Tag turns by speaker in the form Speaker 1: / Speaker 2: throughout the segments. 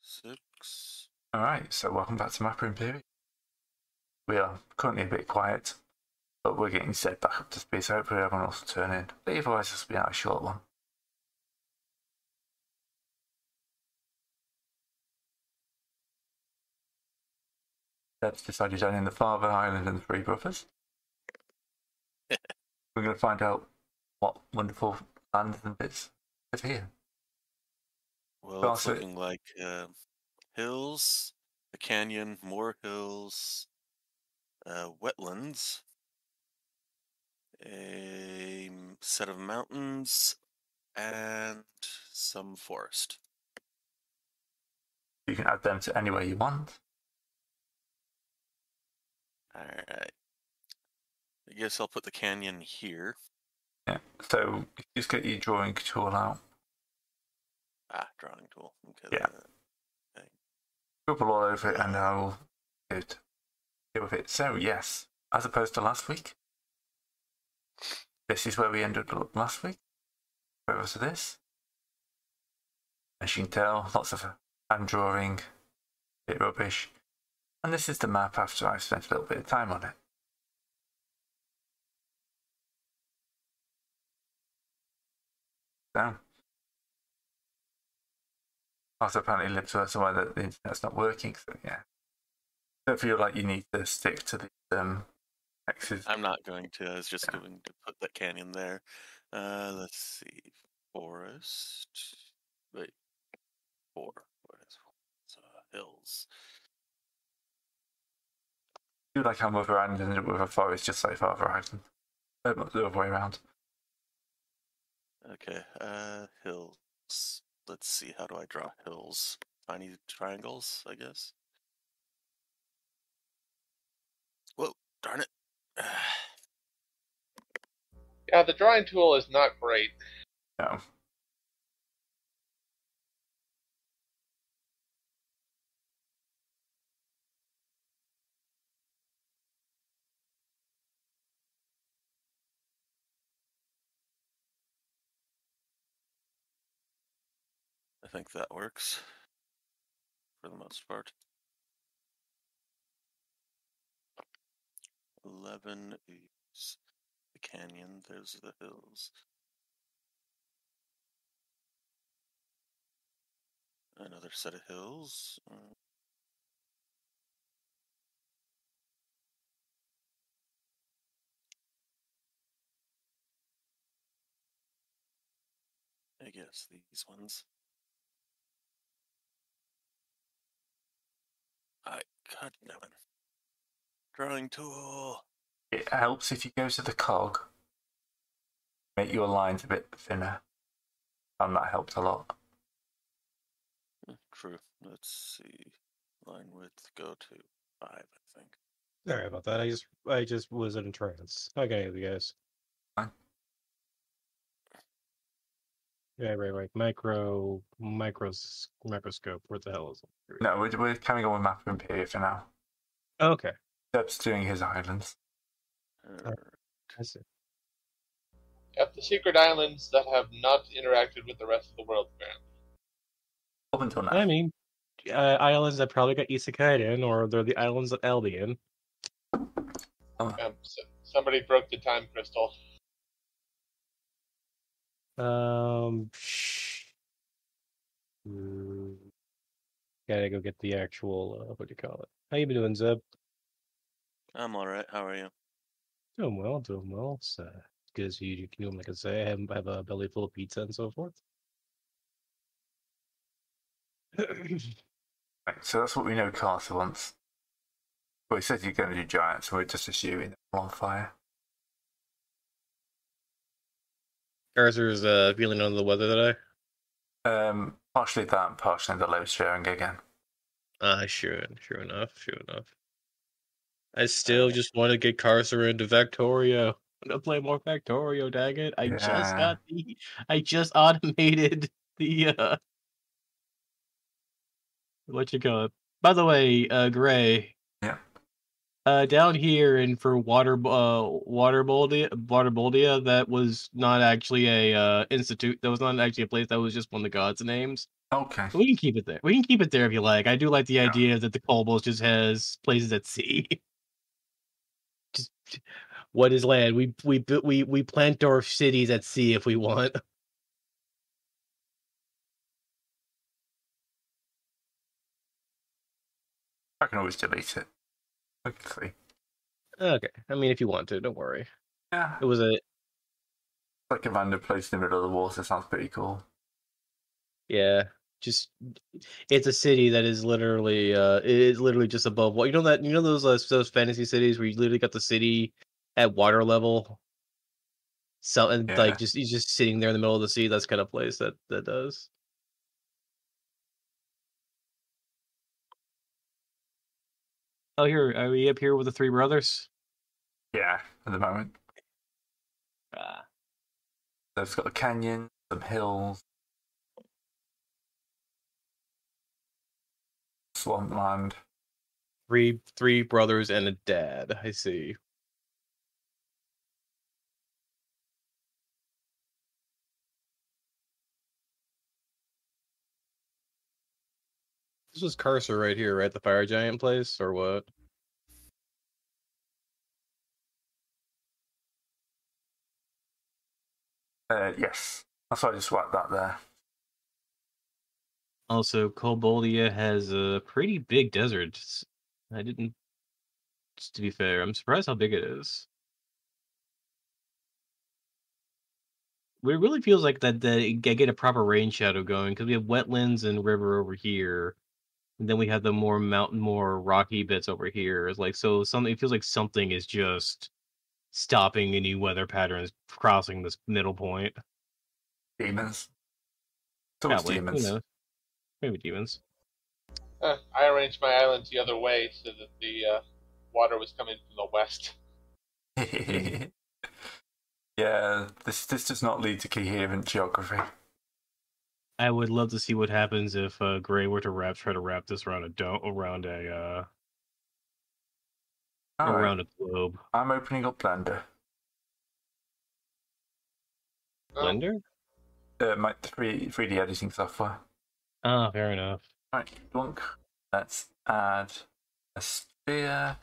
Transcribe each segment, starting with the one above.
Speaker 1: six.
Speaker 2: Alright, so welcome back to Mapper Imperium. We are currently a bit quiet, but we're getting set back up to speed, so hopefully everyone else will turn in. But otherwise, this will be out a short one. Deb's decided to in the Father Island and the Three Brothers. we're going to find out what wonderful lands and bits is here.
Speaker 1: Well,
Speaker 2: Well,
Speaker 1: it's
Speaker 2: so-
Speaker 1: looking like uh, hills, a canyon, more hills, uh, wetlands, a m- set of mountains, and some forest.
Speaker 2: You can add them to any way you want.
Speaker 1: All right. I guess I'll put the canyon here.
Speaker 2: Yeah. So just get your drawing tool out.
Speaker 1: Ah, drawing tool. Okay.
Speaker 2: Yeah.
Speaker 1: that-
Speaker 2: Scribble all over it and I will good, deal with it. So yes, as opposed to last week, this is where we ended up last week. Purpose of this, as you can tell, lots of hand drawing, bit rubbish, and this is the map after I've spent a little bit of time on it. So, also apparently live somewhere that the internet's not working. So yeah, don't feel like you need to stick to the um, X's.
Speaker 1: I'm not going to. I was just
Speaker 2: Yeah.
Speaker 1: going to put that canyon there. Uh, let's see. Forest. Wait. Four. What is it's, uh, hills?
Speaker 2: do like how Mother Island ended up with a forest just like Father Island. Uh, but the other way around.
Speaker 1: Okay. Uh, hills. Let's see. How do I draw hills? Tiny triangles, I guess. Whoa! Darn it.
Speaker 3: Yeah, Uh, the drawing tool is not great.
Speaker 2: No.
Speaker 1: I think that works for the most part. 11 is the canyon, there's the hills. Another set of hills. mm. I guess these ones. I god damn it. Drawing tool.
Speaker 2: It helps if you go to the cog, make your lines a bit thinner. And that helped a lot.
Speaker 1: Mm, True. Let's see. Line width go to five, I think.
Speaker 4: Sorry about that. I just I just was in a trance. Okay, you guys.
Speaker 2: Fine.
Speaker 4: Yeah, right, right. Micro, micros, microscope. What the hell is it?
Speaker 2: No, we're, we're carrying on with Map of Imperia for now.
Speaker 4: Okay,
Speaker 2: Deb's doing his islands.
Speaker 1: Err,
Speaker 4: I see.
Speaker 3: Yep, the secret islands that have not interacted with the rest of the world, apparently.
Speaker 2: Up until now.
Speaker 4: I mean, uh, islands that probably got isekai'd in, or they're the islands of Albion.
Speaker 3: Um, so, somebody broke the time crystal.
Speaker 4: Um, sh- mm, gotta go get the actual. Uh, what do you call it? How you been doing, Zeb?
Speaker 1: I'm alright. How are you?
Speaker 4: Doing well, doing well. So, good as you, you can, do, like I say, I have, I have a belly full of pizza and so forth.
Speaker 2: Right, so that's what we know Carter wants. Well, he says you're going to do giants, so we're just assuming they're on fire.
Speaker 4: Arthur's uh, feeling under the weather today.
Speaker 2: Um, partially that, and partially the load sharing again.
Speaker 4: Uh, sure, sure enough, sure enough. I still
Speaker 2: Uh,
Speaker 4: just want to get Carcer into Factorio. I want to play more Factorio, dang it. I just
Speaker 2: Yeah.
Speaker 4: got the, I just automated the, uh, what you call it. By the way, uh, Gray.
Speaker 2: Yeah.
Speaker 4: uh, down here and for water uh, water boldia water boldia that was not actually a uh, institute that was not actually a place that was just one of the gods names
Speaker 2: Okay.
Speaker 4: we can keep it there we can keep it there if you like i do like the
Speaker 2: Yeah.
Speaker 4: idea that the kobolds just has places at sea just what is land we we bu- we we plant our cities at sea if we want
Speaker 2: I can always delete it. Look at three.
Speaker 4: okay i mean if you want to don't worry
Speaker 2: Yeah.
Speaker 4: it was a
Speaker 2: Like a random place in the middle of the water sounds pretty cool.
Speaker 4: Yeah, just it's a city that is literally uh it is literally just above water. You know that you know those uh, those fantasy cities where you literally got the city at water level. So and
Speaker 2: Yeah.
Speaker 4: like just he's just sitting there in the middle of the sea. That's kind of place that that does. Oh, here are we up here with the three brothers?
Speaker 2: Yeah, at the moment.
Speaker 4: Ah,
Speaker 2: So it's got a canyon, some hills, swampland.
Speaker 4: three three brothers and a dad. I see. This was Cursor right here, right? The fire giant place, or what?
Speaker 2: Uh, yes. That's why I just whacked that there.
Speaker 4: Also, Colboldia has a pretty big desert. It's- I didn't. Just to be fair, I'm surprised how big it is. It really feels like that. That I get a proper rain shadow going because we have wetlands and river over here, and then we have the more mountain, more rocky bits over here. It's like so something. It feels like something is just stopping any weather patterns crossing this middle point.
Speaker 2: Demons. So it's
Speaker 4: Probably, who
Speaker 2: demons.
Speaker 4: knows? Maybe demons.
Speaker 3: Huh, Uh, I arranged my island the other way so that the uh, water was coming from the west.
Speaker 2: yeah, this this does not lead to coherent geography.
Speaker 4: I would love to see what happens if uh, Gray were to wrap, try to wrap this around a do- around a uh,
Speaker 2: All right,
Speaker 4: around a globe.
Speaker 2: I'm opening up Blender.
Speaker 3: Oh,
Speaker 4: Blender?
Speaker 2: Uh, my three 3D editing software.
Speaker 4: Ah, fair enough.
Speaker 2: Right, Blunk. Let's add a sphere.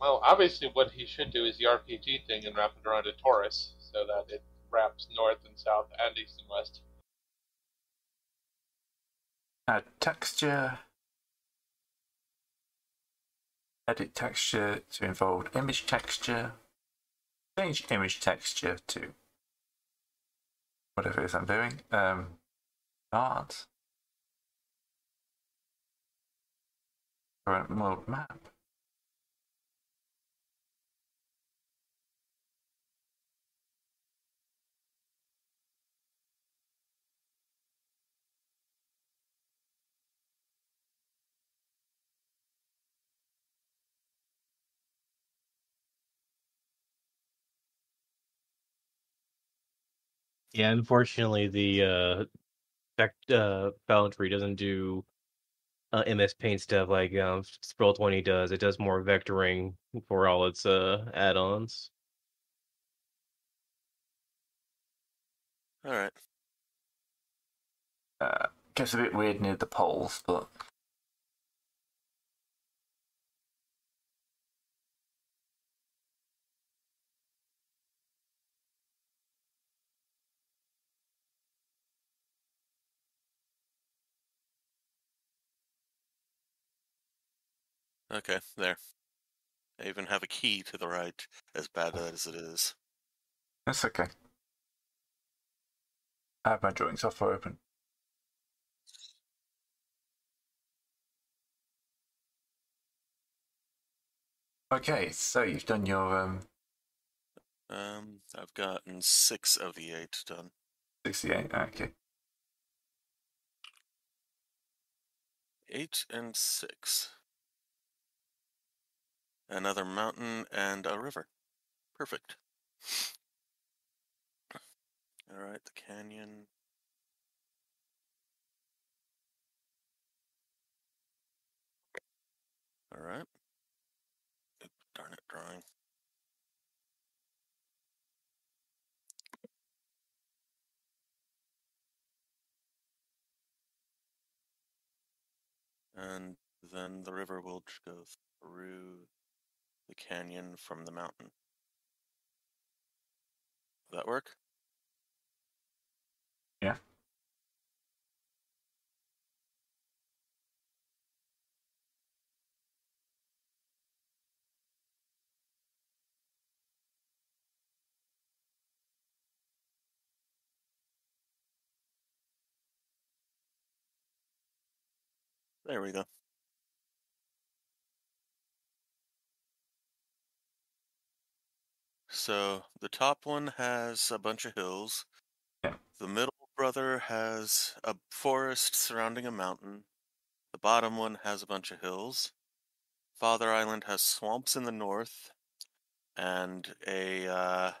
Speaker 3: Well, obviously, what he should do is the RPG thing and wrap it around a Taurus so that it wraps north and south and east and west.
Speaker 2: Add Uh, texture. Edit texture to involve image texture. Change image texture to whatever it is I'm doing. Um, art. Current world map.
Speaker 4: Yeah, unfortunately, the uh, vect- uh, boundary doesn't do uh, MS Paint stuff like um, Scroll Twenty does. It does more vectoring for all its uh, add-ons.
Speaker 1: All right.
Speaker 2: Uh, gets a bit weird near the poles, but
Speaker 1: Okay, there. I even have a key to the right, as bad as it is.
Speaker 2: that's okay. I have my drawing software open. Okay, so you've done your um,
Speaker 1: Um, I've gotten six of the eight done.
Speaker 2: 68. Ah, Okay.
Speaker 1: Eight and six. Another mountain and a river. Perfect. All right, the canyon. All right. Darn it, drawing. And then the river will tr- go through the canyon from the mountain. Will that work?
Speaker 2: Yeah.
Speaker 1: There we go. So the top one has a bunch of hills.
Speaker 2: Yeah.
Speaker 1: The middle brother has a forest surrounding a mountain. The bottom one has a bunch of hills. Father Island has swamps in the north and a uh,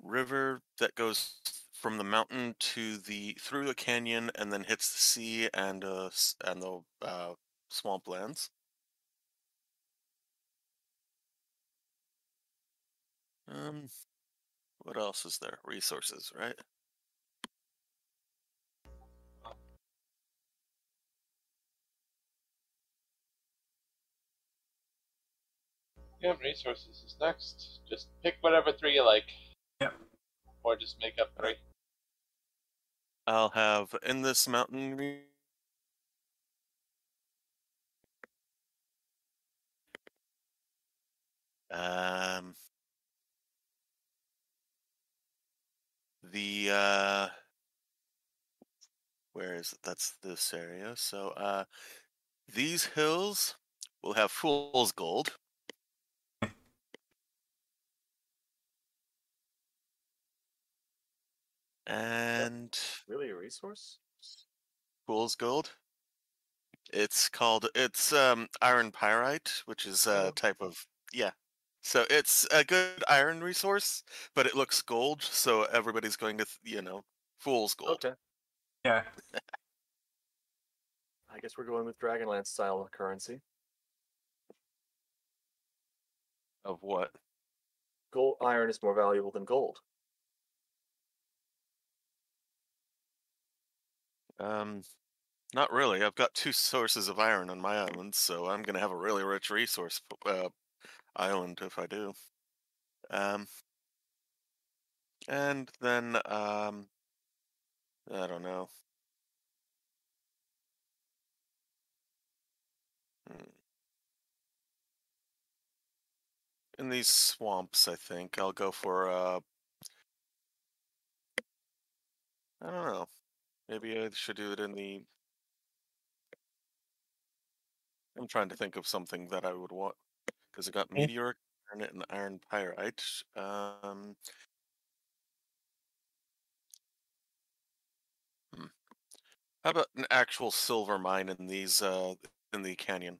Speaker 1: river that goes from the mountain to the through the canyon and then hits the sea and uh, s- and the uh, swamplands. Um, what else is there? Resources, right?
Speaker 3: Yeah, resources is next. Just pick whatever three you like.
Speaker 2: Yep.
Speaker 3: Or just make up three.
Speaker 1: I'll have in this mountain. re- Um, the uh, where is it? That's this area. So, uh, these hills will have fool's gold. And
Speaker 5: Really, a resource?
Speaker 1: Fool's Gold. It's called it's um iron pyrite, which is a
Speaker 5: Oh.
Speaker 1: type of yeah. So it's a good iron resource, but it looks gold, so everybody's going to th- you know Fool's Gold.
Speaker 5: Okay.
Speaker 2: Yeah.
Speaker 5: I guess we're going with Dragonlance style currency.
Speaker 1: Of what?
Speaker 5: Gold iron is more valuable than gold.
Speaker 1: Um, not really. I've got two sources of iron on my island, so I'm gonna have a really rich resource p- uh, island if I do. Um, and then um, I don't know. Hmm. In these swamps, I think I'll go for uh, I don't know. Maybe I should do it in the. I'm trying to think of something that I would want because I got
Speaker 4: Yeah.
Speaker 1: meteoric iron and iron pyrite. Um, hmm. How about an actual silver mine in these uh, in the canyon?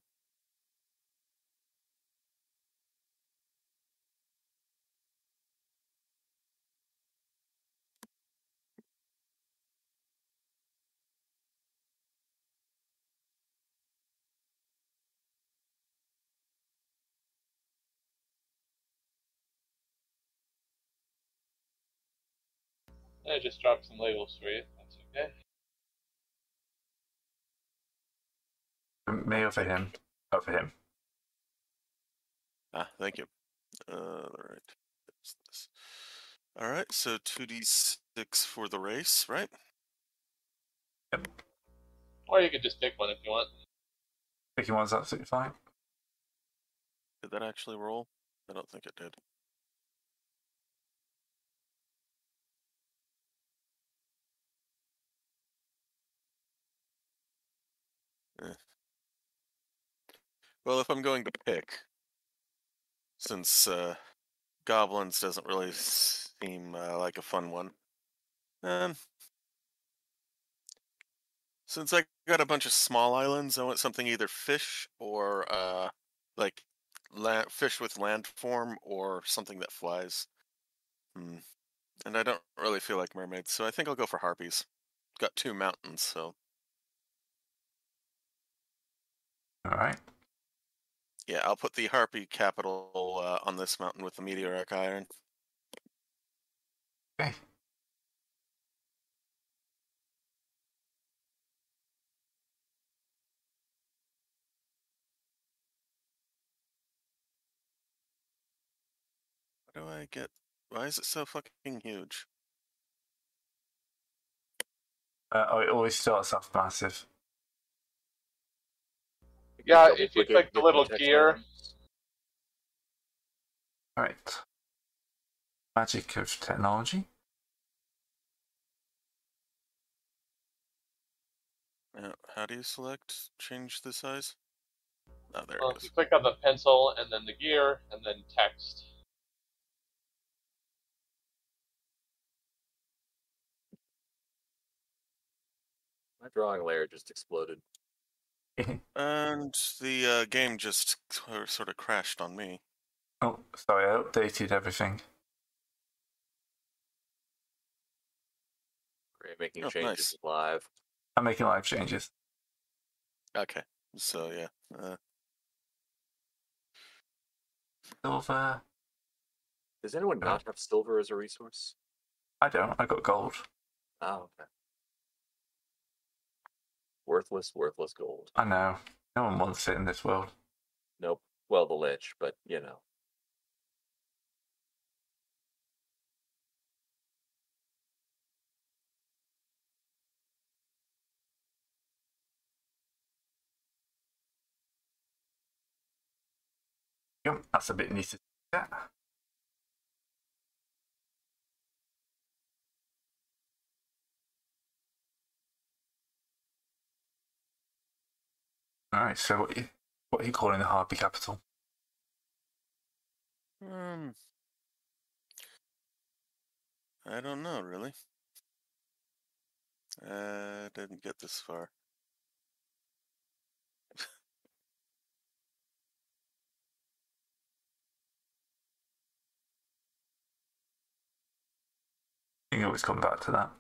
Speaker 3: I just dropped some labels for you. That's okay.
Speaker 2: Me over him. Over him.
Speaker 1: Ah, thank you. Uh, all right. That's this. All right. So two d six for the race, right?
Speaker 3: Or you could just pick one if you want.
Speaker 2: Picking one's absolutely fine.
Speaker 1: Did that actually roll? I don't think it did. Eh. Well, if I'm going to pick, since uh, goblins doesn't really seem uh, like a fun one, um, since I got a bunch of small islands, I want something either fish or uh, like la- fish with landform or something that flies. Hmm. And I don't really feel like mermaids, so I think I'll go for harpies. Got two mountains, so
Speaker 2: All right.
Speaker 1: Yeah, I'll put the harpy capital uh, on this mountain with the meteoric iron.
Speaker 2: Okay.
Speaker 1: What do I get? Why is it so fucking huge?
Speaker 2: Uh, oh, it always starts off massive.
Speaker 3: Yeah, if you click
Speaker 5: Duplicate
Speaker 3: the
Speaker 5: with
Speaker 3: little
Speaker 5: text
Speaker 3: gear.
Speaker 5: items.
Speaker 2: Right. Magic of technology.
Speaker 1: Uh, how do you select change the size? Oh, there
Speaker 3: Well,
Speaker 1: it
Speaker 3: if you
Speaker 1: is.
Speaker 3: click on the pencil and then the gear and then text.
Speaker 5: My drawing layer just exploded.
Speaker 1: And the uh, game just sor- sort of crashed on me.
Speaker 2: oh, sorry, I updated everything.
Speaker 5: Great, making
Speaker 1: Oh, nice.
Speaker 5: changes live.
Speaker 2: I'm making live changes.
Speaker 1: Okay, so yeah, uh,
Speaker 2: Silver.
Speaker 5: Does anyone
Speaker 2: Yeah.
Speaker 5: not have silver as a resource?
Speaker 2: I don't. I got gold.
Speaker 5: Oh, okay. Worthless, worthless gold.
Speaker 2: I know. No one wants it in this world.
Speaker 5: Nope. Well, the lich, but you know.
Speaker 2: Yum, that's a bit neater. Yeah. All right. So what you, what are you calling the Harpy capital?
Speaker 1: um, I don't know really. Uh, didn't get this far.
Speaker 2: You can always come back to that.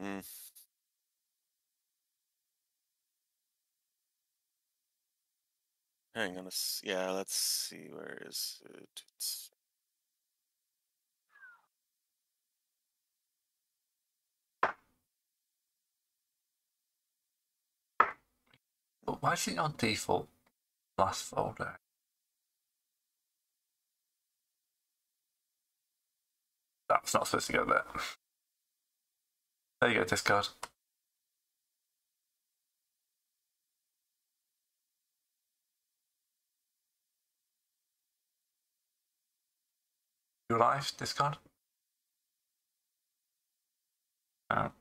Speaker 1: Mm. Hang on a s- yeah, let's see where is it. It's
Speaker 2: But why is it on default last folder? That's not supposed to go there. There you go, Discord. You live, Discord? Oh.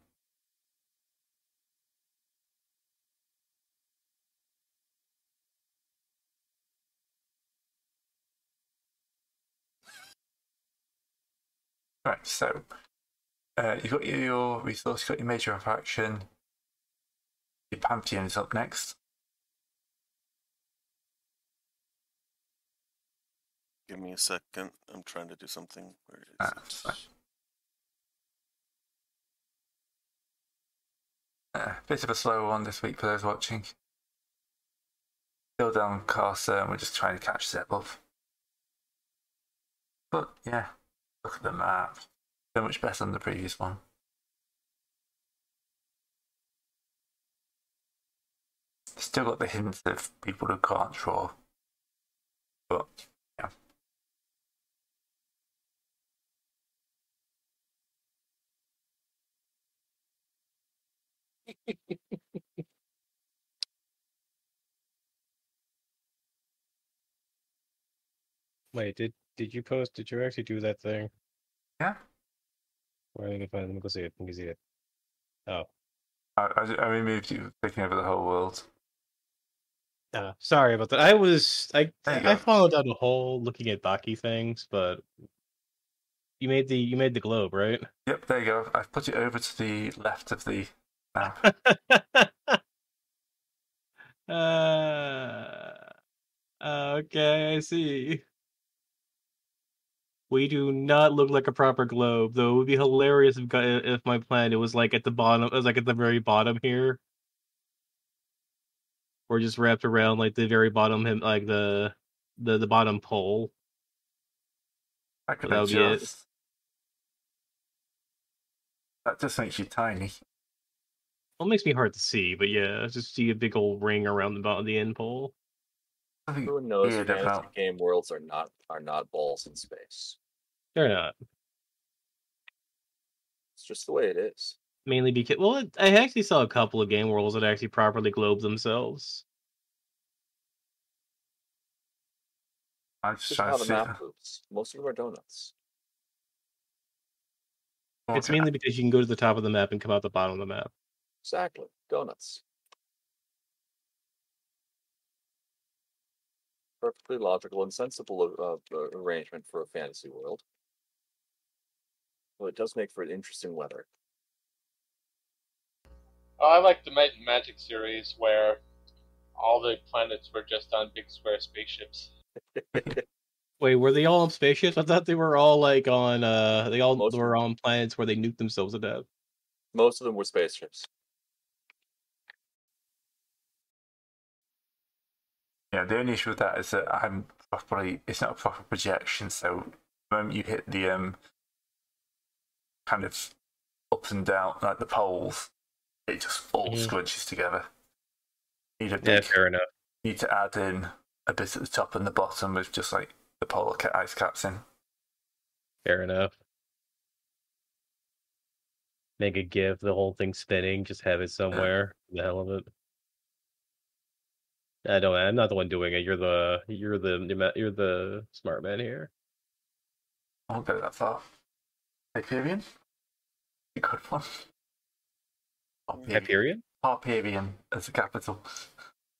Speaker 2: Right, so uh, you've got your, your resource, you've got your major of action. Your pantheon is up next.
Speaker 1: give me a second. I'm trying to do something. Where is
Speaker 2: Ah,
Speaker 1: it?
Speaker 2: sorry. Uh, bit of a slower one this week for those watching. Still down Carson, we're just trying to catch Zeb up. But yeah, look at the map. So much better than the previous one. Still got the hints of people who can't draw. But yeah.
Speaker 6: Wait, did did you post? Did you actually do that thing?
Speaker 2: Yeah.
Speaker 6: Where did I find? Let me go see it. Let me see it. Oh,
Speaker 2: I, I, I removed you taking over the whole world.
Speaker 6: uh, sorry about that. I was I
Speaker 2: There you
Speaker 6: I
Speaker 2: go.
Speaker 6: followed down a hole looking at Baki things, but you made the you made the globe right.
Speaker 2: Yep, there you go. I've put it over to the left of the map.
Speaker 6: uh,
Speaker 4: Ah, Okay, I see. We do not look like a proper globe, though. It would be hilarious if gu- if uh, my planet was like at the bottom, it was like at the very bottom here. or just wrapped around like the very bottom him like the the the bottom pole.
Speaker 2: I could
Speaker 4: That'll
Speaker 2: have
Speaker 4: be it.
Speaker 2: just. That just makes you tiny.
Speaker 4: Well, it makes me hard to see, but yeah, I just see a big old ring around the bottom the end pole.
Speaker 2: I think
Speaker 5: Everyone knows
Speaker 2: Mm. Yeah,
Speaker 5: fantasy
Speaker 2: definitely.
Speaker 5: game worlds are not are not balls in space.
Speaker 4: They're not
Speaker 5: It's just the way it is.
Speaker 4: mainly because well, it, I actually saw a couple of game worlds that actually properly globe themselves.
Speaker 2: I'm
Speaker 5: It's
Speaker 2: just
Speaker 5: just
Speaker 2: trying
Speaker 5: how
Speaker 2: to
Speaker 5: the
Speaker 2: see.
Speaker 5: map moves. Most of them are donuts.
Speaker 4: It's
Speaker 2: Okay,
Speaker 4: mainly because you can go to the top of the map and come out the bottom of the map.
Speaker 5: Exactly, donuts. Perfectly logical and sensible uh, uh, arrangement for a fantasy world. Well, it does make for an interesting weather.
Speaker 3: Oh, I like the Ma- Magic series where all the planets were just on big square spaceships.
Speaker 4: Wait, were they all on spaceships? I thought they were all like on uh they all
Speaker 5: Most of
Speaker 4: were on planets where they nuked themselves to death.
Speaker 5: Most of them were spaceships.
Speaker 2: Yeah, the only issue with that is that I haven't properly. It's not a proper projection, so the moment you hit the um, kind of up and down like the poles, it just all
Speaker 4: Mhm.
Speaker 2: scrunches together. Need a
Speaker 6: Yeah,
Speaker 2: big,
Speaker 6: fair enough.
Speaker 2: need to add in a bit at the top and the bottom with just like the polar ca- ice caps in.
Speaker 6: Fair enough. Make a gif, the whole thing spinning, just have
Speaker 4: Ah.
Speaker 6: it somewhere. for The hell of it. I don't. I'm not the one doing it. You're the. You're the. you're ma- You're the smart man here.
Speaker 2: I won't go that far. Hyperion, a good one. Hyperion,
Speaker 6: Hyperion.
Speaker 2: Hyperion as a capital.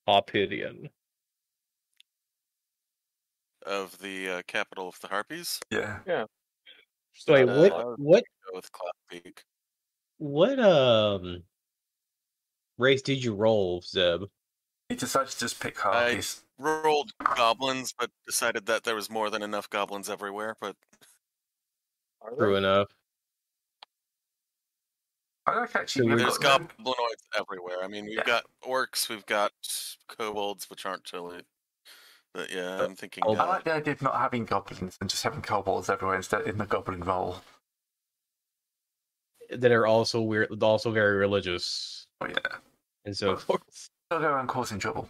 Speaker 6: Hyperion.
Speaker 1: of the uh, capital of the Harpies
Speaker 2: Yeah,
Speaker 5: Just uh,
Speaker 6: Wait,
Speaker 5: not a lot
Speaker 6: what?
Speaker 5: of
Speaker 6: What?
Speaker 1: go with Cloud Peak.
Speaker 6: What? Um. Race did you roll, Zeb?
Speaker 2: he decided to just pick
Speaker 1: I-
Speaker 2: Harpies.
Speaker 1: Rolled goblins, but decided that there was more than enough goblins everywhere. But
Speaker 5: are
Speaker 6: True
Speaker 5: there?
Speaker 6: enough.
Speaker 2: I, like actually.
Speaker 6: So
Speaker 2: we've
Speaker 1: there's
Speaker 2: got them.
Speaker 1: goblinoids everywhere. I mean, we've
Speaker 2: Yeah.
Speaker 1: got orcs, we've got kobolds, which aren't really. But yeah, I'm thinking.
Speaker 6: Oh,
Speaker 1: uh,
Speaker 2: I like the idea of not having goblins and just having kobolds everywhere instead in the goblin role.
Speaker 6: That are also weird. Also very religious.
Speaker 2: Oh, yeah.
Speaker 6: And so forth.
Speaker 2: They'll go around causing trouble.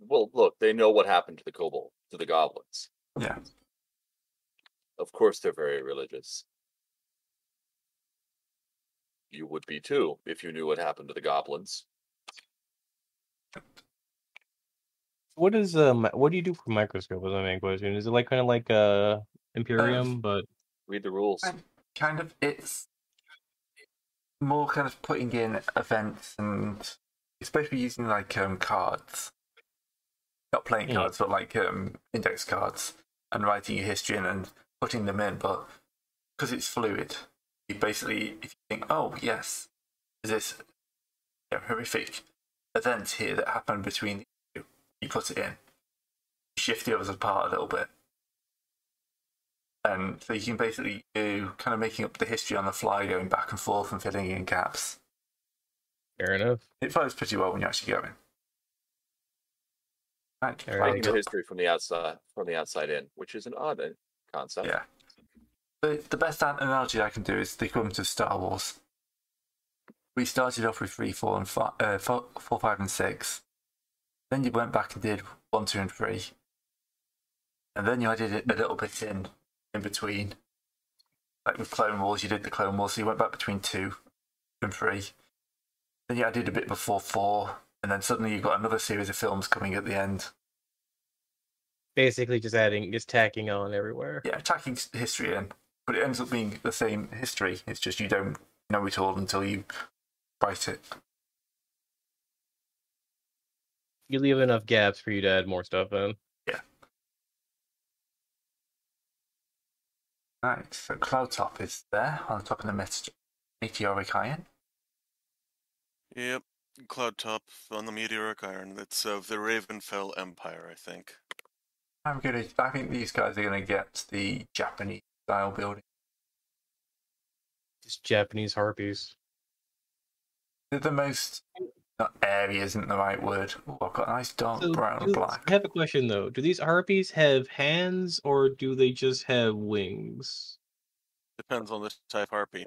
Speaker 5: Well, look, they know what happened to the kobold, to the goblins.
Speaker 2: Yeah.
Speaker 5: Of course, they're very religious. You would be too if you knew what happened to the goblins.
Speaker 6: What is um? What do you do for microscope? Was my main question. Is it like kind of like uh Imperium, but
Speaker 5: Read the rules.
Speaker 2: Um, Kind of, it's more kind of putting in events and it's supposed to be using like um, cards, not playing
Speaker 6: Yeah.
Speaker 2: cards, but like um, index cards and writing your history and, and putting them in. But because it's fluid, you basically if you think, oh yes, there's this you know, horrific event here that happened between the two, you put it in, you shift the others apart a little bit. And so you can basically do kind of making up the history on the fly, going back and forth and filling in gaps.
Speaker 6: fair enough.
Speaker 2: It flows pretty well when you actually go in. Right,
Speaker 6: All
Speaker 2: lined
Speaker 6: right.
Speaker 5: Taking the
Speaker 2: up.
Speaker 5: history from the outside, from the outside in, which is an odd uh, concept.
Speaker 2: Yeah. The, the best an- analogy I can do is the equivalent of Star Wars. We started off with 3, 4, and 5, uh, 4, 4 5, and 6. Then you went back and did 1, 2, and 3. And then you added it a little bit in, in between. Like with Clone Wars, you did the Clone Wars, so you went back between 2 and 3. Then you added a bit before 4, and then suddenly you've got another series of films coming at the end.
Speaker 6: Basically, just adding, just tacking on everywhere.
Speaker 2: yeah, attacking s- history in, but it ends up being the same history. It's just you don't know it all until you write it.
Speaker 6: You leave enough gaps for you to add more stuff in.
Speaker 2: Right, so Cloud Top is there on the top of the mete- meteoric iron.
Speaker 1: Yep, cloud top on the meteoric iron. That's of the Ravenfell Empire, I think.
Speaker 2: I'm gonna. I think these guys are gonna get the Japanese style building.
Speaker 6: Just Japanese harpies.
Speaker 2: They're the most Not area isn't the right word. Ooh, I've got a nice dark
Speaker 4: So
Speaker 2: brown
Speaker 4: do-
Speaker 2: and black.
Speaker 4: I have a question though. Do these harpies have hands or do they just have wings?
Speaker 1: Depends on the type harpy.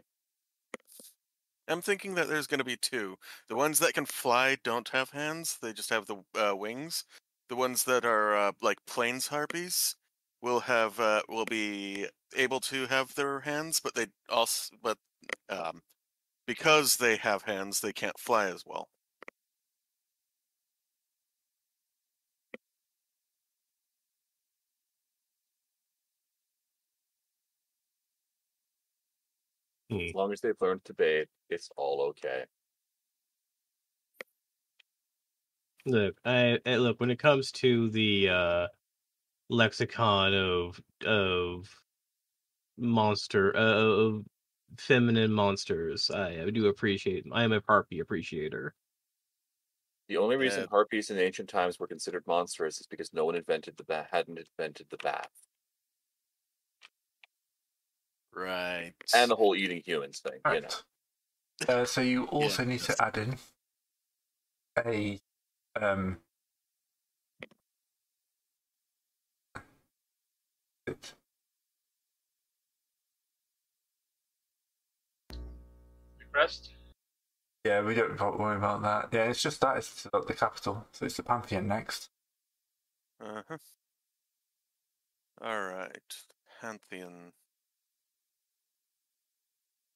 Speaker 1: I'm thinking that there's going to be two. The ones that can fly don't have hands; they just have the uh, wings. The ones that are uh, like plains harpies will have uh, will be able to have their hands, but they also but um, because they have hands, they can't fly as well.
Speaker 4: Mm,
Speaker 5: As long as they've learned to bathe, it's all okay.
Speaker 4: Look, I, I look when it comes to the uh lexicon of of monster uh, of feminine monsters, I, I do appreciate. I am a harpy appreciator.
Speaker 5: The only reason
Speaker 1: Yeah.
Speaker 5: harpies in ancient times were considered monstrous is because no one invented the bath, hadn't invented the bath
Speaker 1: Right.
Speaker 5: and the whole eating humans thing. You know,
Speaker 2: Right. Uh, so you also need to
Speaker 1: that's-
Speaker 2: add in a um it-
Speaker 7: Repressed?
Speaker 2: yeah, we don't wo- worry about that. Yeah, it's just that it's about the capital, so it's the Pantheon next.
Speaker 1: Uh-huh. All right. Pantheon.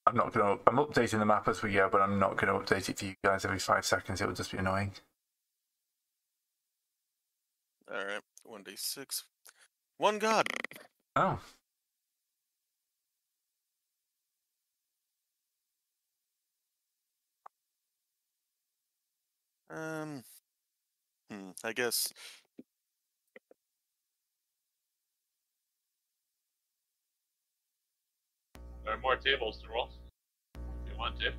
Speaker 2: I'm not gonna. I'm updating the map as we go, but I'm not gonna update it for you guys every five seconds. It would just be annoying.
Speaker 1: All right. One d six. One god.
Speaker 2: Oh,
Speaker 1: Um, hmm, I guess.
Speaker 7: There are more tables to roll. If you want to.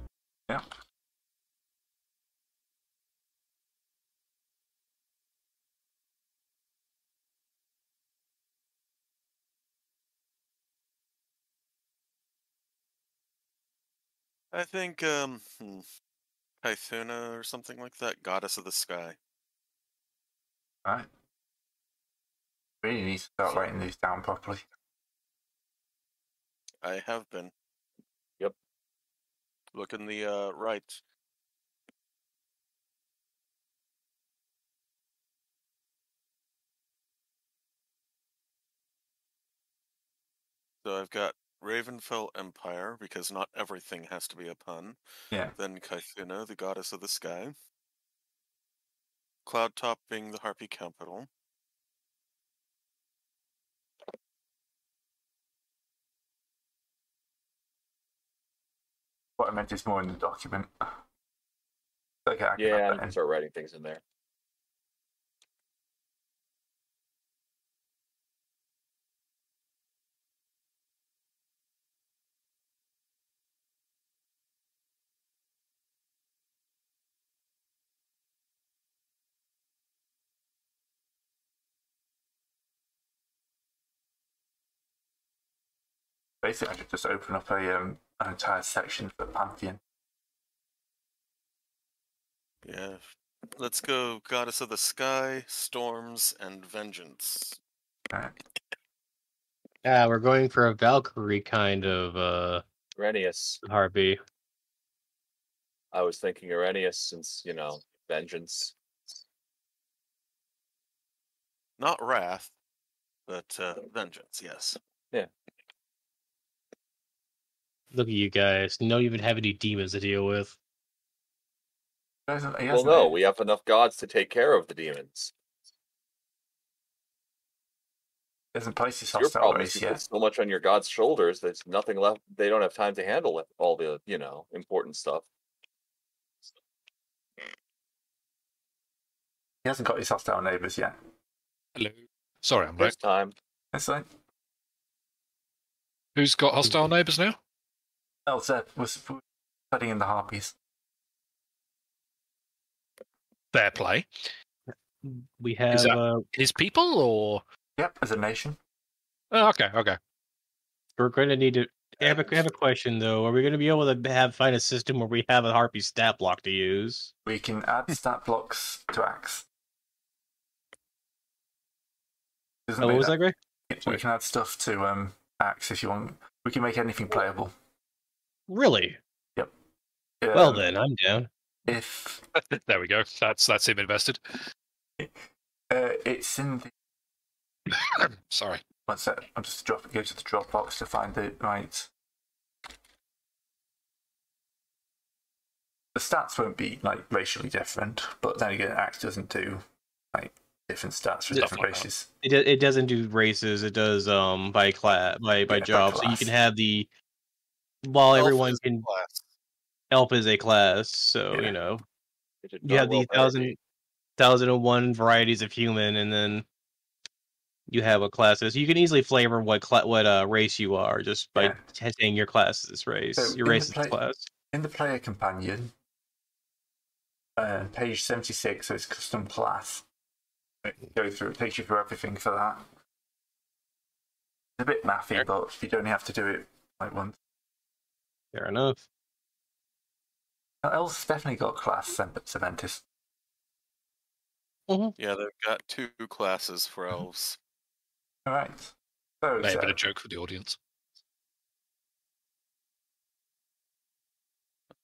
Speaker 1: I think um, hmm, Pythuna or something like that, goddess of the sky.
Speaker 2: right. Really need to start writing these down properly.
Speaker 1: I have been.
Speaker 5: Yep.
Speaker 1: Look in the uh, right. So I've got Ravenfell Empire because not everything has to be a pun.
Speaker 2: Yeah.
Speaker 1: Then Kaithuna, the goddess of the sky. Cloudtop being the harpy capital.
Speaker 2: What I meant is more in the document. Okay, I can
Speaker 5: yeah,
Speaker 2: add
Speaker 5: I'm
Speaker 2: that in.
Speaker 5: gonna start writing things in there.
Speaker 2: Basically, I should just open up a um, an entire section for Pantheon.
Speaker 1: Yeah. Let's go, goddess of the sky, storms, and vengeance.
Speaker 4: Yeah, we're going for a Valkyrie kind of uh
Speaker 5: Arrhenius,
Speaker 4: harpy.
Speaker 5: I was thinking Arrhenius since you know vengeance.
Speaker 1: Not wrath, but uh, vengeance, yes.
Speaker 4: Look at you guys. No even have any demons to deal with.
Speaker 2: He hasn't- he
Speaker 5: Well,
Speaker 2: hasn't-
Speaker 5: no, we have enough gods to take care of the demons.
Speaker 2: he hasn't placed his
Speaker 5: Your
Speaker 2: hostile
Speaker 5: problem
Speaker 2: race
Speaker 5: is you put
Speaker 2: yet.
Speaker 5: so much on your god's shoulders that it's nothing left. They don't have time to handle it, all the you know important stuff.
Speaker 2: He hasn't got his hostile neighbours yet.
Speaker 3: Hello. Sorry, I'm
Speaker 5: There's
Speaker 3: late.
Speaker 5: time.
Speaker 2: That's like
Speaker 3: Who's got hostile neighbours now?
Speaker 2: El Zeb was studying the harpies.
Speaker 3: Their play.
Speaker 4: We have
Speaker 3: that-
Speaker 4: uh,
Speaker 3: His people or
Speaker 2: Yep, as a nation.
Speaker 3: oh, okay, okay.
Speaker 4: we're going to need to I have, a, I have a question though. Are we going to be able to have find a system where we have a harpy stat block to use?
Speaker 2: We can
Speaker 5: Hmm.
Speaker 2: add stat blocks to axe. Doesn't
Speaker 4: Oh, what
Speaker 2: make
Speaker 4: was that, Greg?
Speaker 2: that- We can add stuff to um, axe if you want. We can make anything playable.
Speaker 4: Really?
Speaker 2: Yeah,
Speaker 4: Well then, I'm down.
Speaker 2: if
Speaker 8: there we go. That's that's him invested.
Speaker 2: uh, it's in the
Speaker 8: Sorry.
Speaker 2: one sec, I'm just drop go to the Dropbox to find the right. The stats won't be like racially different, but then again, Axe doesn't do like different stats for
Speaker 8: Stuff
Speaker 2: different
Speaker 8: like that.
Speaker 2: races.
Speaker 4: It do, it doesn't do races. It does um by class by by
Speaker 2: Yeah, by
Speaker 4: job. So you
Speaker 2: class.
Speaker 4: can have the while
Speaker 1: Elf
Speaker 4: everyone
Speaker 1: is a
Speaker 4: can
Speaker 1: class.
Speaker 4: elf is a class. So
Speaker 2: Yeah.
Speaker 4: you know
Speaker 5: They did
Speaker 4: you
Speaker 5: not
Speaker 4: have
Speaker 5: well
Speaker 4: the
Speaker 5: parodied.
Speaker 4: thousand thousand and one varieties of human, and then you have what classes. You can easily flavor what cla- what uh, race you are just by
Speaker 2: Yeah.
Speaker 4: t- saying your class is this race.
Speaker 2: So
Speaker 4: your
Speaker 2: in
Speaker 4: race
Speaker 2: the
Speaker 4: is
Speaker 2: play-
Speaker 4: class.
Speaker 2: In the player companion, uh, page 76, so it's custom class. Go through, it takes you through everything for that. It's a bit mathy,
Speaker 4: Sure.
Speaker 2: but you'd only have to do it like once.
Speaker 4: Fair enough.
Speaker 2: Elves definitely got class, Cementis.
Speaker 1: Yeah, they've got two classes for elves.
Speaker 2: Alright. So,
Speaker 8: May have
Speaker 2: so-
Speaker 8: been a joke for the audience.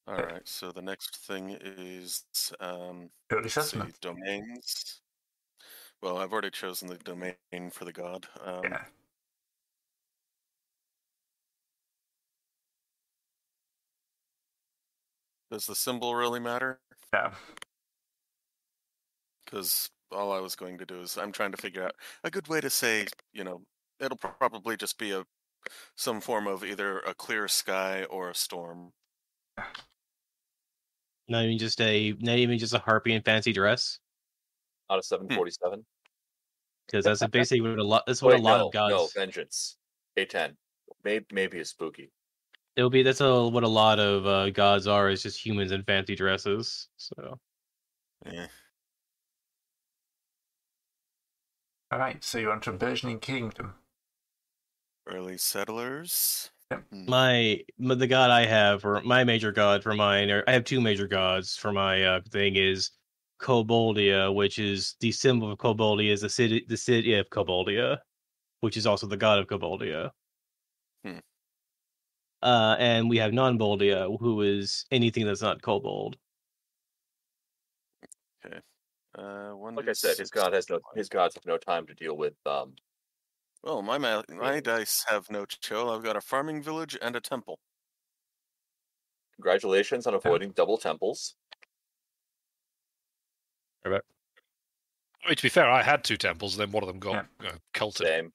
Speaker 1: All
Speaker 2: Okay.
Speaker 1: right. So the next thing is um,
Speaker 2: Good
Speaker 1: let's see,
Speaker 2: assessment.
Speaker 1: domains. Well, I've already chosen the domain for the god. Um,
Speaker 2: Yeah.
Speaker 1: Does the symbol really matter?
Speaker 2: No.
Speaker 1: Because all I was going to do is I'm trying to figure out a good way to say, you know, it'll pro- probably just be a some form of either a clear sky or a storm.
Speaker 4: Not even just a not even just a harpy in fancy dress
Speaker 5: Out of
Speaker 2: Hmm.
Speaker 5: 747.
Speaker 4: because that's basically what a lot. That's what
Speaker 5: Wait,
Speaker 4: a lot
Speaker 5: no,
Speaker 4: of gods.
Speaker 5: No, vengeance. A10. Maybe, maybe it's spooky.
Speaker 4: It'll be that's a, what a lot of uh, gods are is just humans in fancy dresses. So
Speaker 1: Yeah.
Speaker 2: Alright, so you're onto a burgeoning kingdom.
Speaker 1: Early settlers.
Speaker 2: Yep.
Speaker 1: Hmm.
Speaker 4: my, my the god I have or my major god for mine or I have two major gods for my uh, thing is Koboldia, which is the symbol of Koboldia is the city the city of Koboldia, which is also the god of Koboldia.
Speaker 1: Hmm.
Speaker 4: Uh, and we have non-Boldia, who is anything that's not kobold.
Speaker 1: Uh, one
Speaker 2: Hmm,
Speaker 5: Like I said, his god has no his gods have no time to deal with um
Speaker 1: Well, oh, my ma- my
Speaker 5: Yeah.
Speaker 1: dice have no chill. I've got a farming village and a temple.
Speaker 5: congratulations on avoiding double temples.
Speaker 8: I mean, to be fair, I had two temples, and then one of them got uh, culted.
Speaker 5: Same.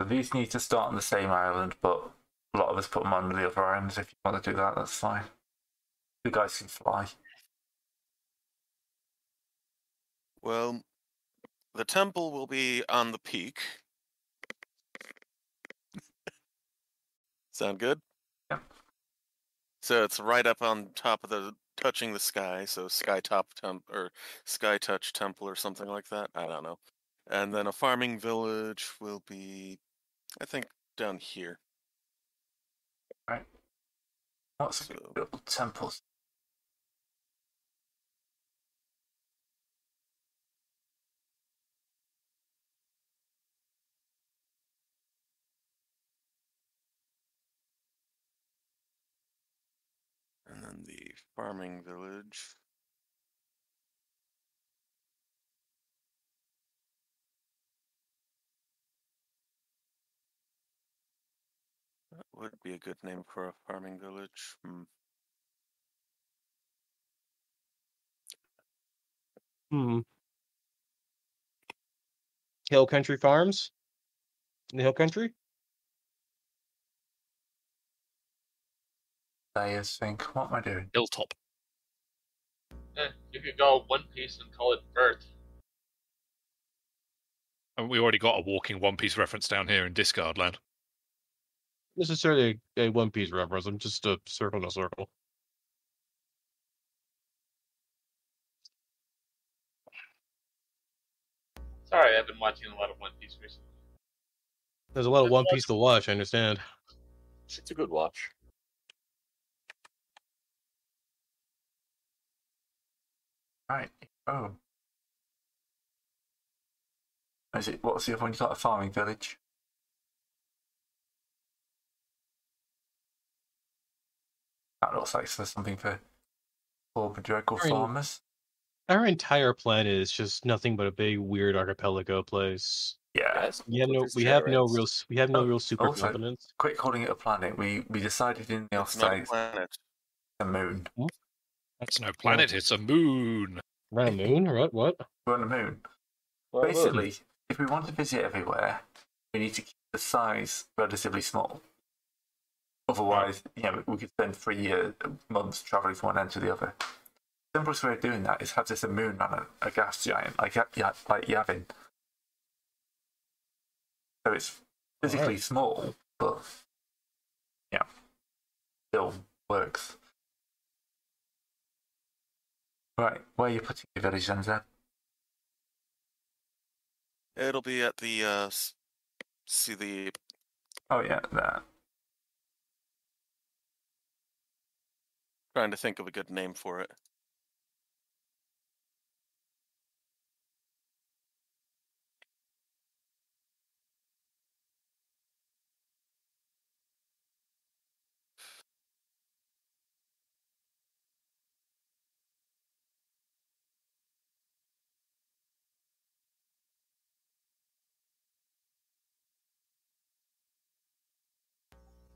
Speaker 2: So these need to start on the same island, but a lot of us put them on the other islands. If you want to do that, that's fine. You guys can fly.
Speaker 1: Well, the temple will be on the peak. Sound good?
Speaker 2: Yep.
Speaker 1: So it's right up on top of the touching the sky, so sky top temp or sky touch temple or something like that. I don't know. And then a farming village will be I think down here.
Speaker 2: What's
Speaker 1: So-
Speaker 2: Little temples.
Speaker 1: And then the farming village. That would be a good name for a farming village. Hmm.
Speaker 4: Hmm. Hill Country Farms? In the Hill Country?
Speaker 2: Players think, what am I doing?
Speaker 8: Hilltop.
Speaker 3: Eh, you could go One Piece and call it Birth.
Speaker 8: And we already got a walking One Piece reference down here in Discard Land.
Speaker 4: Necessarily a, a One Piece reference. I'm just a circle in a circle.
Speaker 3: Sorry, I've been watching a lot of One Piece recently.
Speaker 4: There's a lot of
Speaker 3: Just
Speaker 4: One
Speaker 3: watch-
Speaker 4: Piece to watch, I understand.
Speaker 5: It's a good watch.
Speaker 2: Right. Oh. Is it? What's the other one? You got a farming village. That looks like there's something for poor madrigal
Speaker 4: Sorry.
Speaker 2: farmers.
Speaker 4: Our entire planet is just nothing but a big weird archipelago place.
Speaker 2: Yeah.
Speaker 5: Yes,
Speaker 4: We have no,
Speaker 5: with
Speaker 4: we have no
Speaker 5: degenerates.
Speaker 4: real, s- we have no
Speaker 2: Oh,
Speaker 4: real super
Speaker 2: also-
Speaker 4: continents.
Speaker 2: Quit calling it a planet. We we decided in the
Speaker 1: It's not a
Speaker 2: offside
Speaker 1: planet.
Speaker 2: the moon.
Speaker 8: That's no planet. It's a moon.
Speaker 4: Around a moon, what? What?
Speaker 2: We're on the moon.
Speaker 5: Well, look,
Speaker 2: Basically, if we want to visit everywhere, we need to keep the size relatively small. Otherwise, you know, we could spend three years, months traveling from one end to the other. Simplest way of doing that is have just a moon and a, a gas giant, like Ya- Ya- like Yavin. So it's physically
Speaker 4: Alright.
Speaker 2: small, but yeah, still works. Right, where are you putting your village then, Zed?
Speaker 1: It'll be at the uh, s- see the
Speaker 2: Oh yeah, there.
Speaker 1: trying to think of a good name for it.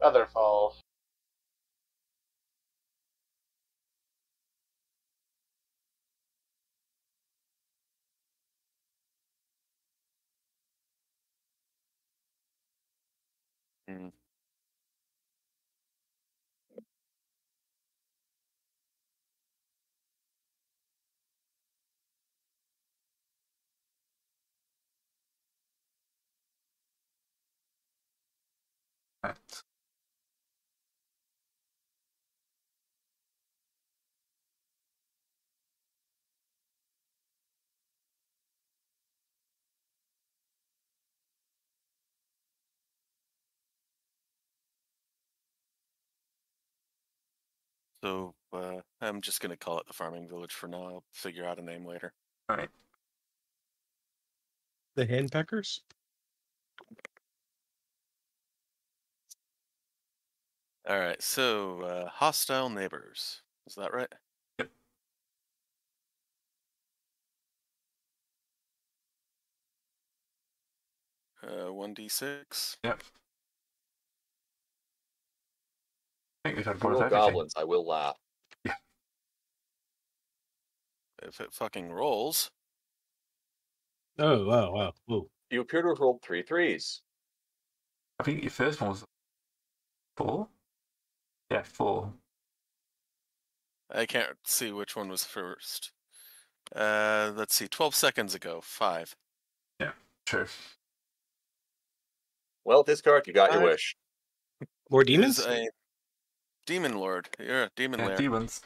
Speaker 3: Featherfall.
Speaker 1: Hmm,
Speaker 2: Right.
Speaker 1: So uh, I'm just gonna call it the farming village for now. I'll figure out a name later.
Speaker 4: The handpeckers?
Speaker 1: All right. So uh, hostile neighbors. Is that right?
Speaker 2: Yep.
Speaker 1: Uh, one d six.
Speaker 2: Yep. I think we've had one
Speaker 5: real
Speaker 2: of everything.
Speaker 5: goblins. I will laugh.
Speaker 1: If it fucking rolls,
Speaker 4: Oh, wow, wow. Ooh.
Speaker 5: You appear to have rolled three threes.
Speaker 2: I think your first one was four. Yeah, four.
Speaker 1: I can't see which one was first. Uh, let's see. Twelve seconds ago, five.
Speaker 2: True.
Speaker 5: Well, this card, you got your
Speaker 1: Alright.
Speaker 5: wish.
Speaker 4: More
Speaker 1: It is
Speaker 4: demons?
Speaker 1: a demon lord. You're a demon
Speaker 2: Yeah,
Speaker 1: lair.
Speaker 2: demons.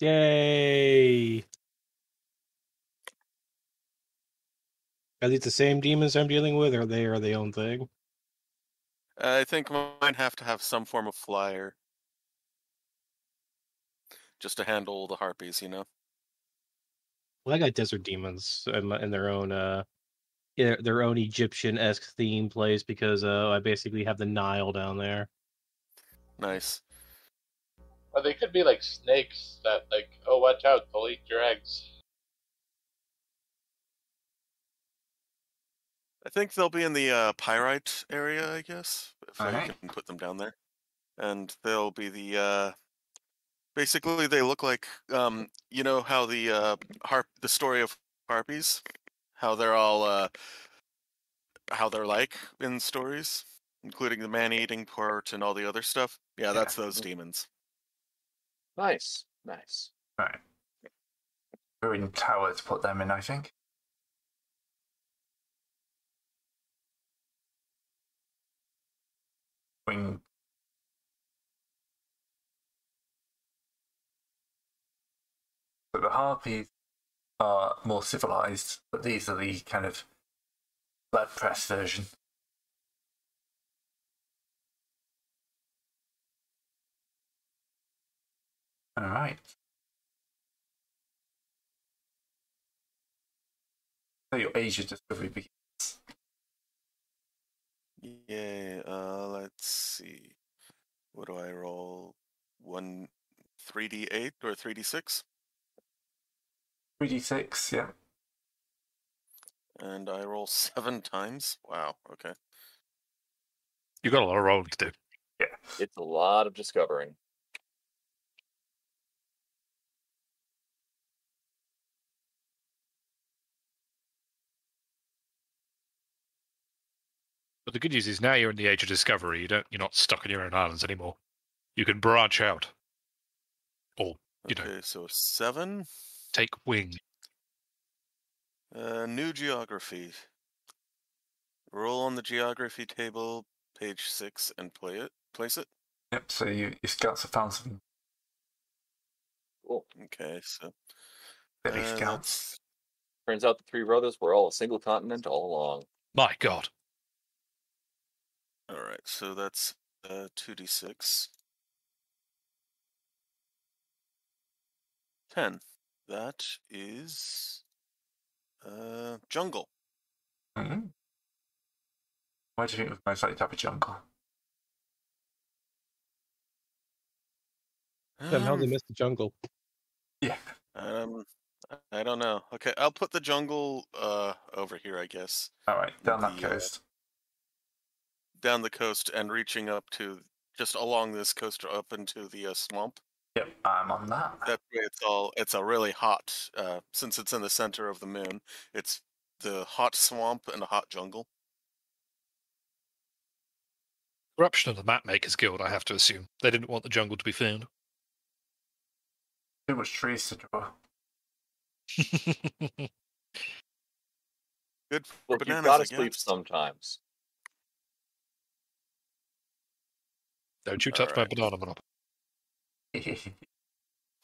Speaker 4: Yay! Are these the same demons I'm dealing with, or are they are they own thing?
Speaker 1: I think mine have to have some form of flyer. Just to handle the harpies, you know?
Speaker 4: Well, I got desert demons in, my- in their own uh, their their own Egyptian esque theme place because uh, I basically have the Nile down there.
Speaker 1: Nice.
Speaker 3: Or they could be like snakes that, like, oh, watch out, they'll eat your eggs.
Speaker 1: I think they'll be in the uh, pyrite area, I guess, if I
Speaker 2: Alright.
Speaker 1: can put them down there. And they'll be the. Uh, basically, they look like. Um, you know how the uh, harp, the story of harpies, how they're all, uh, how they're like in stories, including the man-eating part and all the other stuff. Yeah, that's those demons.
Speaker 5: Nice, nice.
Speaker 2: Right. Ruin tower to put them in, I think. Wing. But the harpies are more civilized, but these are the kind of blood press version. All right. So your Asia discovery begins.
Speaker 1: Yay. Uh, let's see. What do I roll? One, three D eight or three D six,
Speaker 2: 3d6, yeah.
Speaker 1: and I roll seven times. Wow. Okay.
Speaker 8: You got a lot of rolling to do.
Speaker 5: It's a lot of discovering.
Speaker 8: But the good news is now you're in the age of discovery. You don't. You're not stuck in your own islands anymore. You can branch out. You know.
Speaker 1: Okay. So seven.
Speaker 8: Take wing.
Speaker 1: Uh, new geography. Roll on the geography table, page six, and play it. Place it.
Speaker 2: Yep, so you, your scouts have found some
Speaker 5: Cool.
Speaker 1: Okay, so
Speaker 2: deadly
Speaker 1: uh,
Speaker 2: scouts.
Speaker 1: that's-
Speaker 5: Turns out the three brothers were all a single continent all along.
Speaker 8: My God.
Speaker 1: all right. So that's uh two d six. Ten. That is uh jungle.
Speaker 2: Mhm. Where do you think we're most likely to have a jungle?
Speaker 6: Somehow they
Speaker 1: Um,
Speaker 6: missed the jungle.
Speaker 2: Yeah.
Speaker 1: um, I- I don't know. Okay, I'll put the jungle uh over here, I guess,
Speaker 2: All right, down that
Speaker 1: The, uh,
Speaker 2: coast.
Speaker 1: down the coast and reaching up to just along this coast up into the uh, swamp.
Speaker 2: Yep, I'm on that.
Speaker 1: That way, it's all it's a really hot. Uh, since it's in the center of the moon, it's the hot swamp and a hot jungle.
Speaker 8: Corruption of the Map Makers Guild. I have to assume they didn't want the jungle to be found.
Speaker 2: Too much trees to draw.
Speaker 1: Good for
Speaker 5: Look,
Speaker 1: bananas.
Speaker 5: you've got to
Speaker 1: I
Speaker 5: sleep
Speaker 1: guess.
Speaker 5: sometimes.
Speaker 8: don't you touch
Speaker 1: Alright.
Speaker 8: my banana monop.
Speaker 2: Yep,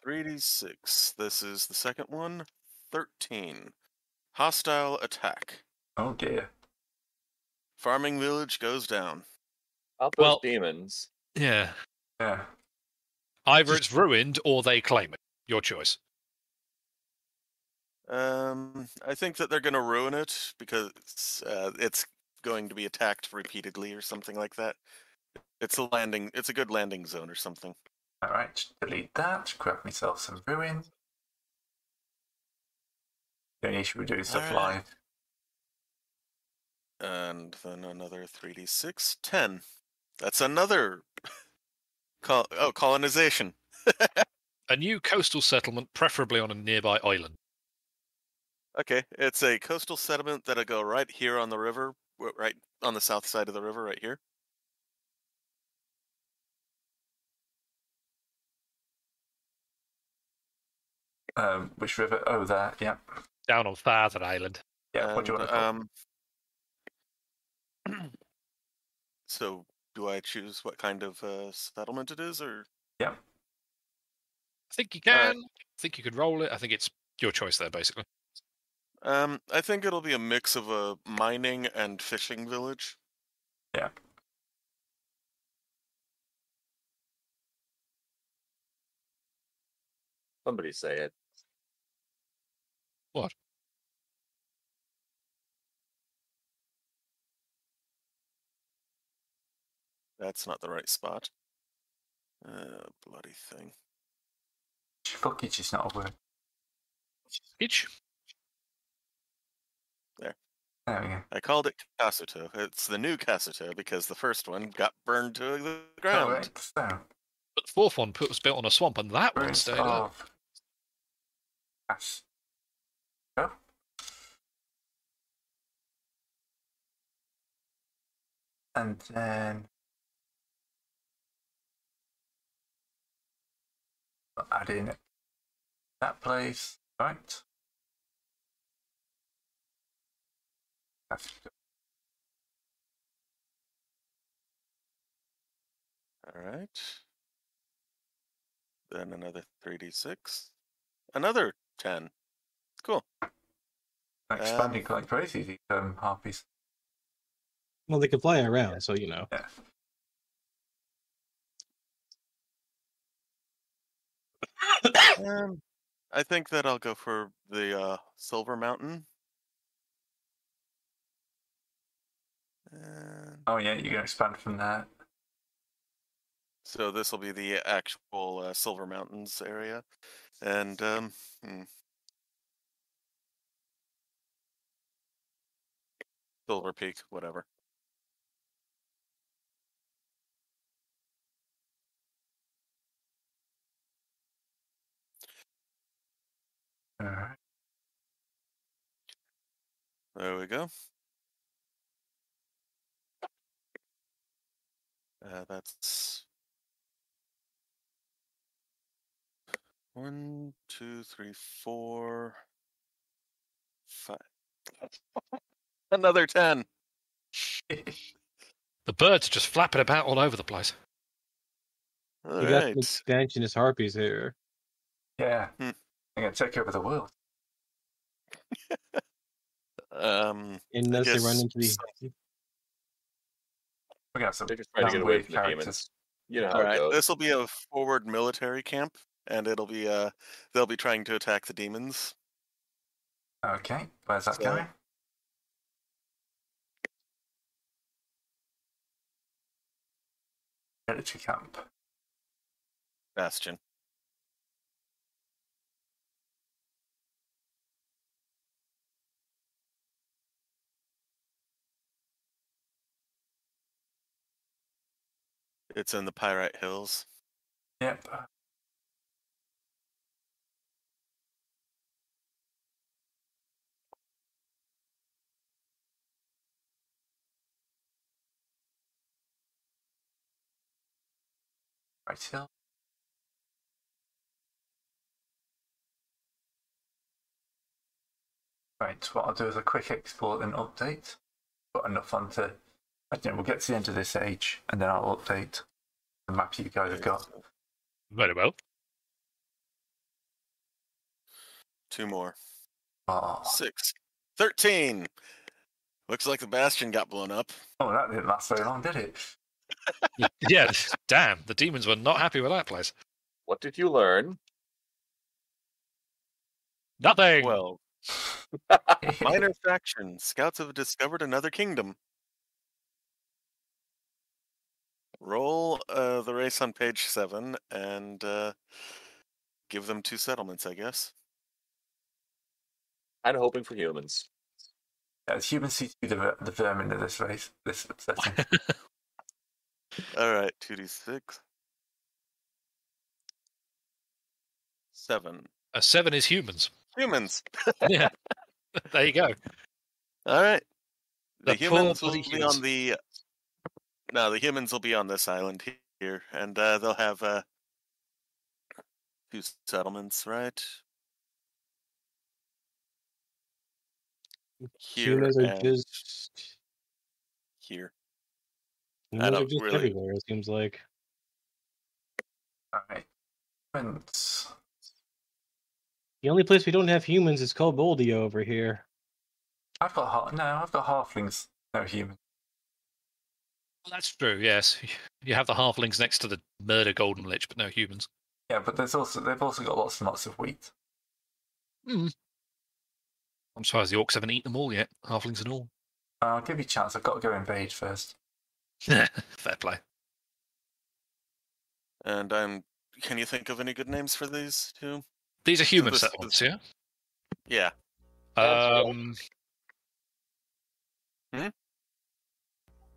Speaker 1: 3d6. This is the second one. 13. Hostile attack.
Speaker 2: oh dear.
Speaker 1: Farming village goes down.
Speaker 5: About those
Speaker 8: Well-
Speaker 5: demons.
Speaker 8: Yeah.
Speaker 2: Yeah.
Speaker 8: Either it's ruined or they claim it. Your choice.
Speaker 1: Um, I think that they're going to ruin it because uh, it's going to be attacked repeatedly or something like that. It's a landing. It's a good landing zone or something.
Speaker 2: All right, just delete that. Grab myself some ruins. The only issue with doing stuff
Speaker 1: All right.
Speaker 2: live.
Speaker 1: and then another 3d6 10 that's another col- oh colonization
Speaker 8: A new coastal settlement, preferably on a nearby island.
Speaker 1: okay it's a coastal settlement that'll go right here on the river w- right on the south side of the river right here
Speaker 2: Um, which river? Oh, there. Yep.
Speaker 8: Down on Father Island.
Speaker 2: Yeah. what do you
Speaker 1: And,
Speaker 2: want to call? it?
Speaker 1: um so do i choose what kind of uh, settlement it is or
Speaker 8: I think you
Speaker 1: Alright.
Speaker 8: can. I think you could roll it. I think it's your choice there, basically.
Speaker 1: um i think it'll be a mix of a mining and fishing village
Speaker 5: Somebody say it.
Speaker 1: that's not the right spot uh bloody thing
Speaker 2: Fuck it's just not a word.
Speaker 8: Itch.
Speaker 2: There we go.
Speaker 1: I called it Casuto. It's the new Casuto because the first one got burned to the
Speaker 2: All
Speaker 1: ground.
Speaker 2: right. So,
Speaker 8: But the fourth one put, was built on a swamp, and that one
Speaker 2: ruins
Speaker 8: stayed up.
Speaker 2: of. Yes. Go. And then. I'll Add in that place, right? That's
Speaker 1: All right. Then another 3d6. Another 10. Cool.
Speaker 2: expanding
Speaker 1: Um,
Speaker 2: like crazy. These um, harpies.
Speaker 6: Well, they can fly around, so you know.
Speaker 2: Yeah.
Speaker 1: Um, I think that I'll go for the uh, Silver Mountain. And
Speaker 2: Oh yeah, you can expand from that.
Speaker 1: so this will be the actual uh, Silver Mountains area, and um, hmm. Silver Peak, whatever.
Speaker 2: All right.
Speaker 1: There we go. Uh, that's one, two, three, four, five. Another ten.
Speaker 8: The birds are just flapping about all over the place.
Speaker 1: All
Speaker 6: We got some
Speaker 1: right.
Speaker 6: expansionist harpies here.
Speaker 2: Yeah,
Speaker 1: Hmm.
Speaker 2: I'm gonna take over the world.
Speaker 1: Um,
Speaker 6: Unless they run
Speaker 1: guess
Speaker 6: into the
Speaker 2: We're gonna have some
Speaker 5: They're just trying to get away
Speaker 2: weird
Speaker 5: from the demons.
Speaker 2: characters.
Speaker 5: You know how
Speaker 1: all
Speaker 5: it
Speaker 1: right.
Speaker 5: goes.
Speaker 1: This will be a forward military camp, and it'll be uh, they'll be trying to attack the demons.
Speaker 2: Okay, where's that
Speaker 1: So-
Speaker 2: going? Military camp.
Speaker 1: Bastion. It's in the Pyrite Hills.
Speaker 2: Yep. Right hill. Right, what I'll do is a quick export and update. Got enough on to. I don't know, we'll get to the end of this age and then I'll update the map you guys have got.
Speaker 8: Very well.
Speaker 1: Two more.
Speaker 2: Oh.
Speaker 1: Six. Thirteen. Looks like the Bastion got blown up.
Speaker 2: Oh, that didn't last very long, did it?
Speaker 8: yeah, damn. The demons were not happy with that place.
Speaker 5: What did you learn?
Speaker 8: Nothing.
Speaker 1: Well, minor faction. Scouts have discovered another kingdom. Roll uh, the race on page seven and uh, give them two settlements, I guess.
Speaker 5: Kind of hoping for humans.
Speaker 2: As humans seem to be the, ver- the vermin of this race, this setting.
Speaker 1: All right, 2d6. Seven.
Speaker 8: A seven is humans.
Speaker 1: Humans.
Speaker 8: yeah. There you go.
Speaker 1: All right. The,
Speaker 8: The poor
Speaker 1: humans will
Speaker 8: bloody
Speaker 1: be
Speaker 8: humans.
Speaker 1: on the. No, the humans will be on this island here, and uh, they'll have uh, two settlements, right? Here
Speaker 6: humans are
Speaker 1: and
Speaker 6: just
Speaker 1: here.
Speaker 6: humans are
Speaker 1: don't
Speaker 6: just
Speaker 1: really-
Speaker 6: everywhere. It seems like
Speaker 2: Alright. Humans.
Speaker 6: the only place we don't have humans is Koboldia over here.
Speaker 2: I've got half. No, I've got halflings. No human.
Speaker 8: That's true. Yes, you have the halflings next to the murder golden lich, but no humans.
Speaker 2: Yeah, but there's also they've also got lots and lots of wheat.
Speaker 8: I'm surprised the orcs haven't eaten them all yet, halflings and all.
Speaker 2: I'll give you a chance. I've got to go invade first.
Speaker 8: Fair play.
Speaker 1: And I'm. Can you think of any good names for these two?
Speaker 8: These are human
Speaker 1: this-
Speaker 8: settlements, yeah.
Speaker 1: Yeah.
Speaker 3: That's cool.
Speaker 8: Um,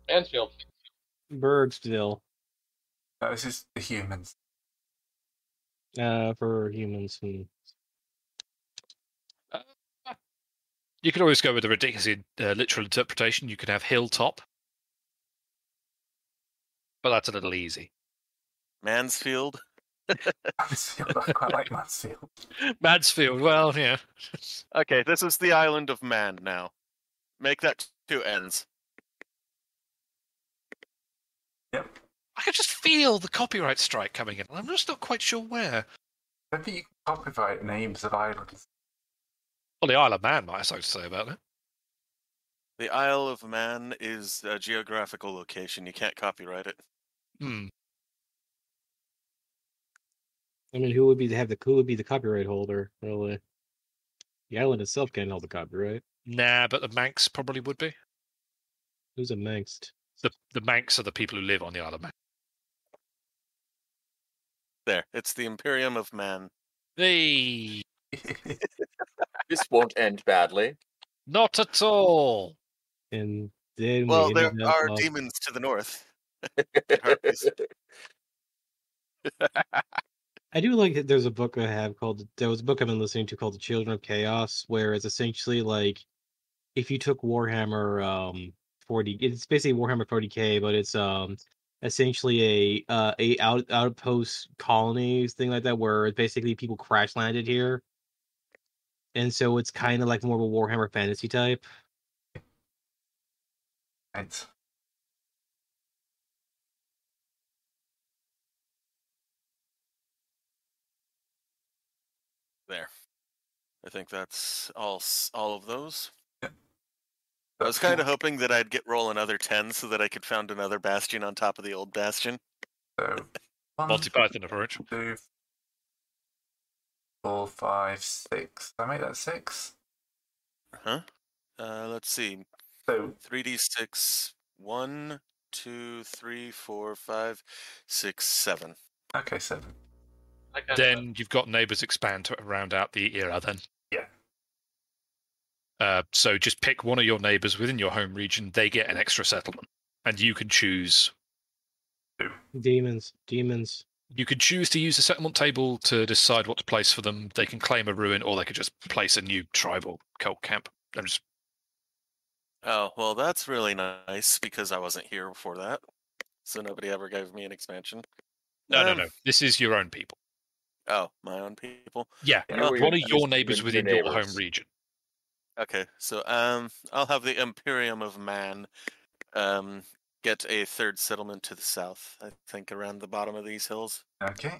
Speaker 3: Mansfield.
Speaker 6: Bergsville,
Speaker 2: No, this is the humans.
Speaker 6: uh, for humans. Hmm.
Speaker 8: you could always go with a ridiculous uh, literal interpretation. You could have hilltop, but that's a little easy.
Speaker 1: Mansfield.
Speaker 2: Mansfield. I quite like Mansfield.
Speaker 8: Mansfield. Well, yeah.
Speaker 1: Okay, this is the island of Man now. Make that two ends.
Speaker 2: Yep.
Speaker 8: I can just feel the copyright strike coming in. and I'm just not quite sure where.
Speaker 2: Maybe you can copyright names of islands.
Speaker 8: Well, the Isle of Man might have something to say about that.
Speaker 1: The Isle of Man is a geographical location. You can't copyright it.
Speaker 8: Hmm.
Speaker 4: I mean, who would be the have the who would be the copyright holder? Really, the island itself can't hold the copyright.
Speaker 8: Nah, but the Manx probably would be.
Speaker 4: Who's a Manxed?
Speaker 8: The the Manx are the people who live on the Isle of Man.
Speaker 1: There, it's the Imperium of Man.
Speaker 8: They
Speaker 5: This won't end badly.
Speaker 8: not at all.
Speaker 4: And then
Speaker 1: Well,
Speaker 4: we
Speaker 1: there
Speaker 4: ended up uh,
Speaker 1: are
Speaker 4: on-
Speaker 1: demons to the north.
Speaker 4: I do like that. There's a book I have called. There was a book I've been listening to called "The Children of Chaos," where it's essentially like if you took Warhammer um 40. It's basically Warhammer 40k, but it's um essentially a uh, a out outpost colonies thing like that, where basically people crash landed here, and so it's kind of like more of a Warhammer fantasy type.
Speaker 2: Right.
Speaker 1: There. I think that's all s- all of those.
Speaker 2: Yep.
Speaker 1: I was kind of hoping that I'd get roll another 10 so that I could found another bastion on top of the old bastion.
Speaker 2: So, one,
Speaker 8: Multi Python approach.
Speaker 2: two, four, five, six. Did I make that six?
Speaker 1: Huh? Uh, let's see.
Speaker 2: So
Speaker 1: 3d6 1 2 3 4 5 6 7
Speaker 2: okay, seven.
Speaker 3: I got
Speaker 8: Then you've got neighbors expand to round out the era. Then
Speaker 2: Yeah.
Speaker 8: Uh, so just pick one of your neighbors within your home region. They get an extra settlement, and you can choose.
Speaker 4: Demons, demons.
Speaker 8: You could choose to use the settlement table to decide what to place for them. They can claim a ruin, or they could just place a new tribal cult camp. I'm just
Speaker 1: oh well that's really nice because i wasn't here before that so nobody ever gave me an expansion
Speaker 8: no, no,
Speaker 1: Um,
Speaker 8: no. This is your own people.
Speaker 1: oh my own people
Speaker 8: Yeah,
Speaker 2: Yeah,
Speaker 1: well,
Speaker 5: Who are
Speaker 8: one of
Speaker 5: neighbors?
Speaker 8: your neighbors within your home
Speaker 5: neighbors?
Speaker 8: region.
Speaker 1: okay so um i'll have the imperium of man um get a third settlement to the south i think around the bottom of these hills
Speaker 2: Okay.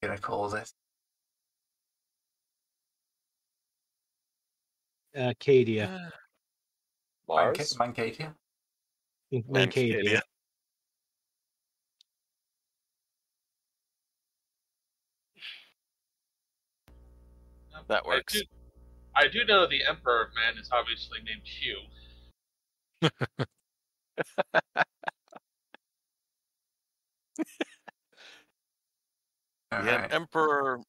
Speaker 2: Gonna call this.
Speaker 4: Acadia.
Speaker 1: Ah,
Speaker 5: Mars.
Speaker 2: Manca- Mancadia.
Speaker 4: Acadia.
Speaker 3: another-
Speaker 1: that works.
Speaker 3: I do, I do know the Emperor of Man is obviously named Hugh.
Speaker 1: yeah
Speaker 2: Alright.
Speaker 1: emperor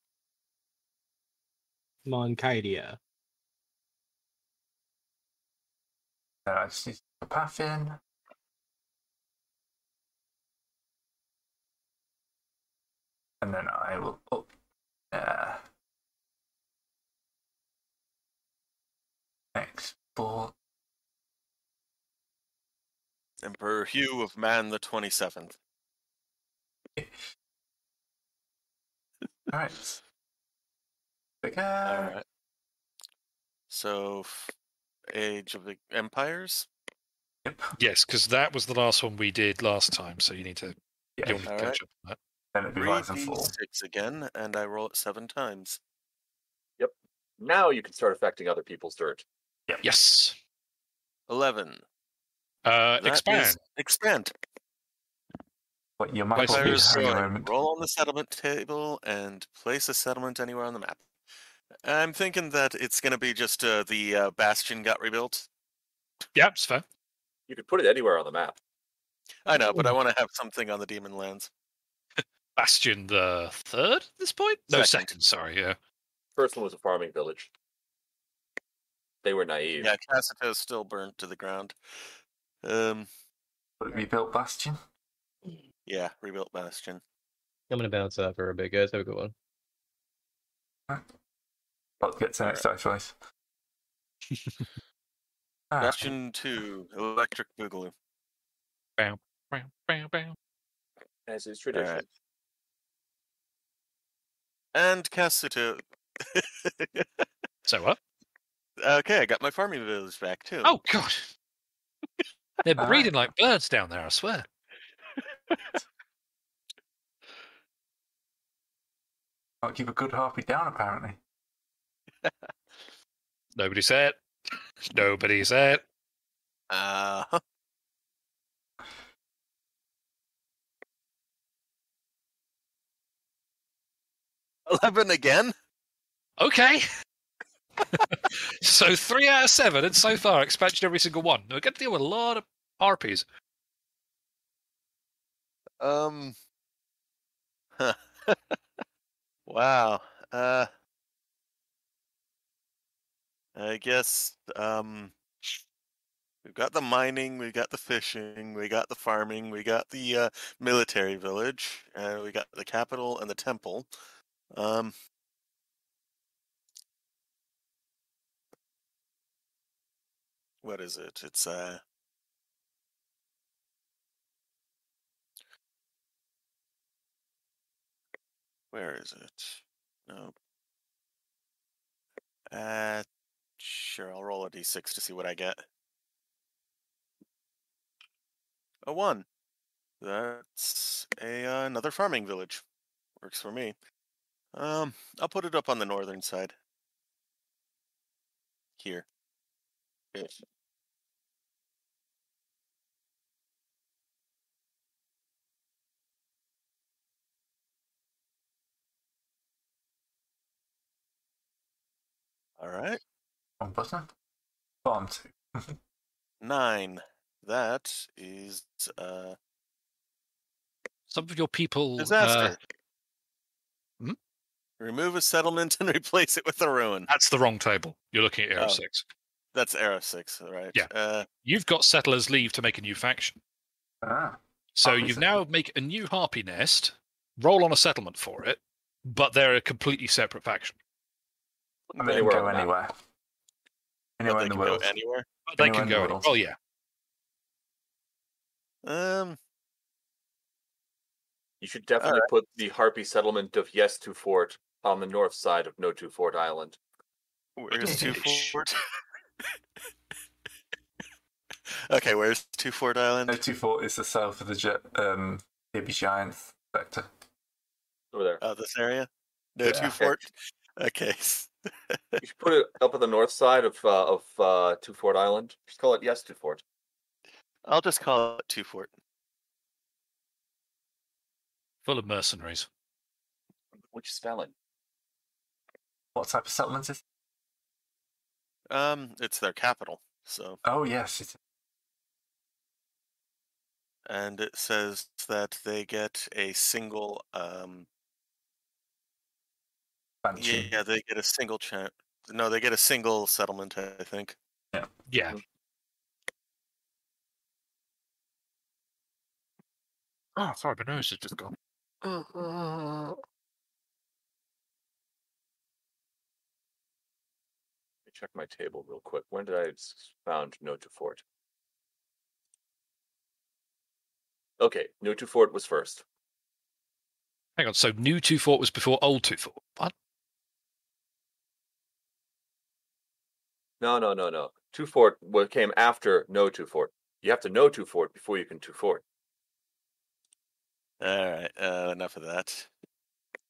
Speaker 4: Moncadia.
Speaker 2: So I just need to put a path in. And then I will up there. Export.
Speaker 1: emperor hugh of man the 27th
Speaker 2: Alright. Bigger.
Speaker 1: All right. So, f- Age of the Empires.
Speaker 2: Yep.
Speaker 8: Yes, because that was the last one we did last time. So you need to
Speaker 2: Yeah.
Speaker 8: you'll need to
Speaker 1: All
Speaker 8: catch
Speaker 1: right.
Speaker 8: up on that.
Speaker 2: Then it'd be
Speaker 1: Three
Speaker 2: rise and fall.
Speaker 1: six again, and I roll it seven times.
Speaker 5: Now you can start affecting other people's dirt.
Speaker 8: Yes.
Speaker 1: Eleven.
Speaker 8: Uh,
Speaker 1: That is
Speaker 8: expand.
Speaker 1: expand.
Speaker 2: But your map
Speaker 8: Place
Speaker 2: will be
Speaker 8: players
Speaker 2: hanging
Speaker 1: Zone.
Speaker 2: around.
Speaker 1: Roll on the settlement table and place a settlement anywhere on the map. I'm thinking that it's going to be just uh, the uh, bastion got rebuilt.
Speaker 8: Yeah, it's fair.
Speaker 5: You could put it anywhere on the map.
Speaker 1: I know, but I want to have something on the demon lands.
Speaker 8: Bastion the third at this point? No,
Speaker 1: Second.
Speaker 8: second. sorry, yeah.
Speaker 5: First one was a farming village. They were naive.
Speaker 1: Yeah, Cassito is still burnt to the ground. Um,
Speaker 2: Would it be built bastion?
Speaker 1: yeah, rebuilt bastion.
Speaker 9: I'm gonna bounce out for a bit, guys. Have a good one.
Speaker 2: Let's get to the next dice race. Ah,
Speaker 1: Bastion two, electric boogaloo.
Speaker 8: Bam, bam, bam.
Speaker 5: As is tradition.
Speaker 1: Alright. And Cassito.
Speaker 8: So what?
Speaker 1: okay, I got my farming village back too.
Speaker 8: Oh god. They're
Speaker 2: All right.
Speaker 8: breeding like birds down there, I swear.
Speaker 2: I'll keep a good harpy down apparently.
Speaker 8: Nobody said. Nobody said.
Speaker 1: Uh, seven again?
Speaker 8: Okay. so three out of seven, and so far expansion every single one. We get to deal with a lot of RPs.
Speaker 1: Um. huh. wow. Uh. I guess um. We've got the mining, we've got the fishing, we got the farming, we got the uh, military village, and we got the capital and the temple. Um, what is it? It's uh, where is it? No. Uh, sure. I'll roll a d6 to see what I get. a one. That's a uh, another farming village. Works for me. Um, I'll put it up on the northern side. Here. Yes. All right.
Speaker 2: One button. Farm two.
Speaker 1: Nine. That is uh
Speaker 8: Some of your people. uh,
Speaker 1: disaster.
Speaker 8: hmm?
Speaker 1: Remove a settlement and replace it with a ruin.
Speaker 8: that's the wrong table. You're looking at Era
Speaker 1: Oh.
Speaker 8: Six.
Speaker 1: That's era six, right?
Speaker 8: Yeah.
Speaker 1: Uh,
Speaker 8: You've got settlers leave to make a new faction.
Speaker 2: Ah,
Speaker 8: So
Speaker 2: Harpy
Speaker 8: you
Speaker 2: settlement.
Speaker 8: now make a new harpy nest, roll on a settlement for it, but they're a completely separate faction.
Speaker 2: and they can
Speaker 5: Anywhere
Speaker 2: go
Speaker 5: on the map.
Speaker 2: anywhere.
Speaker 1: but
Speaker 2: Anywhere
Speaker 1: they
Speaker 2: in the
Speaker 1: can go
Speaker 2: world.
Speaker 1: anywhere.
Speaker 8: But they
Speaker 2: Anywhere
Speaker 8: can
Speaker 2: in the
Speaker 8: go. any-
Speaker 2: world.
Speaker 8: Oh yeah,
Speaker 1: Um,
Speaker 5: You should definitely
Speaker 1: Alright.
Speaker 5: put the Harpy settlement of Yes to Fort on the north side of No to Fort Island.
Speaker 1: where's two
Speaker 8: doesn't it sh-
Speaker 1: fort? okay, where's two fort island?
Speaker 2: No two four is the south of the Gi- um baby giants sector.
Speaker 5: Over there.
Speaker 1: Uh, this area? No
Speaker 2: Yeah.
Speaker 1: two fort. Okay. s-
Speaker 5: You should put it up on the north side of uh, of uh, to Fort Island. Just call it Yes to Fort.
Speaker 1: I'll just call it two fort.
Speaker 8: full of mercenaries.
Speaker 5: Which spelling?
Speaker 2: What type of settlement is?
Speaker 1: Um, it's their capital. So,
Speaker 2: Oh yes, it's
Speaker 1: and it says that they get a single um yeah,
Speaker 2: expansion.
Speaker 1: yeah they get a single chan No, they get a single settlement, I think.
Speaker 8: Yeah, Oh, sorry, my nose has just gone.
Speaker 5: Let me check my table real quick. When did I s- found No to Fort? Okay, No to Fort was first.
Speaker 8: Hang on. So new two fort was before old two fort. What?
Speaker 5: No, no, no, no. Two Fort wa- came after No to Fort. You have to know to Fort before you can to Fort.
Speaker 1: All right, uh, enough of that.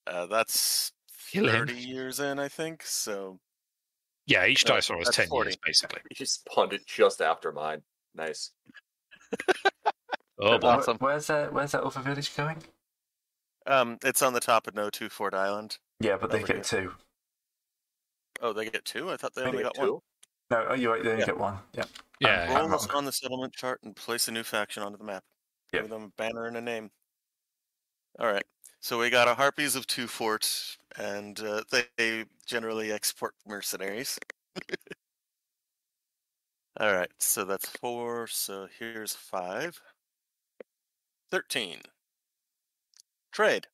Speaker 1: Uh, that's
Speaker 8: Kill him.
Speaker 1: 30 years in, I think. So,
Speaker 8: Yeah, each
Speaker 1: No,
Speaker 8: dice roll is
Speaker 1: that's
Speaker 8: ten
Speaker 1: 40.
Speaker 8: years basically.
Speaker 5: You just spawned it just after mine. Nice.
Speaker 8: Oh,
Speaker 2: Wh-
Speaker 8: boy.
Speaker 1: Awesome.
Speaker 2: Where's that? Where's that other village going?
Speaker 1: um, it's on the top of No Two Fort Island.
Speaker 2: Yeah, but they
Speaker 1: Over
Speaker 2: get
Speaker 1: here.
Speaker 2: two.
Speaker 1: Oh, they get two? I thought they
Speaker 5: They
Speaker 1: only
Speaker 5: get
Speaker 1: got one.
Speaker 5: two?
Speaker 2: No, oh, you're right. They only
Speaker 1: Yeah.
Speaker 2: get one. Yeah.
Speaker 8: yeah.
Speaker 2: Well-
Speaker 1: Roll us
Speaker 2: wrong.
Speaker 1: on the settlement chart and place a new faction onto the map.
Speaker 2: Yep.
Speaker 1: Give them a banner and a name. All right. So we got a Harpies of Two Fort, and uh, they, they generally export mercenaries. All right. So that's four. So here's five. Thirteen. Trade.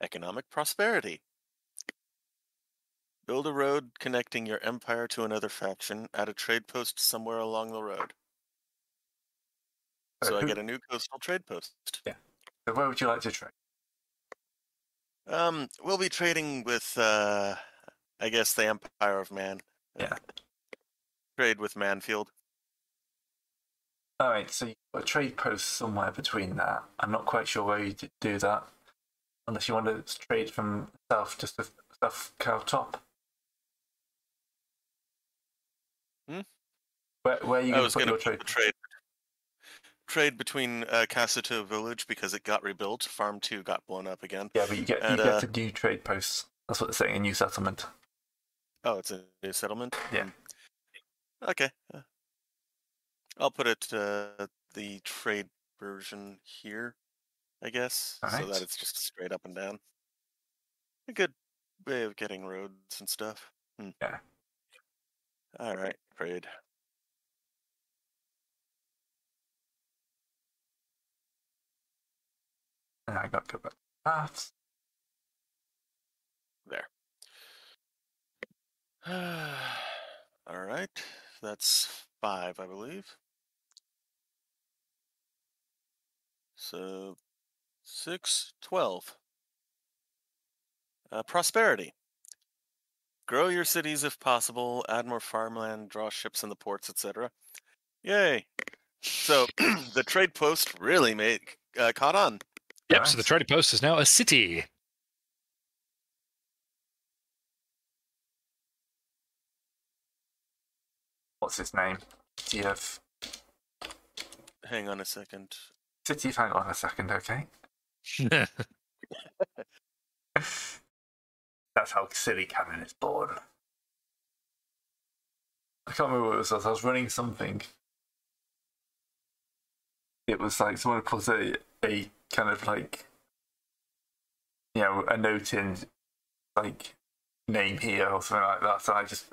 Speaker 1: Economic prosperity. Build a road connecting your empire to another faction at a trade post somewhere along the road.
Speaker 2: Uh,
Speaker 1: So I
Speaker 2: who-
Speaker 1: get a new coastal trade post.
Speaker 2: so Where would you like to trade?
Speaker 1: Um, we'll be trading with, uh, I guess, the Empire of Man.
Speaker 2: Yeah.
Speaker 1: Trade with Manfield.
Speaker 2: All right. So you got a trade post somewhere between that. I'm not quite sure where you d- do that, unless you want to trade from south just to south cow top.
Speaker 1: Hmm?
Speaker 2: Where, where are you
Speaker 1: I
Speaker 2: going to
Speaker 1: was
Speaker 2: put
Speaker 1: going to
Speaker 2: your
Speaker 1: put
Speaker 2: trade?
Speaker 1: the trade trade between uh, Casito Village because it got rebuilt. Farm Two got blown up again.
Speaker 2: Yeah, but you get
Speaker 1: and,
Speaker 2: you
Speaker 1: uh,
Speaker 2: get a new trade post. That's what they're saying, a new settlement.
Speaker 1: Oh, it's a new settlement.
Speaker 2: Yeah.
Speaker 1: Hmm. Okay. uh, I'll put it uh, the trade version here, I guess, so
Speaker 2: Alright.
Speaker 1: that it's just straight up and down. A good way of getting roads and stuff. Hmm.
Speaker 2: Yeah.
Speaker 1: All right, trade.
Speaker 2: And I got to go back to paths.
Speaker 1: All right, that's five, I believe. So six, twelve. Uh, prosperity. Grow your cities if possible. Add more farmland. Draw ships in the ports, etc. Yay! So the trade post really made uh, caught on.
Speaker 8: Yep.
Speaker 2: Nice.
Speaker 8: So the trading post is now a city.
Speaker 2: What's his name? City of.
Speaker 1: Hang on a second.
Speaker 2: City of. Hang on a second, okay? That's how silly canon is born. I can't remember what it was. I was- I was running something. It was like someone put a, a kind of like, you know, a note in, like, name here or something like that. So I just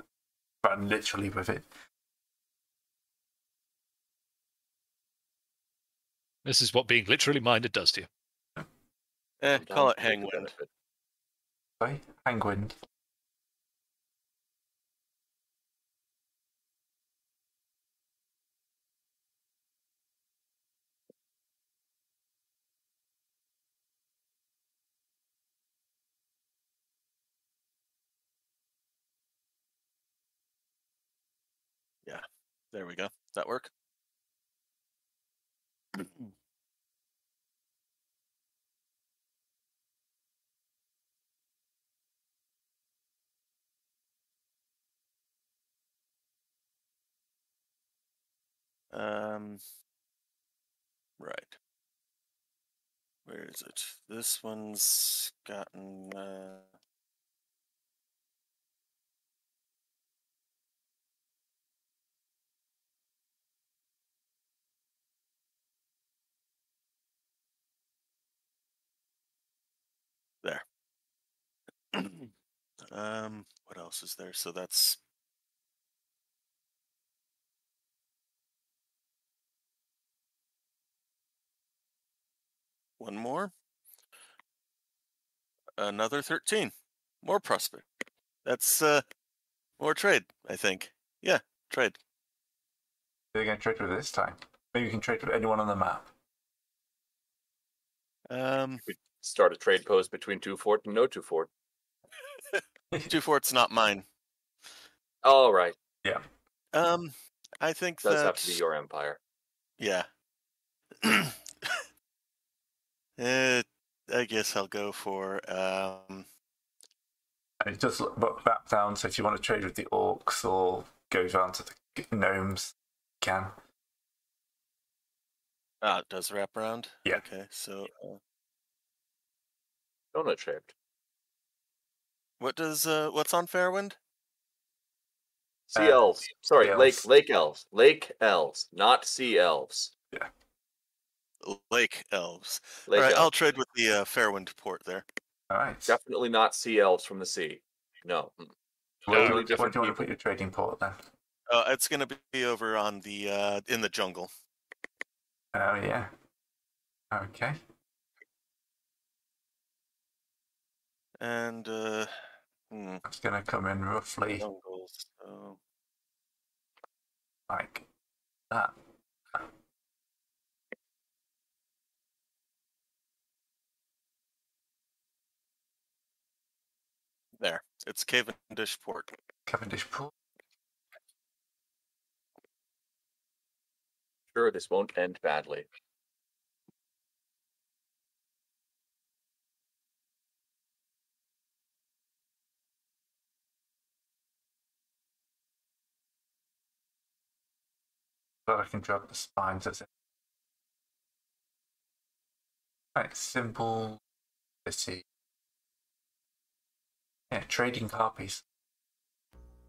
Speaker 2: ran literally with it.
Speaker 8: this is what being literally minded does to you.
Speaker 1: Eh, call it
Speaker 5: Sometimes
Speaker 1: hangwind.
Speaker 5: benefit.
Speaker 2: Sorry? Penguin.
Speaker 1: There we go. Does that work? um, right. Where is it? This one's gotten. Uh... um, what else is there? So that's one more. Another thirteen. More prosper. That's uh, more trade. I think. Yeah, trade.
Speaker 2: Who are they going to trade with this time? Maybe you can trade with anyone on the map.
Speaker 1: Um,
Speaker 5: Start a trade post between two fort and no two fort.
Speaker 1: two forts not mine.
Speaker 5: All right,
Speaker 1: Um, I think
Speaker 5: does
Speaker 1: that
Speaker 5: have to be your empire.
Speaker 1: Yeah. uh, I guess I'll go for um
Speaker 2: And it does look ba- back down, so if you want to trade with the orcs or go down to the g- gnomes, you can.
Speaker 1: ah, it does wrap around.
Speaker 2: Yeah.
Speaker 1: Okay, so uh,
Speaker 5: Donut shaped.
Speaker 1: what does uh what's on Fairwind?
Speaker 8: Uh,
Speaker 5: Sea elves. Sorry,
Speaker 2: sea
Speaker 5: lake
Speaker 2: elves.
Speaker 5: lake elves. Lake elves, not sea elves.
Speaker 1: L- Lake elves.
Speaker 5: Lake
Speaker 1: All right,
Speaker 5: elves.
Speaker 1: I'll trade with the uh, Fairwind port there.
Speaker 2: All right.
Speaker 5: Definitely not sea elves from the sea. No. mm.
Speaker 2: Where,
Speaker 8: Uh,
Speaker 2: do you- where
Speaker 5: different
Speaker 2: do you want to
Speaker 5: people.
Speaker 2: put your trading port then?
Speaker 1: Uh, it's gonna be over on the uh in the jungle.
Speaker 2: Oh, yeah. Okay.
Speaker 1: And uh hmm,
Speaker 2: That's going to come in roughly
Speaker 5: Oh.
Speaker 1: jungle. So
Speaker 2: like that.
Speaker 1: there. It's Cavendish port.
Speaker 2: Cavendish pool.
Speaker 5: Sure, this won't end badly.
Speaker 2: But I can drag the spines. That's it. Right, simple city. Yeah, trading copies.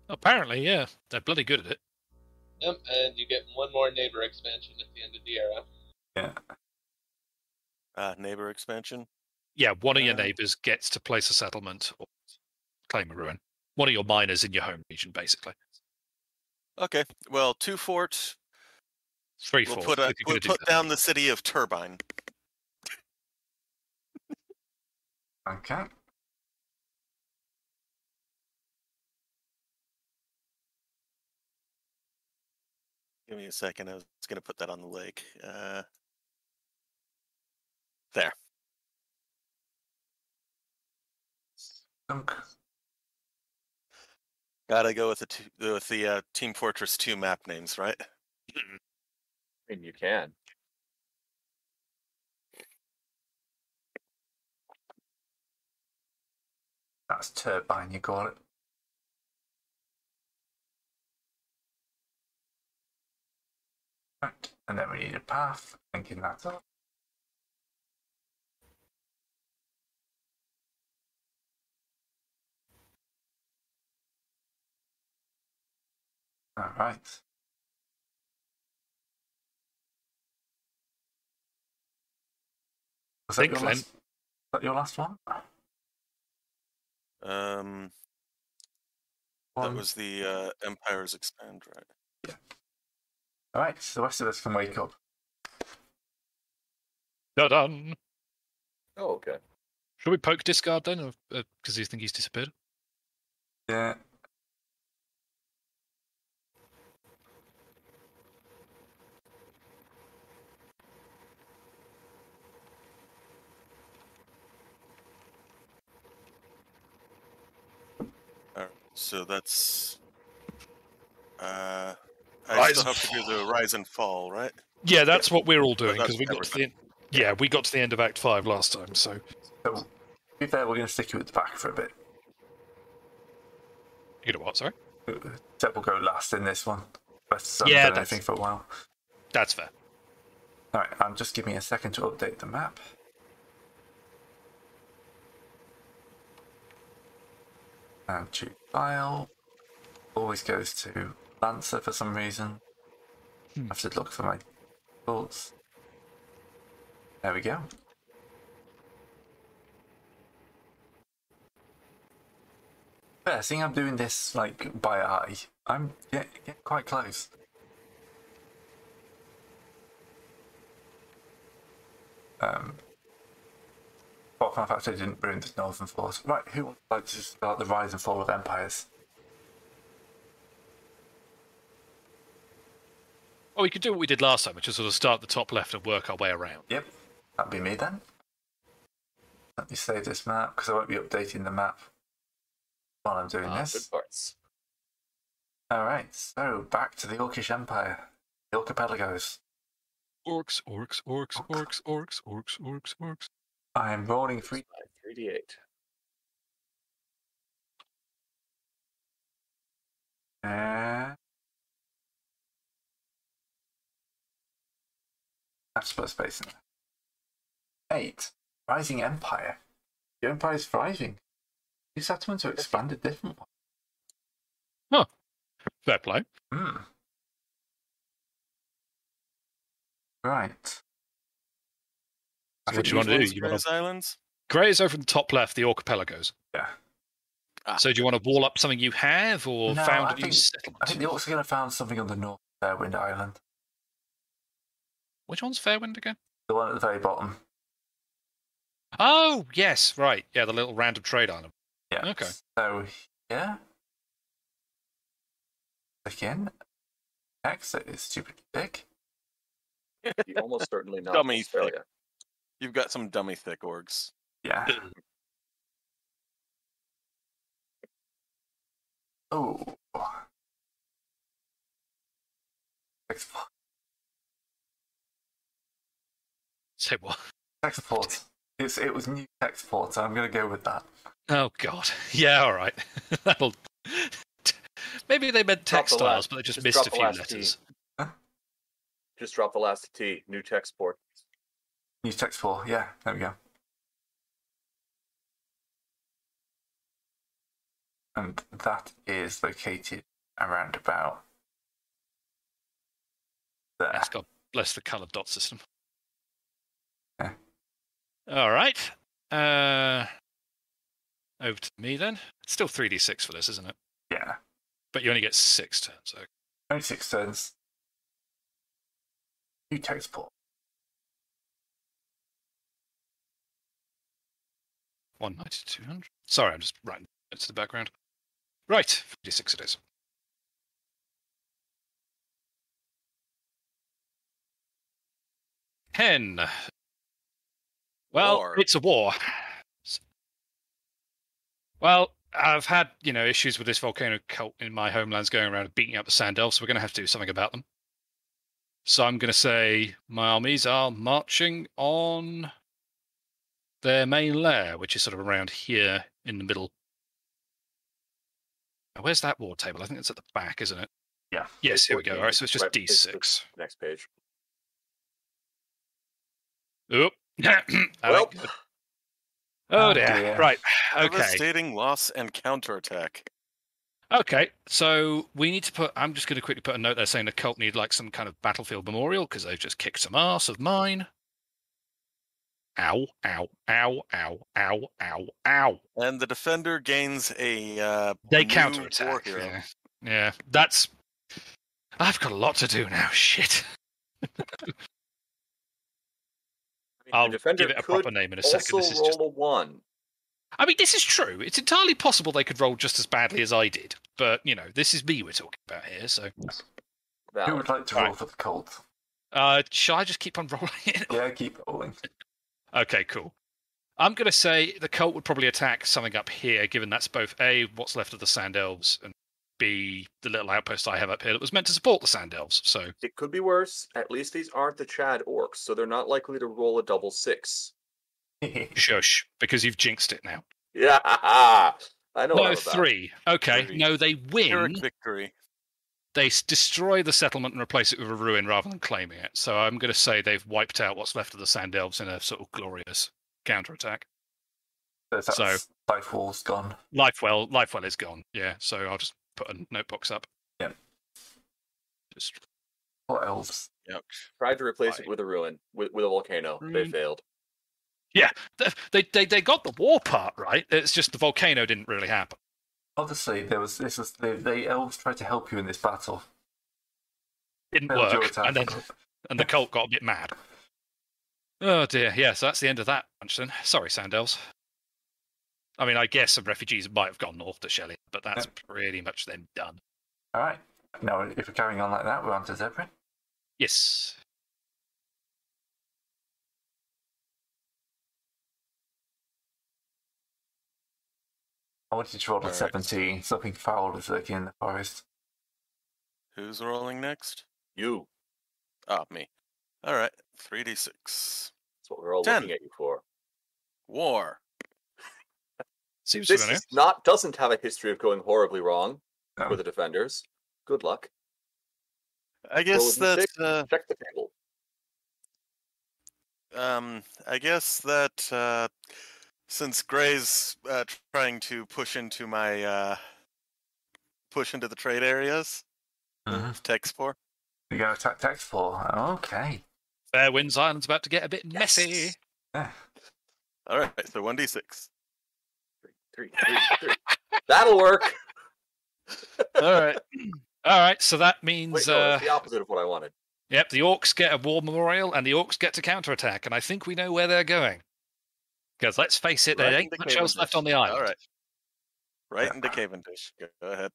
Speaker 8: Apparently, yeah, they're bloody good at it.
Speaker 3: Yep, and you get one more neighbor expansion at the end of the era.
Speaker 2: Yeah.
Speaker 1: Uh, neighbor expansion.
Speaker 8: Yeah, one of your
Speaker 1: Yeah.
Speaker 8: neighbors gets to place a settlement or claim a ruin. One of your miners in your home region, basically.
Speaker 1: Okay. Well, two fort.
Speaker 8: Three
Speaker 1: We'll
Speaker 8: four.
Speaker 1: put a,
Speaker 8: if you're
Speaker 1: we'll
Speaker 8: gonna do
Speaker 1: put
Speaker 8: that.
Speaker 1: down the city of Turbine.
Speaker 2: Okay.
Speaker 1: Give me a second. I was gonna put that on the lake. Uh, there.
Speaker 2: Dunk.
Speaker 1: Gotta go with the t- with the uh, Team Fortress Two map names, right?
Speaker 5: I mean, you can.
Speaker 2: That's turbine, you call it. Right, and then we need a path, thinking that's all. Alright. Was that
Speaker 8: Think
Speaker 2: your
Speaker 8: then.
Speaker 2: last, was that your last one?
Speaker 1: Um, that
Speaker 8: Um,
Speaker 2: One-
Speaker 1: was the uh, Empire's Expand, right?
Speaker 2: All right, so the rest of us can wake up.
Speaker 8: Da-dun.
Speaker 5: Oh, okay.
Speaker 8: Should we poke discard then, because you think he's disappeared?
Speaker 2: Yeah.
Speaker 1: All right. So that's. Uh, I
Speaker 8: Rise
Speaker 1: still
Speaker 8: and
Speaker 1: have to do the rise and fall, right?
Speaker 8: Yeah, that's what we're all doing
Speaker 1: that's
Speaker 8: because we got to the
Speaker 1: everything.
Speaker 8: end, yeah we got to the end of Act Five last time. So
Speaker 2: So, to be fair, we're going to stick you at the back for a bit.
Speaker 8: you know what? Sorry,
Speaker 2: That will go last in this one. But I haven't done
Speaker 8: Yeah, that's-
Speaker 2: anything for a while.
Speaker 8: that's fair.
Speaker 2: All right, I'm just giving you a second to update the map. And choose Um, file. Always goes to Lancer for some reason. I have to look for my thoughts. There we go. Yeah, seeing I'm doing this like by eye, I'm get, get quite close. Um, apart from the fact I didn't ruin the Northern Force. Right, who would like to start the rise and fall of empires?
Speaker 8: Well, Oh, we could do what we did last time, which is sort of start at the top left and work our way around.
Speaker 2: Yep, that'd be me then. Let me save this map because I won't be updating the map while I'm doing
Speaker 5: Ah,
Speaker 2: this.
Speaker 5: good parts.
Speaker 2: All right, so back to the Orcish Empire, the Orcopelagos.
Speaker 8: Orcs, orcs, orcs, orcs, orcs, orcs, orcs, orcs.
Speaker 2: I am rolling
Speaker 5: Three
Speaker 2: three.
Speaker 5: D eight.
Speaker 2: Uh, That's put a space in there. Eight. Rising Empire. The Empire is thriving. New settlements are expanded different ones.
Speaker 8: Fair play.
Speaker 2: Hmm. Right. I
Speaker 8: What
Speaker 2: could
Speaker 8: do
Speaker 2: use
Speaker 8: you wanna do?
Speaker 2: one-
Speaker 1: These
Speaker 8: You wanna-
Speaker 1: Grey's Islands?
Speaker 8: Grey is over in the top left, the archipelagos.
Speaker 2: Yeah.
Speaker 1: Ah.
Speaker 8: So do you want to wall up something you have or
Speaker 2: No,
Speaker 8: found
Speaker 2: I
Speaker 8: a new
Speaker 2: think-
Speaker 8: settlement?
Speaker 2: I think the Orcs are going to found something on the north Fairwind Island.
Speaker 8: Which one's Fairwind again?
Speaker 2: The one at the very bottom.
Speaker 8: Oh, yes, right. Yeah, the little random trade island.
Speaker 2: Yeah.
Speaker 8: Okay.
Speaker 2: So yeah. Again. Exit is stupidly big.
Speaker 5: You almost certainly not
Speaker 1: Dummy thick.
Speaker 5: Australia.
Speaker 1: You've got some dummy thick orgs.
Speaker 2: Yeah. oh. Export.
Speaker 8: Say what?
Speaker 2: Export. It's, it was new export, so I'm going to go with that.
Speaker 8: Oh, God. Yeah, all right. That'll. Maybe they meant
Speaker 5: Drop the
Speaker 8: textiles,
Speaker 5: last-
Speaker 8: but they just,
Speaker 5: just
Speaker 8: missed a
Speaker 5: drop the
Speaker 8: few
Speaker 5: last
Speaker 8: letters.
Speaker 5: Just drop the last T. New text port.
Speaker 2: New text for, yeah, there we go. and that is located around about there.
Speaker 8: That's God bless the coloured dot system.
Speaker 2: Yeah.
Speaker 8: All right. Uh, over to me then. It's still 3d6 for this, isn't it?
Speaker 2: Yeah,
Speaker 8: But you only get six turns. So
Speaker 2: only six turns. Two teleport.
Speaker 8: one ninety two hundred. Sorry, I'm just writing it to the background. Right, 3d6 it is. Ten. Well,
Speaker 1: War.
Speaker 8: it's a war. Well, I've had, you know, issues with this volcano cult in my homelands going around and beating up the sand elves, so we're going to have to do something about them. So I'm going to say my armies are marching on their main lair, which is sort of around here in the middle. Now, where's that war table? I think it's at the back, isn't it?
Speaker 2: Yeah.
Speaker 8: Yes, here we go. All right, so it's just
Speaker 5: Right, it's the-
Speaker 8: D6.
Speaker 5: Next page.
Speaker 8: Oop. That ain't
Speaker 5: Well,
Speaker 8: good. Oh
Speaker 2: Oh,
Speaker 8: dear.
Speaker 2: dear.
Speaker 8: Right. Okay.
Speaker 1: Devastating loss and counterattack.
Speaker 8: Okay. So we need to put. I'm just going to quickly put a note there saying the cult need like some kind of battlefield memorial because they've just kicked some ass of mine. Ow! Ow! Ow! Ow! Ow! Ow! Ow!
Speaker 1: And the defender gains a uh, new
Speaker 8: They
Speaker 1: war
Speaker 8: counterattack.
Speaker 1: hero.
Speaker 8: Yeah. yeah, that's. I've got a lot to do now. Shit.
Speaker 5: I mean,
Speaker 8: I'll
Speaker 5: the defender
Speaker 8: give it a
Speaker 5: could
Speaker 8: proper name in a
Speaker 5: also
Speaker 8: second. This is
Speaker 5: roll
Speaker 8: just.
Speaker 5: a one.
Speaker 8: I mean, this is true. It's entirely possible they could roll just as badly as I did, but you know, this is me we're talking about here. So,
Speaker 5: Valid.
Speaker 2: Who would like to roll for the cult?
Speaker 8: uh, shall I just keep on rolling it?
Speaker 2: Yeah, keep rolling.
Speaker 8: Okay, cool. I'm going to say the cult would probably attack something up here, given that's both A, what's left of the Sand Elves, and B, the little outpost I have up here that was meant to support the Sand Elves. So,
Speaker 5: It could be worse. At least these aren't the Chad orcs, so they're not likely to roll a double six.
Speaker 8: shush, because you've jinxed it now.
Speaker 5: Yeah, I know.
Speaker 8: No,
Speaker 5: all about it.
Speaker 8: three. Okay,
Speaker 1: Three.
Speaker 8: no, they win.
Speaker 1: Pyrrhic victory.
Speaker 8: They s- destroy the settlement and replace it with a ruin rather than claiming it. So I'm going to say they've wiped out what's left of the Sand Elves in a sort of glorious counterattack.
Speaker 2: so that's life wall's gone.
Speaker 8: Lifewell, Lifewell is gone. Yeah, so I'll just put a notebox up.
Speaker 2: Yep.
Speaker 8: Just
Speaker 2: What elves?
Speaker 1: Ouch.
Speaker 5: Tried to replace
Speaker 8: Right.
Speaker 5: it with a ruin, with, with a volcano. They
Speaker 8: Ruin.
Speaker 5: failed.
Speaker 8: They- they, they they got the war part right. It's just the volcano didn't really happen.
Speaker 2: Obviously, there was this was the, the elves tried to help you in this battle.
Speaker 8: Didn't
Speaker 2: Failed your
Speaker 8: work,
Speaker 2: attack.
Speaker 8: and then and the cult got a bit mad. Oh dear, yeah. So that's the end of that bunch then. Sorry, Sandells. I mean, I guess some refugees might have gone north to Shelley, but that's pretty much them done.
Speaker 2: All right. Now, if we're carrying on like that, we're on to Zebrin.
Speaker 8: Yes.
Speaker 2: I wanted to roll a
Speaker 1: All right.
Speaker 2: 17. Something foul is lurking in the forest.
Speaker 1: Who's rolling next?
Speaker 5: You.
Speaker 1: Ah, me. All right. 3d6.
Speaker 5: That's what we're all
Speaker 1: Ten.
Speaker 5: looking at you for.
Speaker 1: War.
Speaker 8: Seems
Speaker 5: This
Speaker 8: familiar.
Speaker 5: is not doesn't have a history of going horribly wrong
Speaker 2: No.
Speaker 5: for the defenders. Good luck.
Speaker 1: I guess
Speaker 5: Roll a
Speaker 1: that
Speaker 5: d6.
Speaker 1: uh,
Speaker 5: Check the table.
Speaker 1: um, I guess that uh, since Gray's uh, trying to push into my uh, push into the trade areas,
Speaker 8: Uh-huh.
Speaker 2: Mhm.
Speaker 1: text for
Speaker 2: You're going to attack Tex 4. Okay.
Speaker 8: Fair Winds Island's about to get a bit messy.
Speaker 5: Yes.
Speaker 2: Yeah.
Speaker 1: All right, so one d six.
Speaker 5: Three, three, three. That'll work.
Speaker 8: All right. All right. So that means.
Speaker 5: Wait,
Speaker 8: uh,
Speaker 5: no, it's the opposite of what I wanted.
Speaker 8: Yep, the orcs get a war memorial and the orcs get to counterattack, and I think we know where they're going. Because let's face it, there
Speaker 1: Right
Speaker 8: ain't
Speaker 1: into
Speaker 8: much else
Speaker 1: Cavendish.
Speaker 8: left on the island.
Speaker 1: All right, right into Cavendish. Go ahead.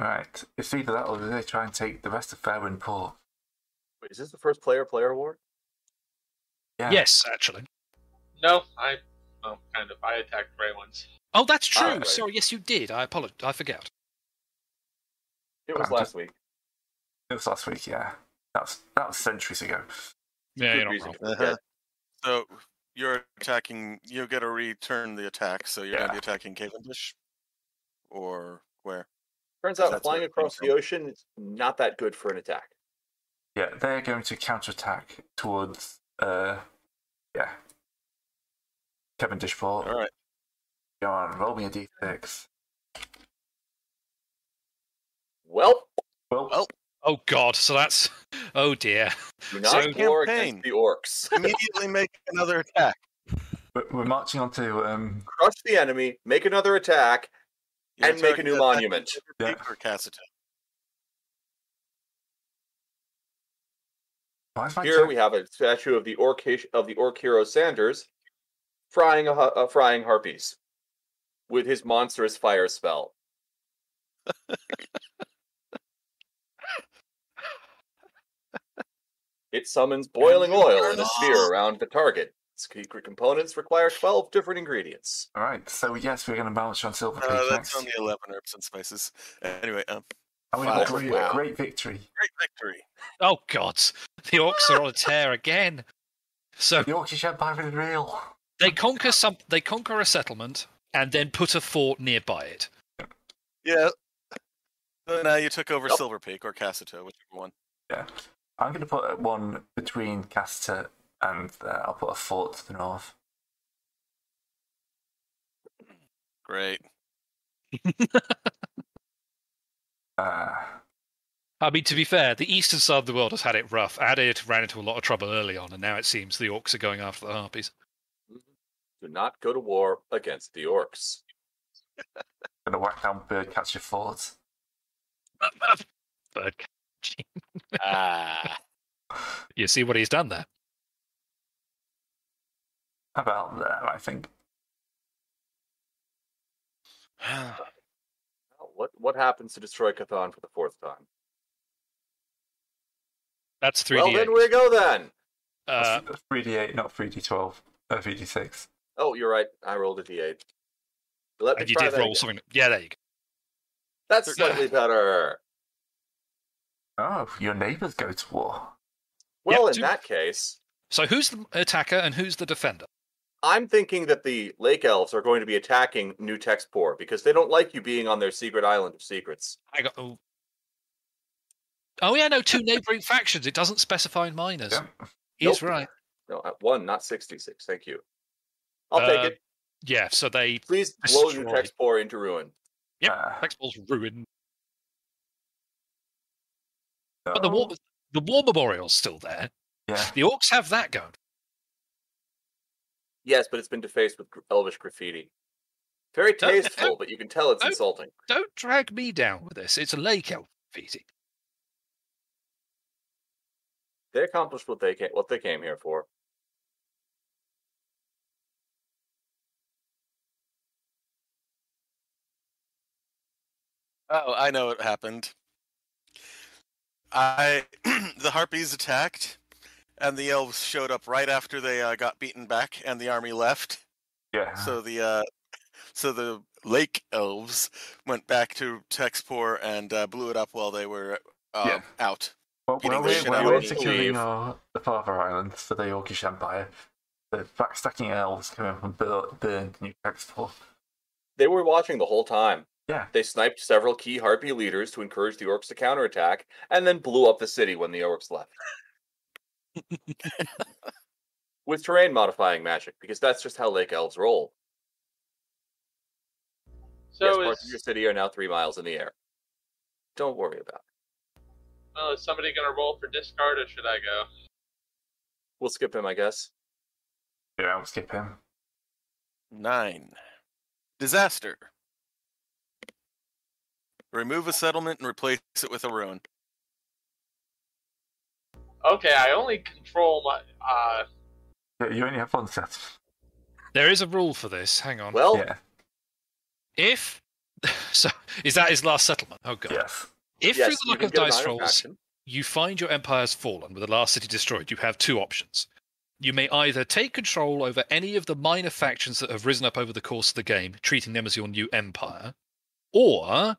Speaker 2: Right. It's either that or they try and take the rest of Fairwind Port.
Speaker 5: Wait, is this the first player player award?
Speaker 2: Yeah.
Speaker 8: Yes, actually.
Speaker 3: No, I, well, kind of. I attacked Grey ones.
Speaker 8: Oh, that's true.
Speaker 5: Alright.
Speaker 8: Sorry, yes, you did. I apologize. I forgot.
Speaker 5: It was
Speaker 2: I'm
Speaker 5: last
Speaker 2: just-
Speaker 5: week.
Speaker 2: It was last week, yeah. That was, that was centuries ago.
Speaker 8: Yeah,
Speaker 5: Good
Speaker 8: you're not
Speaker 5: reason
Speaker 8: wrong.
Speaker 5: to forget.
Speaker 1: Uh-huh. So you're attacking. You get to return the attack. So you're going to be attacking Cavendish, or where?
Speaker 5: Turns
Speaker 1: That's
Speaker 5: out
Speaker 1: where
Speaker 5: flying
Speaker 1: it came
Speaker 5: across the
Speaker 1: from.
Speaker 5: ocean is not that good for an attack.
Speaker 2: Yeah, they're going to counterattack towards. uh Yeah. Cavendish Fort.
Speaker 1: All right.
Speaker 2: Go on, roll me a d6.
Speaker 5: Well,
Speaker 2: Well,
Speaker 1: Oh.
Speaker 8: Oh god, so that's oh dear.
Speaker 5: do
Speaker 1: So
Speaker 5: not war
Speaker 1: campaign.
Speaker 5: against the orcs.
Speaker 1: Immediately make another attack.
Speaker 2: we're- we're marching on to um,
Speaker 5: Crush the enemy, make another attack.
Speaker 1: You're
Speaker 5: And make a
Speaker 1: attacking
Speaker 5: new
Speaker 1: that-
Speaker 5: monument.
Speaker 1: That
Speaker 2: Yeah.
Speaker 1: paper cast attack.
Speaker 2: Why is my
Speaker 5: Here
Speaker 2: check-
Speaker 5: we have a statue of the orc he- of the orc hero Sanders, frying a, hu- uh, frying harpies, with his monstrous fire spell. it summons boiling oil in a sphere around the target. Secret components require twelve different ingredients.
Speaker 2: All right, so yes, we're going to march on Silver Peak
Speaker 1: Uh, that's
Speaker 2: next.
Speaker 1: on the 11 herbs and spices. Anyway, um,
Speaker 2: And we have a
Speaker 5: Wow.
Speaker 2: great,
Speaker 5: Wow.
Speaker 2: a great victory.
Speaker 1: great victory.
Speaker 8: Oh god. The orcs are on a tear again. So
Speaker 2: The Yorkshire Shed by the real.
Speaker 8: they conquer some they conquer a settlement and then put a fort nearby it.
Speaker 1: Yeah. So now you took over
Speaker 5: Yep.
Speaker 1: Silver Peak or Casito, whichever one.
Speaker 2: I'm going to put one between Castor and uh, I'll put a fort to the north.
Speaker 1: Great.
Speaker 2: Uh,
Speaker 8: I mean to be fair, the eastern side of the world has had it rough. Added ran into a lot of trouble early on, and now it seems the orcs are going after the harpies.
Speaker 5: Mm-hmm. Do not go to war against the orcs.
Speaker 2: going to whack down Birdcatcher Fort.
Speaker 8: But
Speaker 1: Ah.
Speaker 8: you see what he's done there.
Speaker 2: About there, I think.
Speaker 5: What what happens to destroy Cathan for the fourth time?
Speaker 8: That's three
Speaker 5: Well,
Speaker 8: D eight.
Speaker 5: then we go then.
Speaker 8: Uh,
Speaker 2: That's 3d8, not 3d12. Uh, 3d6.
Speaker 5: Oh, you're right. I rolled a d8. Let me
Speaker 8: and you
Speaker 5: try
Speaker 8: did
Speaker 5: that
Speaker 8: roll
Speaker 5: again.
Speaker 8: something. Yeah, there you go.
Speaker 5: That's slightly better.
Speaker 2: Oh, your neighbours go to war.
Speaker 5: Well, in
Speaker 8: two-
Speaker 5: that case,
Speaker 8: So who's the attacker and who's the defender?
Speaker 5: I'm thinking that the Lake Elves are going to be attacking New Texpor because they don't like you being on their secret island of secrets.
Speaker 8: I got. Oh, oh yeah, no, two neighboring factions. It doesn't specify in minors.
Speaker 2: Yeah.
Speaker 8: He's
Speaker 5: Nope.
Speaker 8: right.
Speaker 5: No, uh, one, not 66. Thank you. I'll
Speaker 8: Uh,
Speaker 5: take it.
Speaker 8: Yeah. So they
Speaker 5: Please blow New
Speaker 8: destroy.
Speaker 5: Texpor into ruin.
Speaker 8: Yep.
Speaker 2: Uh,
Speaker 8: Hexball's ruined, but
Speaker 5: Oh.
Speaker 2: so-
Speaker 8: the war the war memorial's still there.
Speaker 2: Yeah,
Speaker 8: The orcs have that going.
Speaker 5: Yes, but it's been defaced with gr- elvish graffiti. Very
Speaker 8: Don't-
Speaker 5: tasteful, but you can tell it's
Speaker 8: don't-
Speaker 5: insulting.
Speaker 8: Don't drag me down with this. It's a lake elf graffiti.
Speaker 5: They accomplished what they came, what they came here for.
Speaker 1: Oh, I know what happened. I the harpies attacked, and the elves showed up right after they uh, got beaten back, and the army left.
Speaker 2: yeah.
Speaker 1: So the uh, so the lake elves went back to Texpor and uh, blew it up while they were uh,
Speaker 2: Yeah.
Speaker 1: out.
Speaker 2: Well,
Speaker 1: beating
Speaker 2: well,
Speaker 1: the
Speaker 2: we're,
Speaker 1: shit
Speaker 2: well,
Speaker 1: out
Speaker 2: we're
Speaker 1: of it.
Speaker 2: securing
Speaker 5: Leave.
Speaker 2: our, the Father Island for the Yorkish Empire. The backstacking elves coming from Bur- Burn, New Texport.
Speaker 5: They were watching the whole time.
Speaker 2: Yeah.
Speaker 5: They sniped several key Harpy leaders to encourage the orcs to counterattack, and then blew up the city when the orcs left. With terrain modifying magic, because that's just how Lake Elves roll. yes,
Speaker 3: So
Speaker 5: parts of your
Speaker 3: is
Speaker 5: city are now three miles in the air. Don't worry about it.
Speaker 3: well, is somebody gonna roll for discard or should I go?
Speaker 5: We'll skip him, I guess.
Speaker 2: Yeah, I'll skip him.
Speaker 1: Nine. Disaster. Remove a settlement and replace it with a ruin.
Speaker 3: Okay, I only control my uh
Speaker 2: Yeah, you only have one set.
Speaker 8: There is a rule for this. Hang on.
Speaker 5: Well,
Speaker 2: Um, Yeah,
Speaker 8: if so, is that his last settlement? Oh god.
Speaker 2: yes.
Speaker 8: If
Speaker 5: yes,
Speaker 8: through the
Speaker 5: you
Speaker 8: luck
Speaker 5: can
Speaker 8: of
Speaker 5: get an
Speaker 8: dice
Speaker 5: iron
Speaker 8: rolls,
Speaker 5: faction.
Speaker 8: you find your empire's fallen with the last city destroyed, you have two options. You may either take control over any of the minor factions that have risen up over the course of the game, treating them as your new empire, or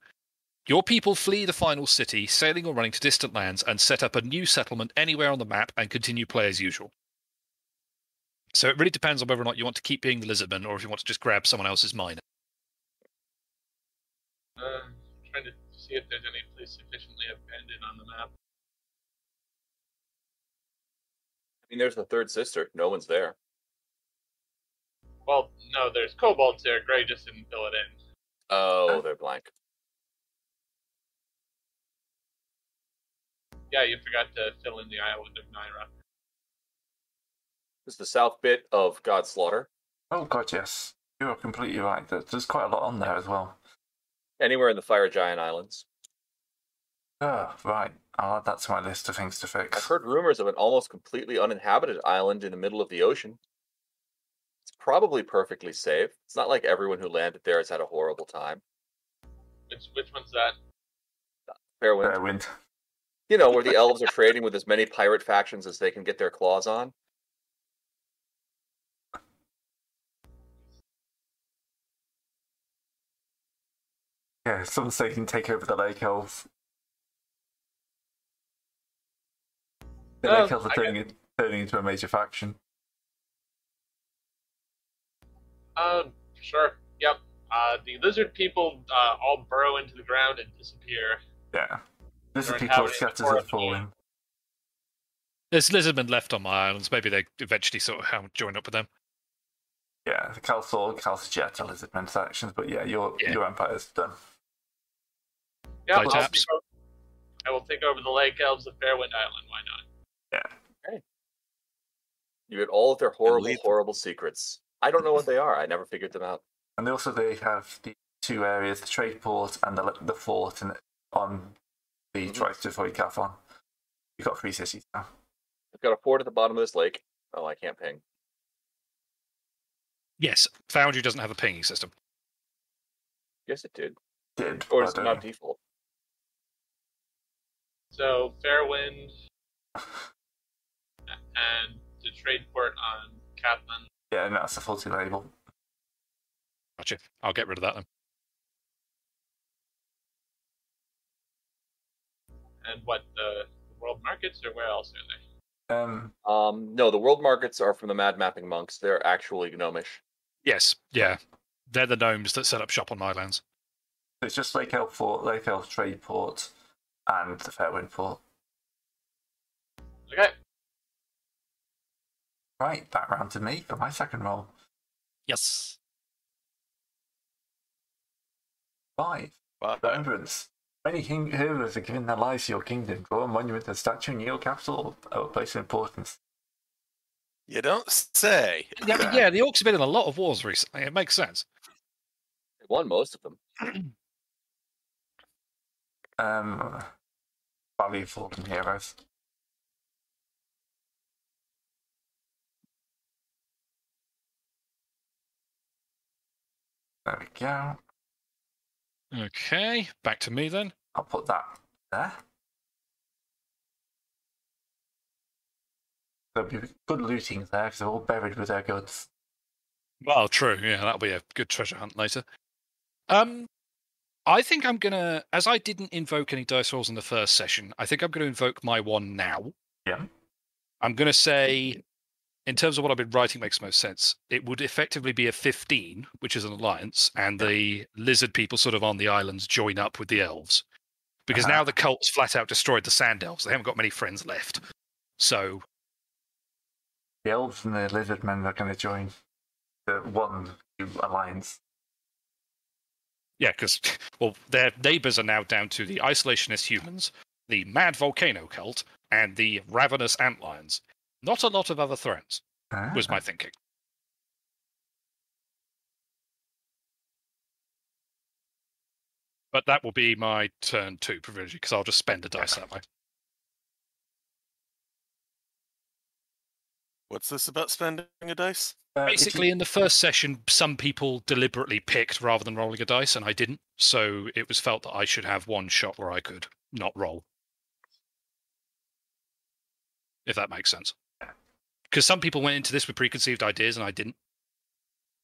Speaker 8: your people flee the final city, sailing or running to distant lands, and set up a new settlement anywhere on the map and continue play as usual. So it really depends on whether or not you want to keep being the lizardman or if you want to just grab someone else's mine.
Speaker 3: Uh, trying to see if there's any place sufficiently abandoned on the map.
Speaker 5: I mean, there's the third sister. No one's there.
Speaker 3: Well, no, there's kobolds there. Gray just didn't fill it in.
Speaker 5: Oh, they're blank.
Speaker 3: Yeah, you forgot to fill in the island of Naira.
Speaker 5: This is the south bit of God Slaughter.
Speaker 2: Oh god, yes. You are completely right. There- There's quite a lot on there as well.
Speaker 5: Anywhere in the Fire Giant Islands.
Speaker 2: Oh, right. I'll add that to my list of things to
Speaker 5: I've
Speaker 2: fix.
Speaker 5: heard rumors of an almost completely uninhabited island in the middle of the ocean. It's probably perfectly safe. It's not like everyone who landed there has had a horrible time.
Speaker 3: Which which one's that?
Speaker 5: Fairwind.
Speaker 2: Fair wind.
Speaker 5: You know, where the elves are trading with as many pirate factions as they can get their claws on.
Speaker 2: Yeah, some say you can take over the lake elves. The
Speaker 3: Oh,
Speaker 2: lake elves are
Speaker 3: I
Speaker 2: turning, in- turning into a major faction.
Speaker 3: Um, sure. Yep. Uh, the lizard people uh, all burrow into the ground and disappear.
Speaker 2: Yeah. This is
Speaker 3: They're
Speaker 2: people
Speaker 3: inhabiting the
Speaker 2: scatters are
Speaker 3: forest.
Speaker 2: falling.
Speaker 8: There's lizardmen left on my islands. Maybe they eventually sort of how- join up with them.
Speaker 2: Yeah, the Calsol, Calcijet, are lizardmen sections, but yeah, your
Speaker 8: Yeah.
Speaker 2: your empire's done.
Speaker 3: Yeah,
Speaker 8: By
Speaker 3: I'll
Speaker 8: taps.
Speaker 3: take over- I will take over the Lake Elves of Fairwind Island. Why not?
Speaker 5: You get all of their horrible,
Speaker 1: leave them.
Speaker 5: horrible secrets. I don't know what they are. I never figured them out.
Speaker 2: And also they have the two areas, the trade port and the the fort and on the
Speaker 3: Mm-hmm.
Speaker 5: Mhm.
Speaker 2: tries to avoid Cathlon. You've got three cities now.
Speaker 5: I've got a fort at the bottom of this lake. Oh, I can't ping.
Speaker 8: Yes, Foundry doesn't have a pinging system.
Speaker 5: Yes, it did.
Speaker 2: Did
Speaker 5: Or
Speaker 2: but
Speaker 5: it's
Speaker 2: I
Speaker 5: not
Speaker 2: Oh, don't know.
Speaker 5: default.
Speaker 3: So Fairwind and the trade port on Kaplan.
Speaker 2: Yeah, no, it's a faulty label.
Speaker 8: Gotcha. I'll get rid of that then.
Speaker 3: and what the world markets or where else are they?
Speaker 2: Um
Speaker 5: Um, no, the world markets are from the Mad Mapping Monks. They're actually gnomish.
Speaker 8: Yes, yeah. They're the gnomes that set up shop on my lands.
Speaker 2: so it's just Lake Elf Fort, Lake Elf Trade Port and the Fairwind Port.
Speaker 3: Okay,
Speaker 2: Right, back round to me for my second roll.
Speaker 8: Yes.
Speaker 2: Five.
Speaker 1: Wow.
Speaker 2: Remembrance. Many king- heroes are giving their lives to your kingdom. Draw a monument, a statue in your capital, or a place of importance.
Speaker 1: You don't say.
Speaker 8: Yeah, but yeah, the orcs have been in a lot of wars recently. It makes sense.
Speaker 5: They won most of them.
Speaker 2: Um, value of fallen heroes. There we go.
Speaker 8: Okay, back to me then.
Speaker 2: I'll put that there. There'll be good looting there because they're all buried with their goods.
Speaker 8: Well, true. Yeah, that'll be a good treasure hunt later. Um, I think I'm gonna, as I didn't invoke any dice rolls in the first session, I think I'm gonna invoke my one now.
Speaker 2: Yeah.
Speaker 8: I'm gonna say, in terms of what I've been writing, makes most sense. It would effectively be a 15, which is an alliance, and the lizard people sort of on the islands join up with the elves, because
Speaker 2: Uh-huh.
Speaker 8: now the cults flat out destroyed the sand elves. They haven't got many friends left. So
Speaker 2: The elves and the lizard men are going to join the one alliance.
Speaker 8: Yeah, because well, their neighbors are now down to the isolationist humans, the mad volcano cult, and the ravenous antlions. Not a lot of other threats
Speaker 2: Ah.
Speaker 8: was my thinking. But that will be my turn two, provisionally, because I'll just spend a dice that way.
Speaker 1: What's this about spending a dice?
Speaker 2: Uh, if you-
Speaker 8: Basically, in the first session, some people deliberately picked rather than rolling a dice, and I didn't. So it was felt that I should have one shot where I could not roll. If that makes sense. Because some people went into this with preconceived ideas, and I didn't.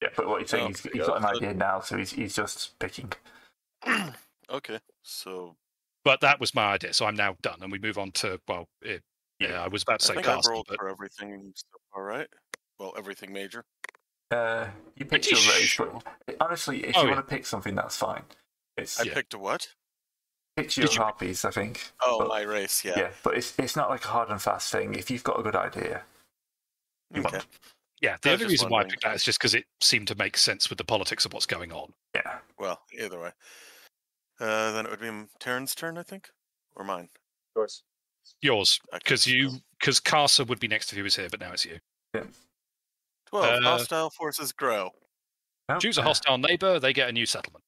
Speaker 2: Yeah, but what he's saying,
Speaker 1: Oh,
Speaker 2: he's, he's
Speaker 1: yeah,
Speaker 2: got an
Speaker 1: so-
Speaker 2: idea now, so he's, he's just picking.
Speaker 1: okay, so
Speaker 8: But that was my idea, so I'm now done, and we move on to well, eh, yeah, I was about to
Speaker 1: I
Speaker 8: say
Speaker 1: think I've
Speaker 8: casting,
Speaker 1: rolled
Speaker 8: but
Speaker 1: for everything so far, right? Well, everything major.
Speaker 2: Uh, you picked
Speaker 8: Pretty
Speaker 2: your race,
Speaker 8: sure.
Speaker 2: but honestly, if
Speaker 8: Oh,
Speaker 2: you
Speaker 8: yeah.
Speaker 2: want to pick something, that's fine. It's
Speaker 1: I
Speaker 8: Yeah.
Speaker 1: picked a what?
Speaker 2: pick your
Speaker 8: Did you-
Speaker 2: hobbies, I think.
Speaker 1: Oh,
Speaker 2: but,
Speaker 1: my race. Yeah.
Speaker 2: yeah, but it's it's not like a hard and fast thing. If you've got a good idea, you
Speaker 1: okay.
Speaker 2: want
Speaker 8: Yeah, the
Speaker 1: I was
Speaker 8: other
Speaker 1: just
Speaker 8: reason why I
Speaker 1: wondering.
Speaker 8: picked that is just because it seemed to make sense with the politics of what's going on.
Speaker 2: Yeah.
Speaker 1: Well, either way. Uh, then it would be m- Taryn's turn, I think, or mine.
Speaker 5: Of course.
Speaker 8: Yours,
Speaker 1: Actually,
Speaker 8: because you,
Speaker 1: no.
Speaker 8: because Casa would be next if he was here, but now it's you.
Speaker 1: twelve
Speaker 8: Uh,
Speaker 1: hostile forces grow.
Speaker 2: Well,
Speaker 8: Choose a
Speaker 2: uh,
Speaker 8: hostile neighbor; they get a new settlement.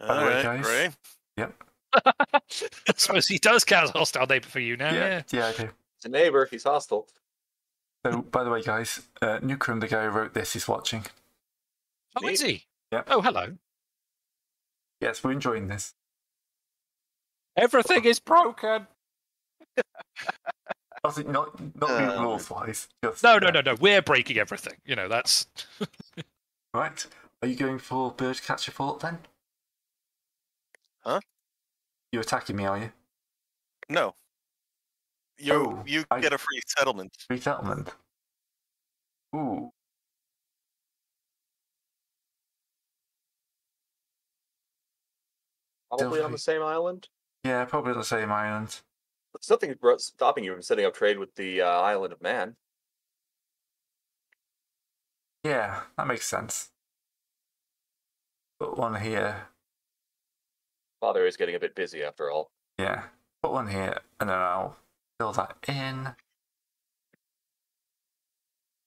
Speaker 1: All
Speaker 2: the way,
Speaker 1: right,
Speaker 2: guys-
Speaker 1: Gray.
Speaker 8: I suppose he does count as a hostile neighbor for you now. Oh, Yeah.
Speaker 2: Yeah, yeah, I do.
Speaker 5: It's a neighbor. He's hostile.
Speaker 2: So, by the way, guys, uh, Nukrum, the guy who wrote this, is watching.
Speaker 8: Oh, is he?
Speaker 2: Yep.
Speaker 8: Oh, hello.
Speaker 2: Yes, we're enjoying this.
Speaker 10: Everything is broken.
Speaker 2: Also, not not
Speaker 1: Uh,
Speaker 2: rules wise. Just, uh,
Speaker 8: No, no, no, no. We're breaking everything. You know, that's
Speaker 2: Right. Are you going for bird catcher fault then?
Speaker 1: Huh?
Speaker 2: You're attacking me, are you?
Speaker 1: No. You
Speaker 2: Oh,
Speaker 1: you
Speaker 2: I-
Speaker 1: get a free settlement.
Speaker 2: Resettlement. Ooh.
Speaker 5: Probably on
Speaker 2: Delphi.
Speaker 5: the same island.
Speaker 2: Yeah, probably the same island.
Speaker 5: There's nothing bro- stopping you from setting up trade with the uh, island of man.
Speaker 2: Yeah, that makes sense. Put one here.
Speaker 5: Father is getting a bit busy after all.
Speaker 2: Yeah. Put one here, and then I'll fill that in.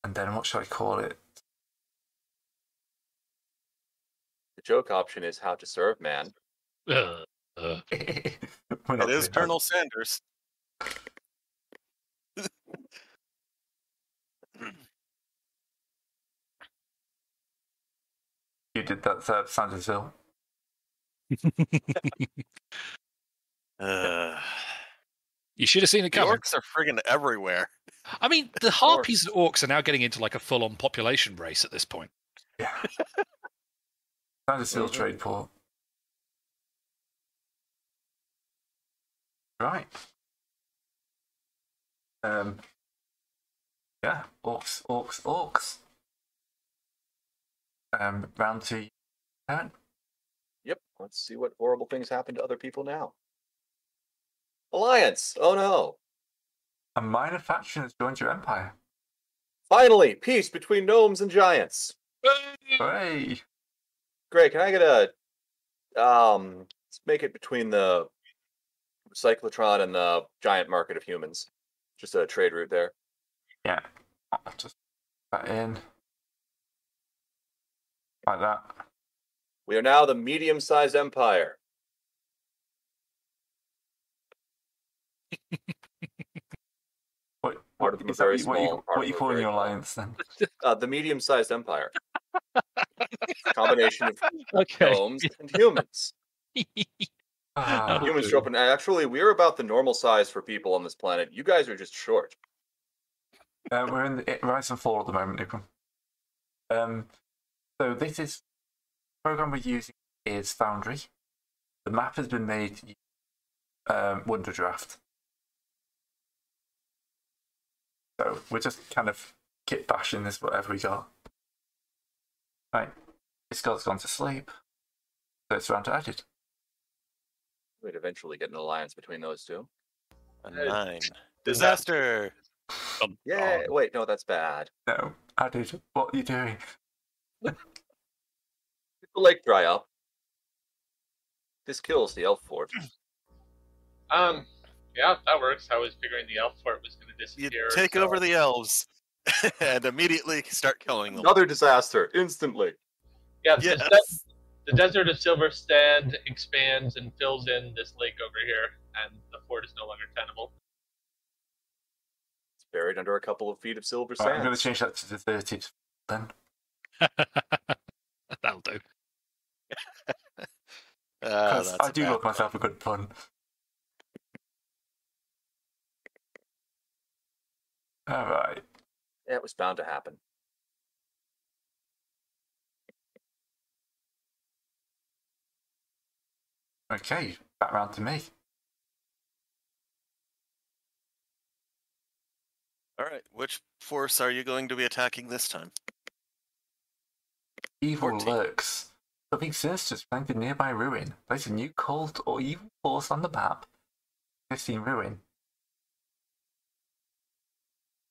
Speaker 2: And then what should I call it?
Speaker 5: The joke option is how to serve man.
Speaker 8: uh, uh,
Speaker 2: We're not
Speaker 1: It is
Speaker 2: doing that.
Speaker 1: Colonel Sanders.
Speaker 2: You did that, uh, Sandersville.
Speaker 1: Uh,
Speaker 8: you should have seen it
Speaker 1: the
Speaker 8: coming.
Speaker 1: orcs are friggin' everywhere.
Speaker 8: I mean, the harpies and orcs are now getting into like a full-on population race at this point.
Speaker 2: Yeah.
Speaker 1: Mm-hmm.
Speaker 2: Sandersville
Speaker 5: Mhm.
Speaker 2: trade port. Right. Um. Yeah, orcs, orcs, orcs. Um, round two. turn.
Speaker 5: Yep. Let's see what horrible things happen to other people now. Alliance. Oh no.
Speaker 2: A minor faction has joined your empire.
Speaker 5: Finally, peace between gnomes and giants.
Speaker 2: Hooray!
Speaker 5: Great. Can I get a um? Let's make it between the cyclotron and the giant market of humans. Just a trade route there.
Speaker 2: Yeah. I'll just put that in. Like that.
Speaker 5: We are now the medium-sized empire.
Speaker 2: What, what,
Speaker 5: Part of them are
Speaker 2: is that
Speaker 5: very
Speaker 2: what you- what you,
Speaker 5: small, part
Speaker 2: what
Speaker 5: of
Speaker 2: you
Speaker 5: them are
Speaker 2: calling
Speaker 5: very
Speaker 2: your
Speaker 5: large.
Speaker 2: alliance then?
Speaker 5: Uh, the medium-sized empire. Combination of
Speaker 8: Okay.
Speaker 5: gnomes and humans.
Speaker 2: Ah,
Speaker 5: Humans show up, and actually, we're about the normal size for people on this planet. You guys are just short.
Speaker 2: Uh, we're in the it- rise and fall at the moment, Nick. Um, so this is program we're using is Foundry. The map has been made using, um, Wonder Draft. So we're just kind of kit bashing this whatever we got. Right, this god's gone to sleep. So it's round to edit.
Speaker 5: We'd eventually get an alliance between those two.
Speaker 1: A
Speaker 3: Uh,
Speaker 1: nine. Disaster.
Speaker 8: Um,
Speaker 5: Yeah.
Speaker 8: oh,
Speaker 5: Wait, no, that's bad.
Speaker 2: No, added. What are you doing?
Speaker 5: The lake dry up. This kills the elf fort.
Speaker 3: Um, yeah, that works. I was figuring the elf fort was going to
Speaker 1: You
Speaker 3: disappear.
Speaker 1: take
Speaker 3: so-
Speaker 1: over the elves and immediately start killing them.
Speaker 5: Another disaster instantly.
Speaker 3: Yeah, the,
Speaker 1: Yes.
Speaker 3: de- the desert of Silver Stand expands and fills in this lake over here, and the fort is no longer tenable.
Speaker 5: It's buried under a couple of feet of silver
Speaker 2: Right, I'm
Speaker 5: sand.
Speaker 2: going to change that to deserted then.
Speaker 8: that'll do.
Speaker 1: Ah,
Speaker 2: 'Cause
Speaker 1: that's
Speaker 2: I
Speaker 1: a
Speaker 2: do
Speaker 1: bad
Speaker 2: love myself a good pun. All right.
Speaker 5: Yeah, it was bound to happen.
Speaker 2: Okay. Back round to me.
Speaker 1: All right, which force are you going to be attacking this time?
Speaker 2: Evil
Speaker 1: 14.
Speaker 2: lurks. Something sinister is playing the nearby ruin. Place a new cult or evil force on the map. 15 ruin.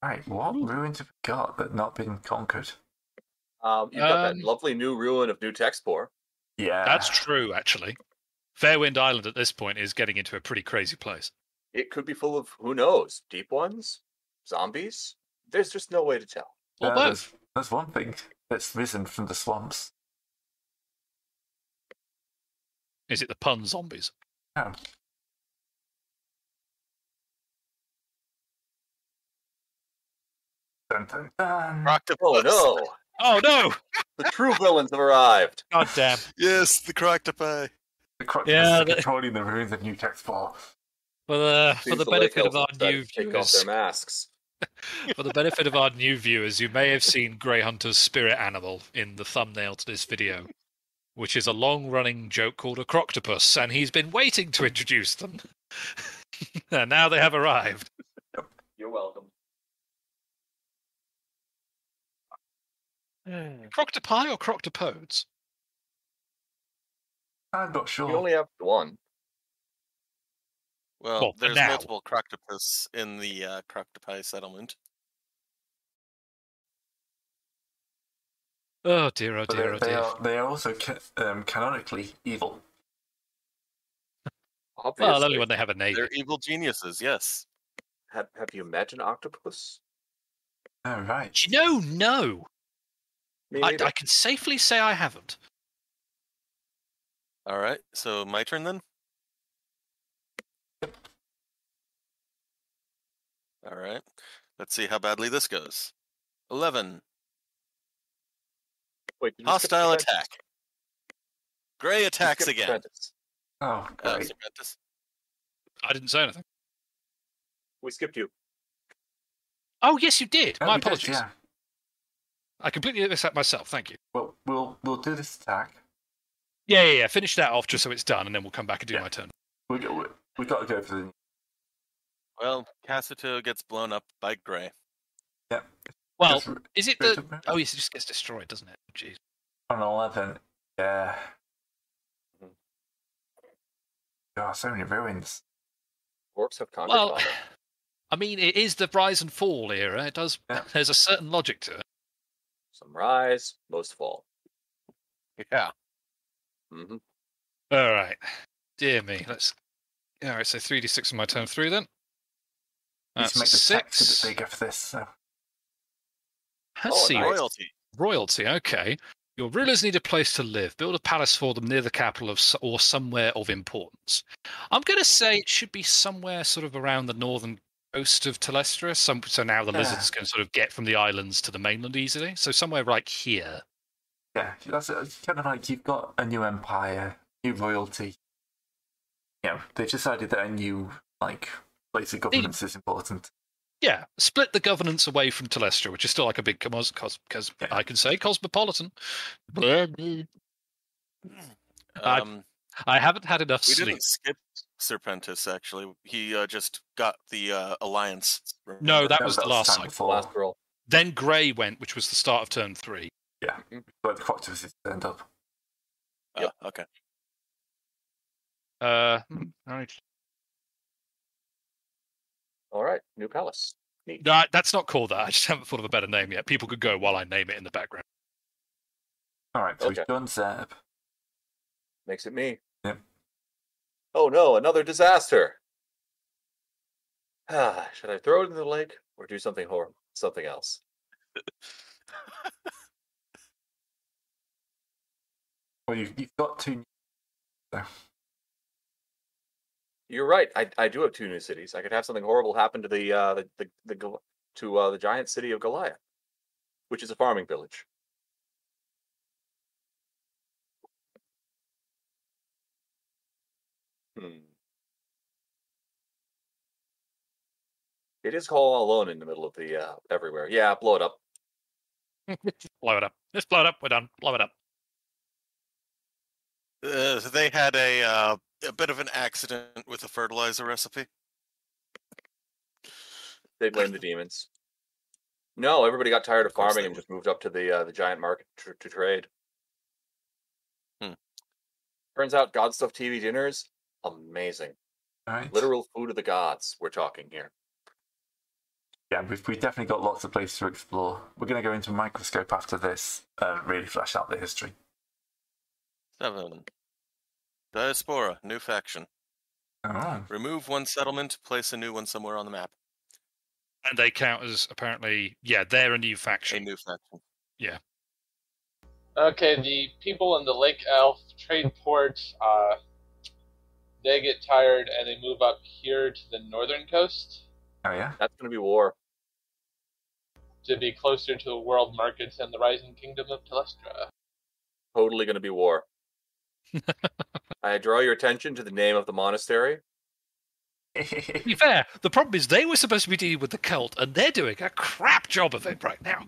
Speaker 2: Right, what ruins have we got that not been conquered?
Speaker 5: Um, you've got
Speaker 8: Um,
Speaker 5: that lovely new ruin of New Texpor.
Speaker 2: Yeah,
Speaker 5: Ah.
Speaker 8: That's true, actually. Fairwind Island at this point is getting into a pretty crazy place.
Speaker 5: It could be full of who knows, deep ones, zombies. There's just no way to tell.
Speaker 8: Or
Speaker 2: Yeah,
Speaker 8: both.
Speaker 2: there's, there's one thing that's risen from the swamps.
Speaker 8: Is it the pun zombies?
Speaker 2: Oh. Dun, dun, dun.
Speaker 5: Oh
Speaker 1: Croctopus.
Speaker 5: no,
Speaker 8: Oh no!
Speaker 5: the true villains have arrived.
Speaker 6: God damn.
Speaker 1: Yes, the Croctopi.
Speaker 2: The crocodile
Speaker 6: Yeah,
Speaker 2: is
Speaker 6: that-
Speaker 2: controlling the ruins of New Texpor.
Speaker 8: For the for
Speaker 5: Seems
Speaker 8: the
Speaker 5: lake
Speaker 8: benefit
Speaker 5: elves
Speaker 8: of our
Speaker 5: have decided
Speaker 8: new
Speaker 5: to take off
Speaker 8: viewers,
Speaker 5: their masks.
Speaker 8: for the benefit of our new viewers, you may have seen Grey Hunter's spirit animal in the thumbnail to this video, which is a long-running joke called a croctopus, and he's been waiting to introduce them. and now they have arrived.
Speaker 5: You're welcome.
Speaker 2: Hmm.
Speaker 8: Croctopi or croctopodes?
Speaker 2: I'm not
Speaker 5: You
Speaker 2: sure.
Speaker 5: only have one.
Speaker 1: Well,
Speaker 8: Well, for
Speaker 1: there's
Speaker 8: now.
Speaker 1: multiple Croctopus in the uh, Croctopi settlement.
Speaker 8: Oh dear, oh
Speaker 2: but
Speaker 8: dear,
Speaker 2: they're,
Speaker 8: oh
Speaker 2: they
Speaker 8: dear.
Speaker 2: are they are also ca- um, canonically evil.
Speaker 5: Obviously.
Speaker 8: Well, only when they have a name.
Speaker 1: They're evil geniuses, yes.
Speaker 5: have, have you met an octopus?
Speaker 2: Oh right.
Speaker 8: Do you know? No,
Speaker 5: Me
Speaker 8: I,
Speaker 5: neither.
Speaker 8: I can safely say I haven't.
Speaker 1: All right, so my turn then. All right, let's see how badly this goes. 11.
Speaker 5: Wait, did you skip
Speaker 1: Hostile
Speaker 5: Serpentis?
Speaker 1: attack. Gray
Speaker 5: You
Speaker 1: attacks
Speaker 5: skipped
Speaker 1: again.
Speaker 5: Serpentis.
Speaker 2: Oh
Speaker 1: Oh,
Speaker 2: great.
Speaker 1: Serpentis.
Speaker 8: I didn't say anything.
Speaker 5: We skipped you.
Speaker 8: Oh yes, you did.
Speaker 2: Oh,
Speaker 8: My
Speaker 2: we did,
Speaker 8: apologies.
Speaker 2: yeah.
Speaker 8: I completely missed that myself. Thank you.
Speaker 2: Well, we'll we'll do this attack.
Speaker 8: Yeah, yeah, yeah. Finish that off just so it's done, and then we'll come back and do
Speaker 2: Yeah.
Speaker 8: my turn.
Speaker 2: We we we got to go for the
Speaker 1: Well, Casito gets blown up by Gray.
Speaker 8: Well,
Speaker 2: just r-
Speaker 8: is it
Speaker 2: straight
Speaker 8: Oh, the?
Speaker 2: up-
Speaker 8: Oh yes, it just gets destroyed, doesn't it? Jeez.
Speaker 2: on eleven. Yeah. There are so many ruins.
Speaker 5: Orcs have
Speaker 2: Oh,
Speaker 5: conquered.
Speaker 8: Well,
Speaker 5: Gondor.
Speaker 8: I mean, it is the rise and fall era. It does.
Speaker 2: Yeah.
Speaker 8: There's a certain logic to it.
Speaker 5: Some rise, most fall.
Speaker 1: Yeah.
Speaker 5: hmm
Speaker 8: All right. Dear me. Let's. All right. So three d six on my turn through then.
Speaker 2: Let's
Speaker 8: That's
Speaker 2: make the tax
Speaker 8: six.
Speaker 2: a bit bigger for this. So.
Speaker 8: Let's
Speaker 5: Oh,
Speaker 8: see.
Speaker 5: nice.
Speaker 1: Royalty.
Speaker 8: royalty. Okay. Your rulers need a place to live. Build a palace for them near the capital of, s- or somewhere of importance. I'm going to say it should be somewhere sort of around the northern coast of Telestra. Some, so now the
Speaker 2: Yeah.
Speaker 8: lizards can sort of get from the islands to the mainland easily. So somewhere right here.
Speaker 2: Yeah, that's uh, it's kind of like you've got a new empire, new royalty. You know, they've decided that a new like place of governance is important.
Speaker 8: Yeah, split the governance away from Telestra, which is still like a big cos, cos, cos
Speaker 2: Yeah.
Speaker 8: I can say cosmopolitan. Blah, blah. I-
Speaker 1: Um,
Speaker 8: I haven't had enough
Speaker 1: we
Speaker 8: sleep.
Speaker 1: didn't skip Serpentis, actually. He uh, just got the uh, Alliance.
Speaker 8: No,
Speaker 1: remember?
Speaker 8: that
Speaker 2: No,
Speaker 8: was the
Speaker 2: that's
Speaker 8: last
Speaker 2: time
Speaker 8: cycle.
Speaker 2: before.
Speaker 5: Last girl.
Speaker 8: Then Grey went, which was the start of turn three.
Speaker 2: Where the Croctopus is turned up.
Speaker 1: Oh,
Speaker 5: Yep.
Speaker 1: okay.
Speaker 8: Uh, hmm, I need to
Speaker 5: All right, new palace.
Speaker 8: No, that's not called that. I just haven't thought of a better name yet. People could go while I name it in the background.
Speaker 2: All right, so
Speaker 5: Okay.
Speaker 2: we've done Zeb.
Speaker 5: Makes it me.
Speaker 2: Yep.
Speaker 5: Oh no, another disaster. Ah, Should I throw it into the lake or do something horrible? Something else.
Speaker 2: Well, you, you've got two.
Speaker 5: You're right. I, I do have two new cities. I could have something horrible happen to the uh the the, the Gol- to uh, the giant city of Goliath, which is a farming village. Hmm. It is all alone in the middle of the uh, everywhere. Yeah, blow it up.
Speaker 8: Blow it up. Let's blow it up. We're done. Blow it up.
Speaker 1: Uh, they had a uh, a bit of an accident with a fertilizer recipe.
Speaker 5: They blame the demons. No, everybody got tired of,
Speaker 1: Of course
Speaker 5: farming
Speaker 1: they
Speaker 5: and
Speaker 1: would.
Speaker 5: just moved up to the uh, the giant market to, to trade.
Speaker 1: Hmm.
Speaker 5: Turns out, God stuff TV dinners amazing.
Speaker 2: All right.
Speaker 5: Literal food of the gods. We're talking here.
Speaker 2: yeah, we've, we've definitely got lots of places to explore. We're going to go into a microscope after this, uh, really flesh out the history.
Speaker 1: Seven. Diaspora, new faction.
Speaker 2: All right.
Speaker 1: Remove one settlement, place a new one somewhere on the map.
Speaker 8: And they count as apparently, yeah, they're a new
Speaker 1: A
Speaker 8: faction.
Speaker 1: new faction.
Speaker 3: Okay, the people in the Lake Elf trade ports, uh, they get tired and they move up here to the northern coast
Speaker 2: Oh, yeah.
Speaker 5: That's going to be war.
Speaker 3: to be closer to the world markets and the rising kingdom of Telestra.
Speaker 5: Totally going to be war. I draw your attention to the name of the monastery.
Speaker 8: To be fair, the problem is they were supposed to be dealing with the cult, and they're doing a crap job of it right now.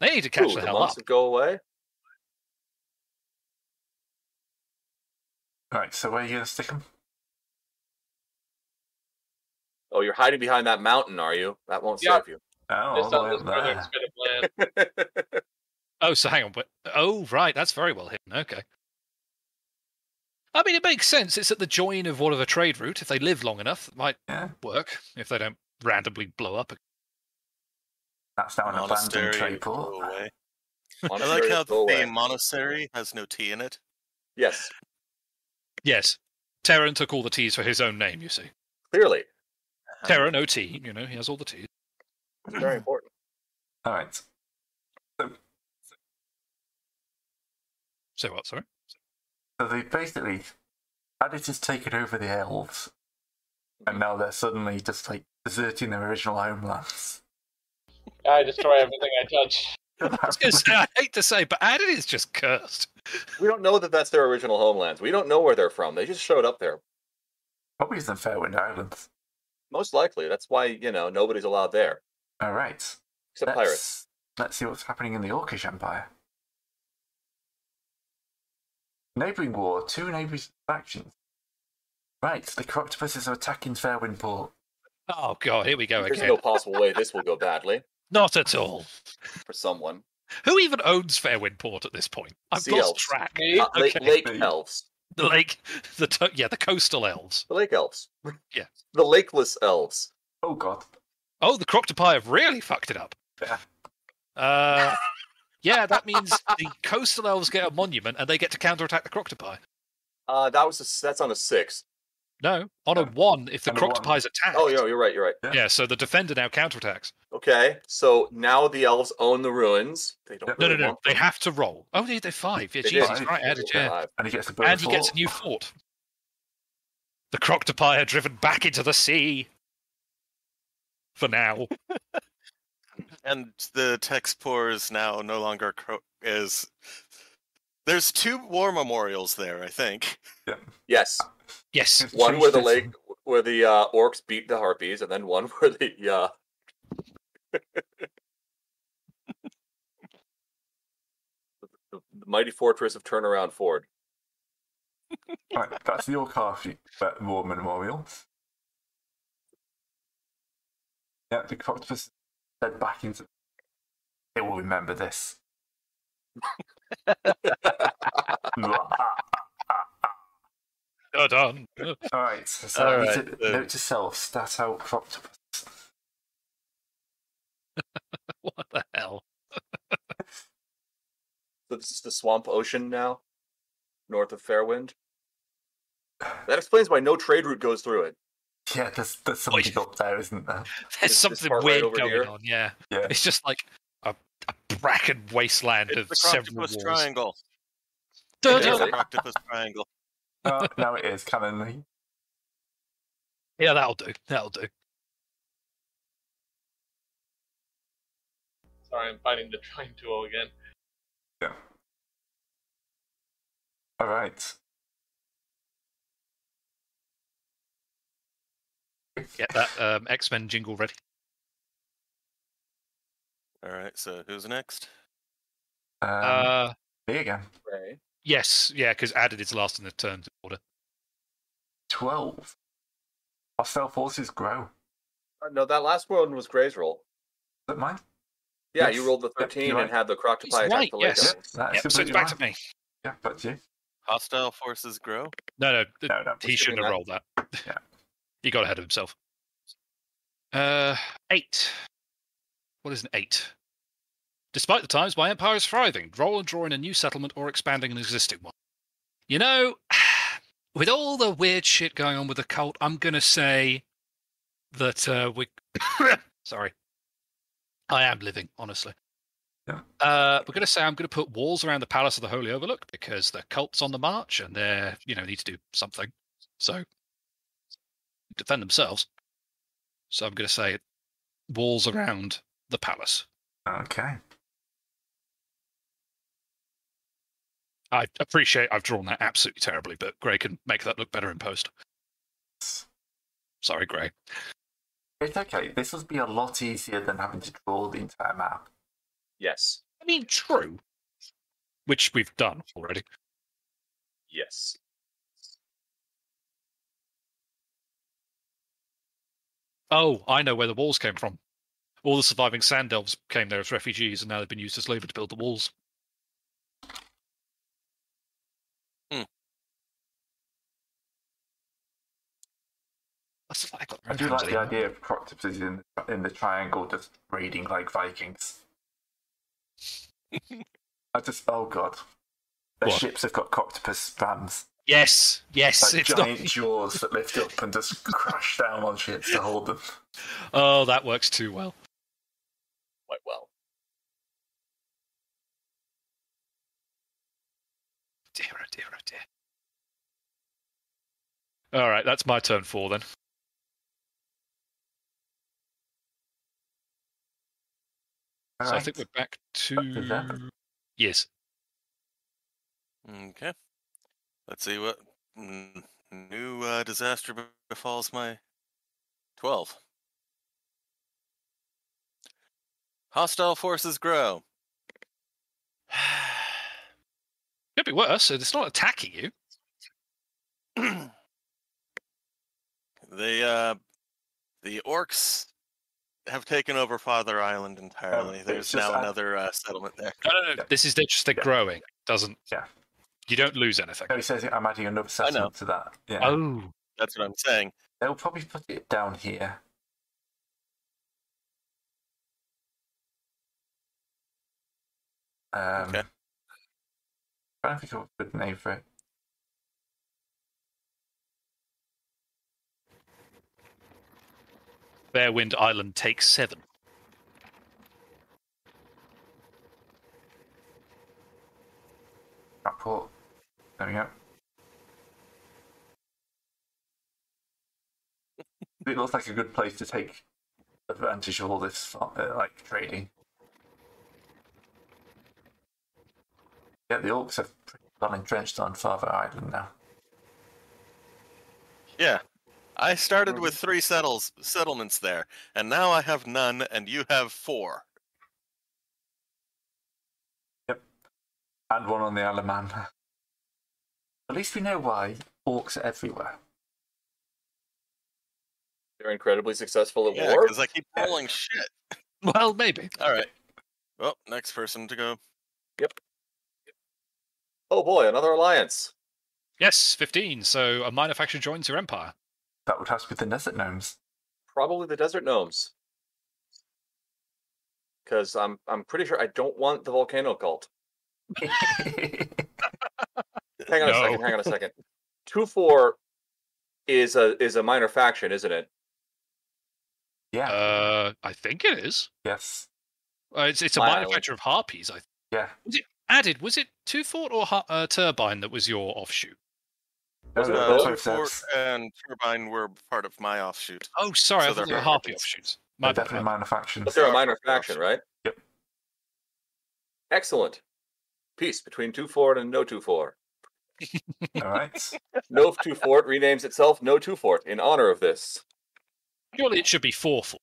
Speaker 8: they need to catch
Speaker 5: Ooh,
Speaker 8: the
Speaker 5: the
Speaker 8: hell
Speaker 5: monks
Speaker 8: up.
Speaker 5: that go away.
Speaker 2: right, so where are you going to stick them?
Speaker 5: Oh, you're hiding behind that mountain, are you? That won't
Speaker 3: Yeah.
Speaker 5: save you.
Speaker 2: Oh, all
Speaker 3: Based
Speaker 2: the
Speaker 3: on
Speaker 2: way
Speaker 3: this
Speaker 2: up
Speaker 3: northern
Speaker 2: there.
Speaker 3: spit of land,
Speaker 8: Oh, so hang on. But, oh, right, that's very well hidden. Okay. I mean, it makes sense. It's at the join of one of a trade route. If they live long enough, it might
Speaker 2: Yeah,
Speaker 8: work. If they don't randomly blow up.
Speaker 2: that's now an abandoned
Speaker 1: Monastery.
Speaker 2: trade
Speaker 1: go
Speaker 2: port.
Speaker 1: away. I
Speaker 5: Monastery
Speaker 1: like how
Speaker 5: go
Speaker 1: the
Speaker 5: away.
Speaker 1: name monastery has no T in it.
Speaker 5: Yes,
Speaker 8: Yes. Terran took all the T's for his own name, you see.
Speaker 5: clearly.
Speaker 1: Oh.
Speaker 8: Terran OT, you know, he has all the T's.
Speaker 5: It's very important.
Speaker 2: All right.
Speaker 8: So what, sorry?
Speaker 2: So they basically, Addit has taken over the elves, and now they're suddenly just like deserting their original homelands.
Speaker 3: I destroy everything I touch.
Speaker 8: I was going to say, I hate to say, but Added is just cursed.
Speaker 5: We don't know that that's their original homelands. We don't know where they're from. They just showed up there.
Speaker 2: Probably isn't Fairwind Islands.
Speaker 5: Most likely. That's why, you know, nobody's allowed there.
Speaker 2: All right. let's,
Speaker 5: Except pirates.
Speaker 2: Let's see what's happening in the Orcish Empire. Neighbouring war, two neighbouring factions. Right, the Croctopuses are attacking Fairwind Port.
Speaker 8: Oh, God, here we go
Speaker 5: There's
Speaker 8: again.
Speaker 5: no possible way this will go badly
Speaker 8: Not at all.
Speaker 5: for someone.
Speaker 8: Who even owns Fairwind Port at this point? I've
Speaker 5: Sea
Speaker 8: lost
Speaker 5: elves.
Speaker 8: track.
Speaker 3: Me?
Speaker 5: Uh, lake,
Speaker 8: Okay.
Speaker 5: lake elves.
Speaker 8: The lake, the to- yeah, the coastal elves.
Speaker 5: The lake elves.
Speaker 8: Yeah.
Speaker 5: The lakeless elves.
Speaker 2: Oh god.
Speaker 8: Oh, the Croctopi have really fucked it up.
Speaker 2: Yeah.
Speaker 8: Uh, yeah, that means the coastal elves get a monument and they get to counterattack the Croctopi.
Speaker 5: Uh, that was a, s- that's on a six.
Speaker 8: No, on a
Speaker 2: Yeah.
Speaker 8: one if the
Speaker 2: On a one.
Speaker 8: Croctopi is attacked.
Speaker 5: Oh, yeah, you're right. You're right.
Speaker 8: Yeah, so the defender now counterattacks.
Speaker 5: Okay, so now the elves own the ruins. They don't.
Speaker 2: Yep.
Speaker 8: No, no,
Speaker 5: really
Speaker 8: no.
Speaker 5: want
Speaker 8: They
Speaker 5: them.
Speaker 8: have to roll. Oh, they, they're five. Yeah,
Speaker 5: They
Speaker 8: Jesus,
Speaker 2: did.
Speaker 8: right, added, yeah.
Speaker 5: Five.
Speaker 2: And he gets a bonus
Speaker 8: And he gets a
Speaker 2: fort.
Speaker 8: new fort. The Croctopi are driven back into the sea. For now.
Speaker 1: And the text pour is now no longer cro- is. There's two war memorials there, I think.
Speaker 5: Yes,
Speaker 8: Yes.
Speaker 5: one where the
Speaker 2: Two
Speaker 5: lake, where the uh, orcs beat the harpies, and then one where the uh, the, the mighty fortress of Turnaround Ford.
Speaker 2: Right, that's the Orcarfi uh, War Memorial. Yeah, the Croctopus said back into. They will remember this.
Speaker 8: Well done.
Speaker 2: Alright, so
Speaker 1: All
Speaker 2: I need
Speaker 1: right,
Speaker 2: to-
Speaker 1: so-
Speaker 2: note to self, stat out Croctopus.
Speaker 8: What the hell?
Speaker 5: So this is the swamp ocean now, north of Fairwind. That explains why no trade route goes through it.
Speaker 2: Yeah, there's, there's something
Speaker 8: yeah.
Speaker 2: up there, isn't there?
Speaker 8: There's
Speaker 5: This- this
Speaker 8: something
Speaker 5: part right
Speaker 8: weird
Speaker 5: over
Speaker 8: going
Speaker 5: here?
Speaker 8: on, yeah.
Speaker 2: Yeah.
Speaker 8: It's just like a, a bracken wasteland
Speaker 1: It's
Speaker 8: of
Speaker 1: the Croctopus
Speaker 8: several walls.
Speaker 1: Triangle.
Speaker 8: Dun,
Speaker 1: It's
Speaker 5: It is.
Speaker 8: dun.
Speaker 1: the Croctopus Triangle.
Speaker 2: No, Ah, now it is canonly.
Speaker 8: Yeah, that'll do. That'll do.
Speaker 3: Sorry, I'm finding the drawing tool again.
Speaker 2: All right.
Speaker 8: Get that um, X Men jingle ready.
Speaker 1: All right, so who's next?
Speaker 2: Um,
Speaker 8: uh,
Speaker 2: me again.
Speaker 5: Right.
Speaker 8: yes, yeah, because added is last in the turn order.
Speaker 2: 12. Hostile forces grow. Is
Speaker 5: Uh, No, that last one was Gray's roll.
Speaker 2: that mine?
Speaker 5: Yeah,
Speaker 2: Yes.
Speaker 5: you rolled the
Speaker 2: Yep,
Speaker 5: 13
Speaker 2: you're
Speaker 5: and
Speaker 2: right.
Speaker 5: had the croctopie
Speaker 8: He's
Speaker 5: attack
Speaker 8: right,
Speaker 5: the lake
Speaker 8: yes.
Speaker 5: elves.
Speaker 2: That is
Speaker 8: Yep, so it's
Speaker 2: completely
Speaker 8: back
Speaker 2: right.
Speaker 8: to me.
Speaker 2: Yeah, back to you.
Speaker 1: Hostile forces grow.
Speaker 8: No, no, th-
Speaker 2: No, no.
Speaker 8: he shouldn't have
Speaker 5: that-
Speaker 8: rolled that.
Speaker 2: Yeah.
Speaker 8: he got ahead of himself. Uh, eight. What is an eight? Despite the times, my empire is thriving. Roll and draw in a new settlement or expanding an existing one. You know, with all the weird shit going on with the cult, I'm gonna say that uh, we. Sorry, I am living honestly.
Speaker 2: Yeah.
Speaker 8: Uh, we're gonna say I'm gonna put walls around the palace of the Holy Overlook because the cult's on the march and they're you know need to do something, so defend themselves. So I'm gonna say walls around the palace.
Speaker 2: Okay.
Speaker 8: I appreciate I've drawn that absolutely terribly, but Gray can make that look better in post. Sorry, Gray.
Speaker 2: It's okay. This would be a lot easier than having to draw the entire map.
Speaker 5: Yes.
Speaker 8: I mean, true. Which we've done already.
Speaker 5: Yes.
Speaker 8: Oh, I know where the walls came from. All the surviving sand elves came there as refugees, and now they've been used as labor to build the walls.
Speaker 1: Hmm.
Speaker 8: That's what I got.
Speaker 2: I do like the idea of Proctopus in, in the triangle just raiding like Vikings. I just, oh god. Their
Speaker 8: What?
Speaker 2: ships have got Coctopus spams.
Speaker 8: Yes, yes,
Speaker 2: Like
Speaker 8: it's
Speaker 2: giant
Speaker 8: not.
Speaker 2: jaws that lift up and just crash down on ships to hold them.
Speaker 8: Oh, that works too well.
Speaker 5: Quite well.
Speaker 8: Dear, oh dear, oh dear. All right, that's my turn four then. So I think we're
Speaker 2: Alright.
Speaker 8: back
Speaker 2: to
Speaker 8: to
Speaker 2: them.
Speaker 8: yes.
Speaker 1: Okay. Let's see what mm, new uh, disaster be- befalls my 12. Hostile forces grow.
Speaker 8: Could be worse. It's not attacking you.
Speaker 1: the uh, the orcs have taken over Father Island entirely.
Speaker 2: it's
Speaker 1: There's
Speaker 2: just
Speaker 1: now
Speaker 2: add-
Speaker 1: another uh, settlement there.
Speaker 8: No, no, no.
Speaker 2: Yeah.
Speaker 8: This is they're just they're
Speaker 2: Yeah.
Speaker 8: growing. Doesn't.
Speaker 2: Yeah.
Speaker 8: You don't lose anything.
Speaker 2: No, he says I'm adding another settlement to that. Yeah.
Speaker 8: Oh,
Speaker 1: That's what I'm saying.
Speaker 2: They'll probably put it down here. Um,
Speaker 1: Okay.
Speaker 2: I don't think of a good name for it.
Speaker 8: Fairwind Island takes seven.
Speaker 2: Rapport. There we go. it looks like a good place to take advantage of all this uh, like trading. Yeah, the orcs have pretty well entrenched on Father Island now.
Speaker 1: Yeah. I started
Speaker 8: Um,
Speaker 1: with three settles settlements there, and now I have none, and you have four.
Speaker 2: And one on the Isle of Man. At least we know why orcs are everywhere.
Speaker 5: They're incredibly successful at
Speaker 1: Yeah,
Speaker 5: war.
Speaker 1: because I keep rolling shit.
Speaker 8: Well, maybe.
Speaker 1: All right. Well, next person to go.
Speaker 5: Oh boy, another alliance.
Speaker 8: Yes, fifteen. So a minor faction joins your empire.
Speaker 2: That would have to be the desert gnomes.
Speaker 5: Probably the desert gnomes. Because I'm I'm pretty sure I don't want the volcano cult. Hang on a second.
Speaker 8: No.
Speaker 5: Hang on a second. Two four is a is a minor faction, isn't it?
Speaker 2: yeah.
Speaker 8: Uh, I think it is.
Speaker 2: yes.
Speaker 8: Uh, it's it's a
Speaker 5: My
Speaker 8: minor
Speaker 5: island.
Speaker 8: faction of harpies. I
Speaker 2: Yeah.
Speaker 8: added. Was it two fort or Har- uh, turbine that was your offshoot?
Speaker 2: Those
Speaker 5: Uh,
Speaker 2: are-
Speaker 1: Uh,
Speaker 2: those
Speaker 5: Sorry,
Speaker 1: Blue
Speaker 2: are
Speaker 1: Fort
Speaker 2: sets.
Speaker 1: and Turbine were part of my offshoot.
Speaker 8: Oh, sorry,
Speaker 1: So
Speaker 8: I thought they
Speaker 1: they're
Speaker 8: were harpy
Speaker 1: harpies.
Speaker 8: offshoots. My
Speaker 2: They're
Speaker 8: bad.
Speaker 2: definitely manufactured.
Speaker 5: But they're a
Speaker 1: Yeah.
Speaker 5: minor faction, right?
Speaker 2: Yep.
Speaker 5: Excellent. Peace between two fort and no two fort.
Speaker 2: All right.
Speaker 5: No two fort renames itself no two fort in honor of this.
Speaker 8: Surely it should be four fort.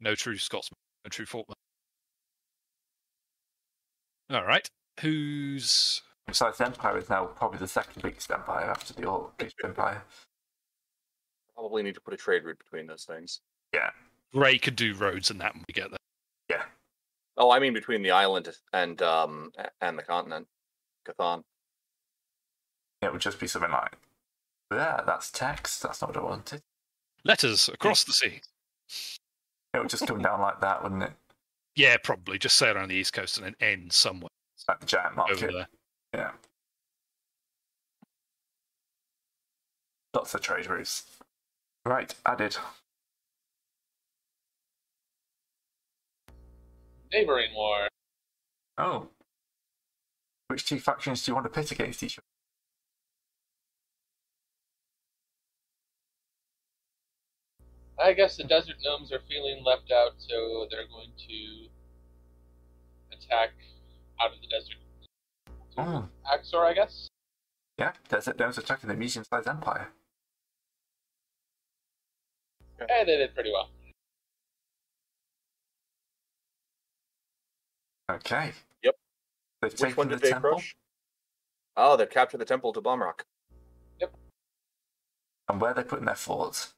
Speaker 8: No true Scotsman, no true Fortman. All right, who's
Speaker 2: Besides, Empire is now probably the second biggest empire after the Orcish Empire.
Speaker 5: Probably need to put a trade route between those things.
Speaker 8: Gray? Could do roads and that when we get there.
Speaker 2: Yeah.
Speaker 5: Oh, I mean between the island and um a- and the continent, Cathan.
Speaker 2: It would just be something like, yeah, that's text. That's not what I wanted.
Speaker 8: Letters across the sea.
Speaker 2: It would just come down like that, wouldn't it?
Speaker 8: Yeah, probably. Just sail around the east coast and then end somewhere
Speaker 2: Like the giant
Speaker 8: over
Speaker 2: market.
Speaker 8: there.
Speaker 2: Yeah. Lots of trade routes. Right, added.
Speaker 3: Neighboring war.
Speaker 2: Oh. Which two factions do you want to pit against each other?
Speaker 3: I guess the desert gnomes are feeling left out, so they're going to attack out of the desert.
Speaker 2: Oh,
Speaker 3: Axor, I guess.
Speaker 2: yeah, Desert Dome's attacking the medium sized empire.
Speaker 3: And Eh, they did pretty well.
Speaker 2: Okay.
Speaker 5: Yep.
Speaker 2: They've taken
Speaker 5: Which one
Speaker 2: the
Speaker 5: did they
Speaker 2: temple,
Speaker 5: crush? Oh, they captured the temple to Bomrock.
Speaker 2: and where they're putting their forts.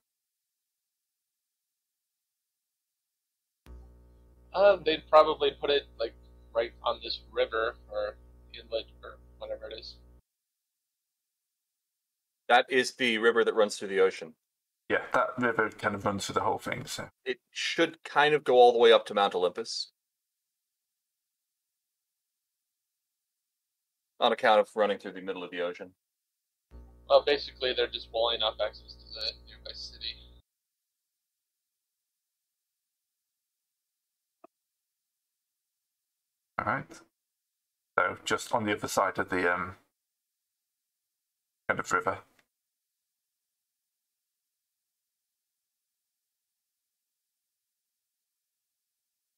Speaker 3: Um, they'd probably put it like right on this river or inlet or whatever it is.
Speaker 5: That is the river that runs through the ocean.
Speaker 2: Yeah, that river kind of runs through the whole thing, so
Speaker 5: It should kind of go all the way up to Mount Olympus. On account of running through the middle of the ocean.
Speaker 3: Well, basically, they're just walling off access to the nearby city.
Speaker 2: alright. So just on the other side of the um kind of river.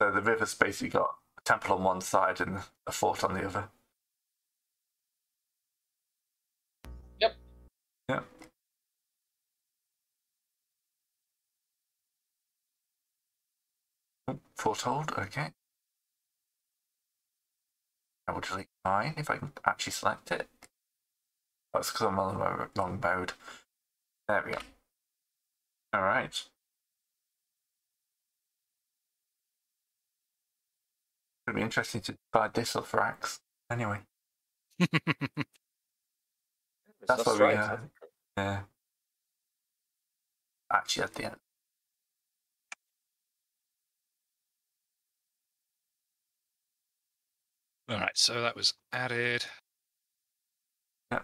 Speaker 2: So the river's basically got a temple on one side and a fort on the other.
Speaker 3: Yep.
Speaker 2: Yep. Oh, Foretold, okay. I will delete mine if I can actually select it. That's because I'm on the wrong- wrong mode. There we go. Alright. It'll be interesting to buy Dissel for Axe. Anyway, That's what we,
Speaker 5: right.
Speaker 2: uh, yeah. Actually, at the end.
Speaker 8: All right, so that was added. I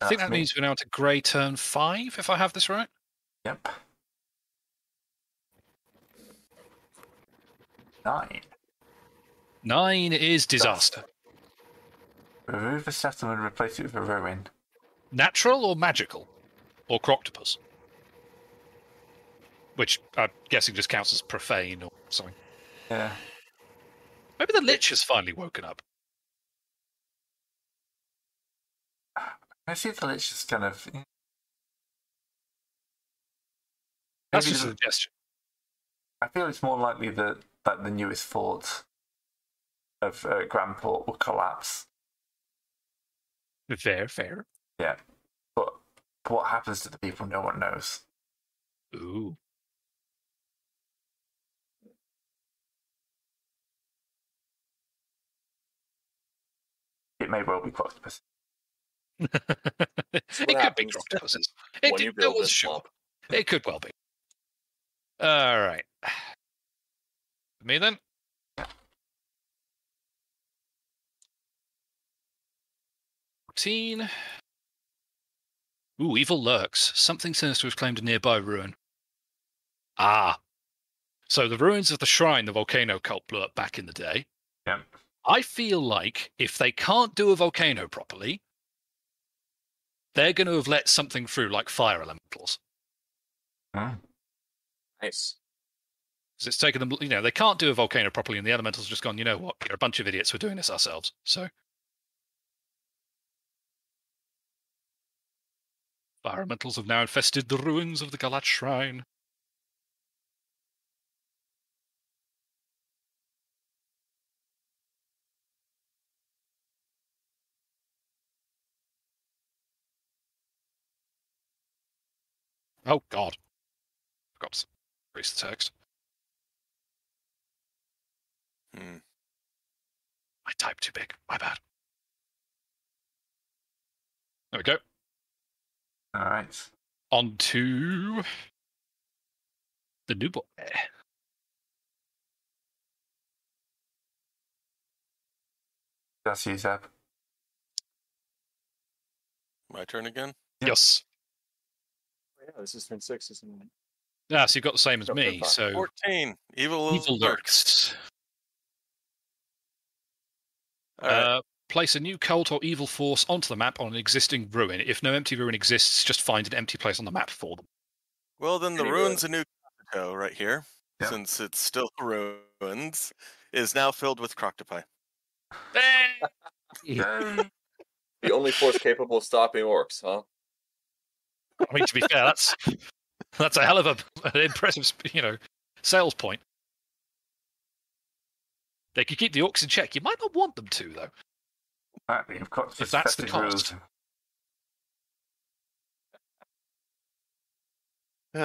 Speaker 2: That's
Speaker 8: think that
Speaker 2: me.
Speaker 8: means we're now to grey turn five, if I have this right.
Speaker 2: Yep. Nine.
Speaker 8: Nine is disaster.
Speaker 2: Remove the settlement and replace it with a ruin.
Speaker 8: Natural or magical? Or croctopus? Which I'm guessing just counts as profane or something.
Speaker 2: Yeah.
Speaker 8: Maybe the Lich has finally woken up.
Speaker 2: I see the lich just kind of.
Speaker 8: That's
Speaker 2: Maybe
Speaker 8: just a
Speaker 2: the-
Speaker 8: suggestion.
Speaker 2: I feel it's more likely that, that the newest fort of uh, Grandport will collapse.
Speaker 8: Fair, fair.
Speaker 2: But what happens to the people, no one knows.
Speaker 8: Ooh.
Speaker 2: It may well be Croctopus.
Speaker 8: it could be
Speaker 5: happens
Speaker 8: croctopuses.
Speaker 5: when
Speaker 8: It,
Speaker 5: you
Speaker 8: it,
Speaker 5: build
Speaker 8: was
Speaker 5: this
Speaker 8: sure.
Speaker 5: swamp.
Speaker 8: It could well be. All right. Me then? Fourteen. Ooh, evil lurks. Something sinister has claimed a nearby ruin. Ah. So the ruins of the shrine the volcano cult blew up back in the day.
Speaker 2: Yep.
Speaker 8: I feel like if they can't do a volcano properly, they're going to have let something through like fire elementals.
Speaker 5: Nice.
Speaker 8: because it's taken them. You know, they can't do a volcano properly, and the elementals have just gone. You know what? You're a bunch of idiots. We're doing this ourselves. So, fire elementals have now infested the ruins of the Galat Shrine. Oh God! Forgot to increase the text.
Speaker 1: Hmm.
Speaker 8: I typed too big. My bad. There we go.
Speaker 2: All right.
Speaker 8: On to the new boy.
Speaker 2: That's you, Zeb.
Speaker 1: My turn again.
Speaker 2: Yep.
Speaker 8: Yes.
Speaker 5: Oh, Yeah, this is turn six, isn't it?
Speaker 8: Ah, so you've got the same as
Speaker 5: Oh,
Speaker 8: me.
Speaker 5: that's
Speaker 8: So
Speaker 1: Fourteen. Evil,
Speaker 8: evil lurks.
Speaker 1: All right.
Speaker 8: Uh, place a new cult or evil force onto the map on an existing ruin. If no empty ruin exists, just find an empty place on the map for them.
Speaker 1: well, then the
Speaker 5: any good.
Speaker 1: ruins of New Mexico right here,
Speaker 2: Yep.
Speaker 1: since it's still ruins, is now filled with croctopi.
Speaker 2: Yay.
Speaker 5: The only force capable of stopping orcs, huh?
Speaker 8: I mean, to be fair, that's that's a hell of a, an impressive, sp- you know, sales point. They could keep the orcs in check. You might not want them to, though.
Speaker 2: Right, you've got
Speaker 8: If that's the
Speaker 2: suspected
Speaker 8: cost.
Speaker 2: rules.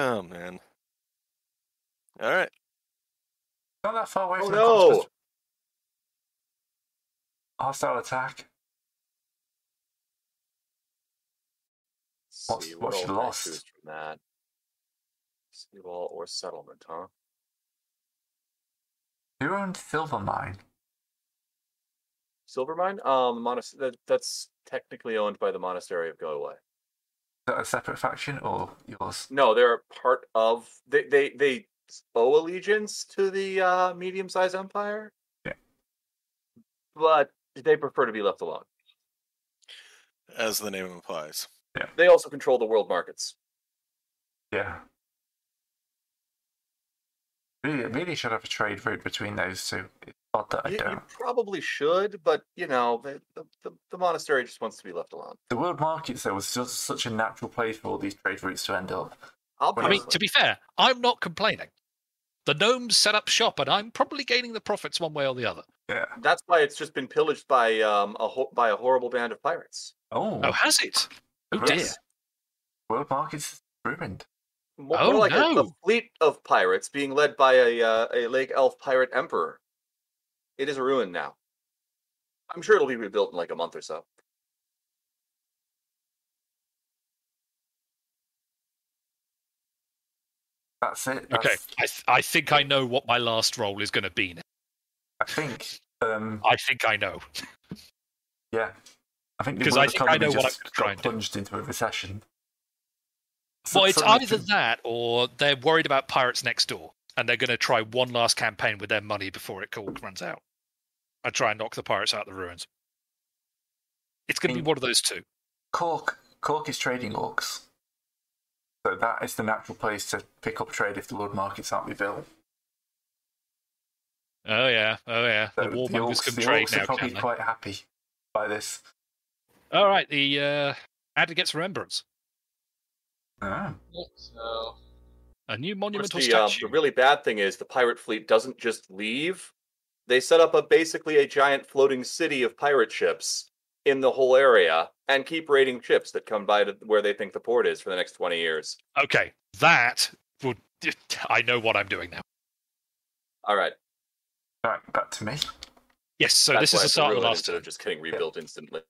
Speaker 1: Oh man. All right.
Speaker 2: Not that far away
Speaker 5: Oh,
Speaker 2: from
Speaker 5: no.
Speaker 2: the cost. Hostile attack.
Speaker 5: Let's
Speaker 2: What's-
Speaker 5: see,
Speaker 2: what's
Speaker 5: all
Speaker 2: she
Speaker 5: can I
Speaker 2: lost?
Speaker 5: choose From that. Seawall or settlement, huh?
Speaker 2: Your own silver mine.
Speaker 5: Silvermine? Um, the monas- that, that's technically owned by the Monastery of Goaway.
Speaker 2: Is that a separate faction or yours?
Speaker 5: No, they're part of they they they owe allegiance to the uh, medium-sized empire.
Speaker 2: Yeah.
Speaker 5: But they prefer to be left alone.
Speaker 1: As the name implies.
Speaker 5: They also control the world markets.
Speaker 2: Yeah. Really, really should have a trade route between those two. It's odd that I
Speaker 5: You,
Speaker 2: don't.
Speaker 5: you probably should, but you know the, the the- the monastery just wants to be left alone.
Speaker 2: The world markets, though, was just such a natural place for all these trade routes to end up.
Speaker 8: I mean,
Speaker 5: Obviously,
Speaker 8: to be fair, I'm not complaining. The gnomes set up shop, and I'm probably gaining the profits one way or the other.
Speaker 2: Yeah.
Speaker 5: that's why it's just been pillaged by um a ho- by a horrible band of pirates.
Speaker 2: Oh,
Speaker 8: Oh, has it? Oh
Speaker 2: Yes.
Speaker 8: dear.
Speaker 2: world markets is ruined.
Speaker 5: More,
Speaker 8: Oh,
Speaker 5: more like a- a,
Speaker 8: no.
Speaker 5: fleet of pirates being led by a uh, a Lake Elf pirate emperor. It is a ruin now. I'm sure it'll be rebuilt in like a month or so.
Speaker 2: That's it. That's,
Speaker 8: Okay, I, th- I think I know what my last roll is going to be. now.
Speaker 2: I think. Um,
Speaker 8: I think I know.
Speaker 2: yeah. I think the
Speaker 8: 'Cause
Speaker 2: world
Speaker 8: I think I
Speaker 2: economy
Speaker 8: know what
Speaker 2: just
Speaker 8: I'm
Speaker 2: got
Speaker 8: trying to do.
Speaker 2: plunged into a recession. So-
Speaker 8: Well, it's
Speaker 2: suddenly
Speaker 8: either
Speaker 2: things-
Speaker 8: that or they're worried about pirates next door and they're going to try one last campaign with their money before it all runs out. I try and knock the pirates out of the ruins. It's going to be
Speaker 2: Hmm.
Speaker 8: one of those two.
Speaker 2: Cork, Cork is trading orcs. So that is the natural place to pick up trade if the world markets aren't rebuilt.
Speaker 8: Oh, yeah. Oh, yeah.
Speaker 2: So
Speaker 8: the warmongers
Speaker 2: orcs,
Speaker 8: can
Speaker 2: the
Speaker 8: trade
Speaker 2: orcs
Speaker 8: now,
Speaker 2: are probably
Speaker 8: can they?
Speaker 2: quite happy by this.
Speaker 8: All right. The uh, adder gets remembrance.
Speaker 2: Ah,
Speaker 3: So
Speaker 8: A new
Speaker 5: Of course,
Speaker 8: monumental
Speaker 5: the, um,
Speaker 8: statue.
Speaker 5: the really bad thing is the pirate fleet doesn't just leave. They set up a basically a giant floating city of pirate ships in the whole area and keep raiding ships that come by to where they think the port is for the next 20 years.
Speaker 8: Okay. That would. I know what I'm doing now.
Speaker 5: All right.
Speaker 2: right, back to me.
Speaker 8: Yes. So
Speaker 5: that's
Speaker 8: this is
Speaker 5: why it's
Speaker 8: the
Speaker 5: a
Speaker 8: start of the
Speaker 5: ruin
Speaker 8: last
Speaker 5: instead
Speaker 8: turn.
Speaker 5: of just getting rebuilt instantly.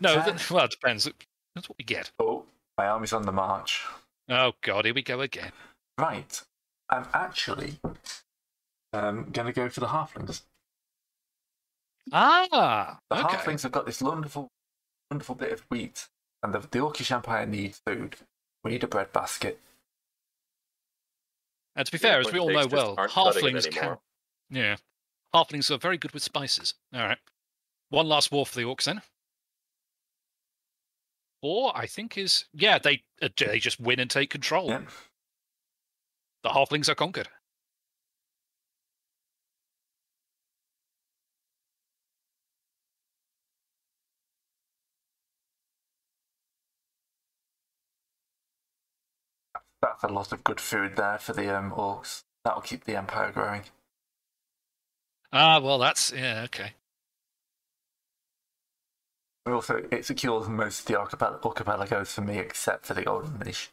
Speaker 8: No.
Speaker 2: Ten.
Speaker 8: th- well, it depends. That's what we get.
Speaker 2: Oh, my army's on the march.
Speaker 8: Oh, God. Here we go again.
Speaker 2: Right, I'm actually um, going to go for the halflings.
Speaker 8: Ah.
Speaker 2: The
Speaker 8: okay.
Speaker 2: halflings have got this wonderful, wonderful bit of wheat, and the, the Orcish Empire needs food. We need a bread basket.
Speaker 8: And to be fair, as we all know well, halflings can. Yeah. Halflings are very good with spices. All right. One last war for the orcs then. Or I think is yeah they uh, they just win and take control.
Speaker 2: Yeah.
Speaker 8: The halflings are conquered.
Speaker 2: That's a lot of good food there for the um, orcs. That'll keep the empire growing.
Speaker 8: Ah well that's yeah okay.
Speaker 2: We also it secures most of the archipel- archipelagos for me, except for the Golden Leash.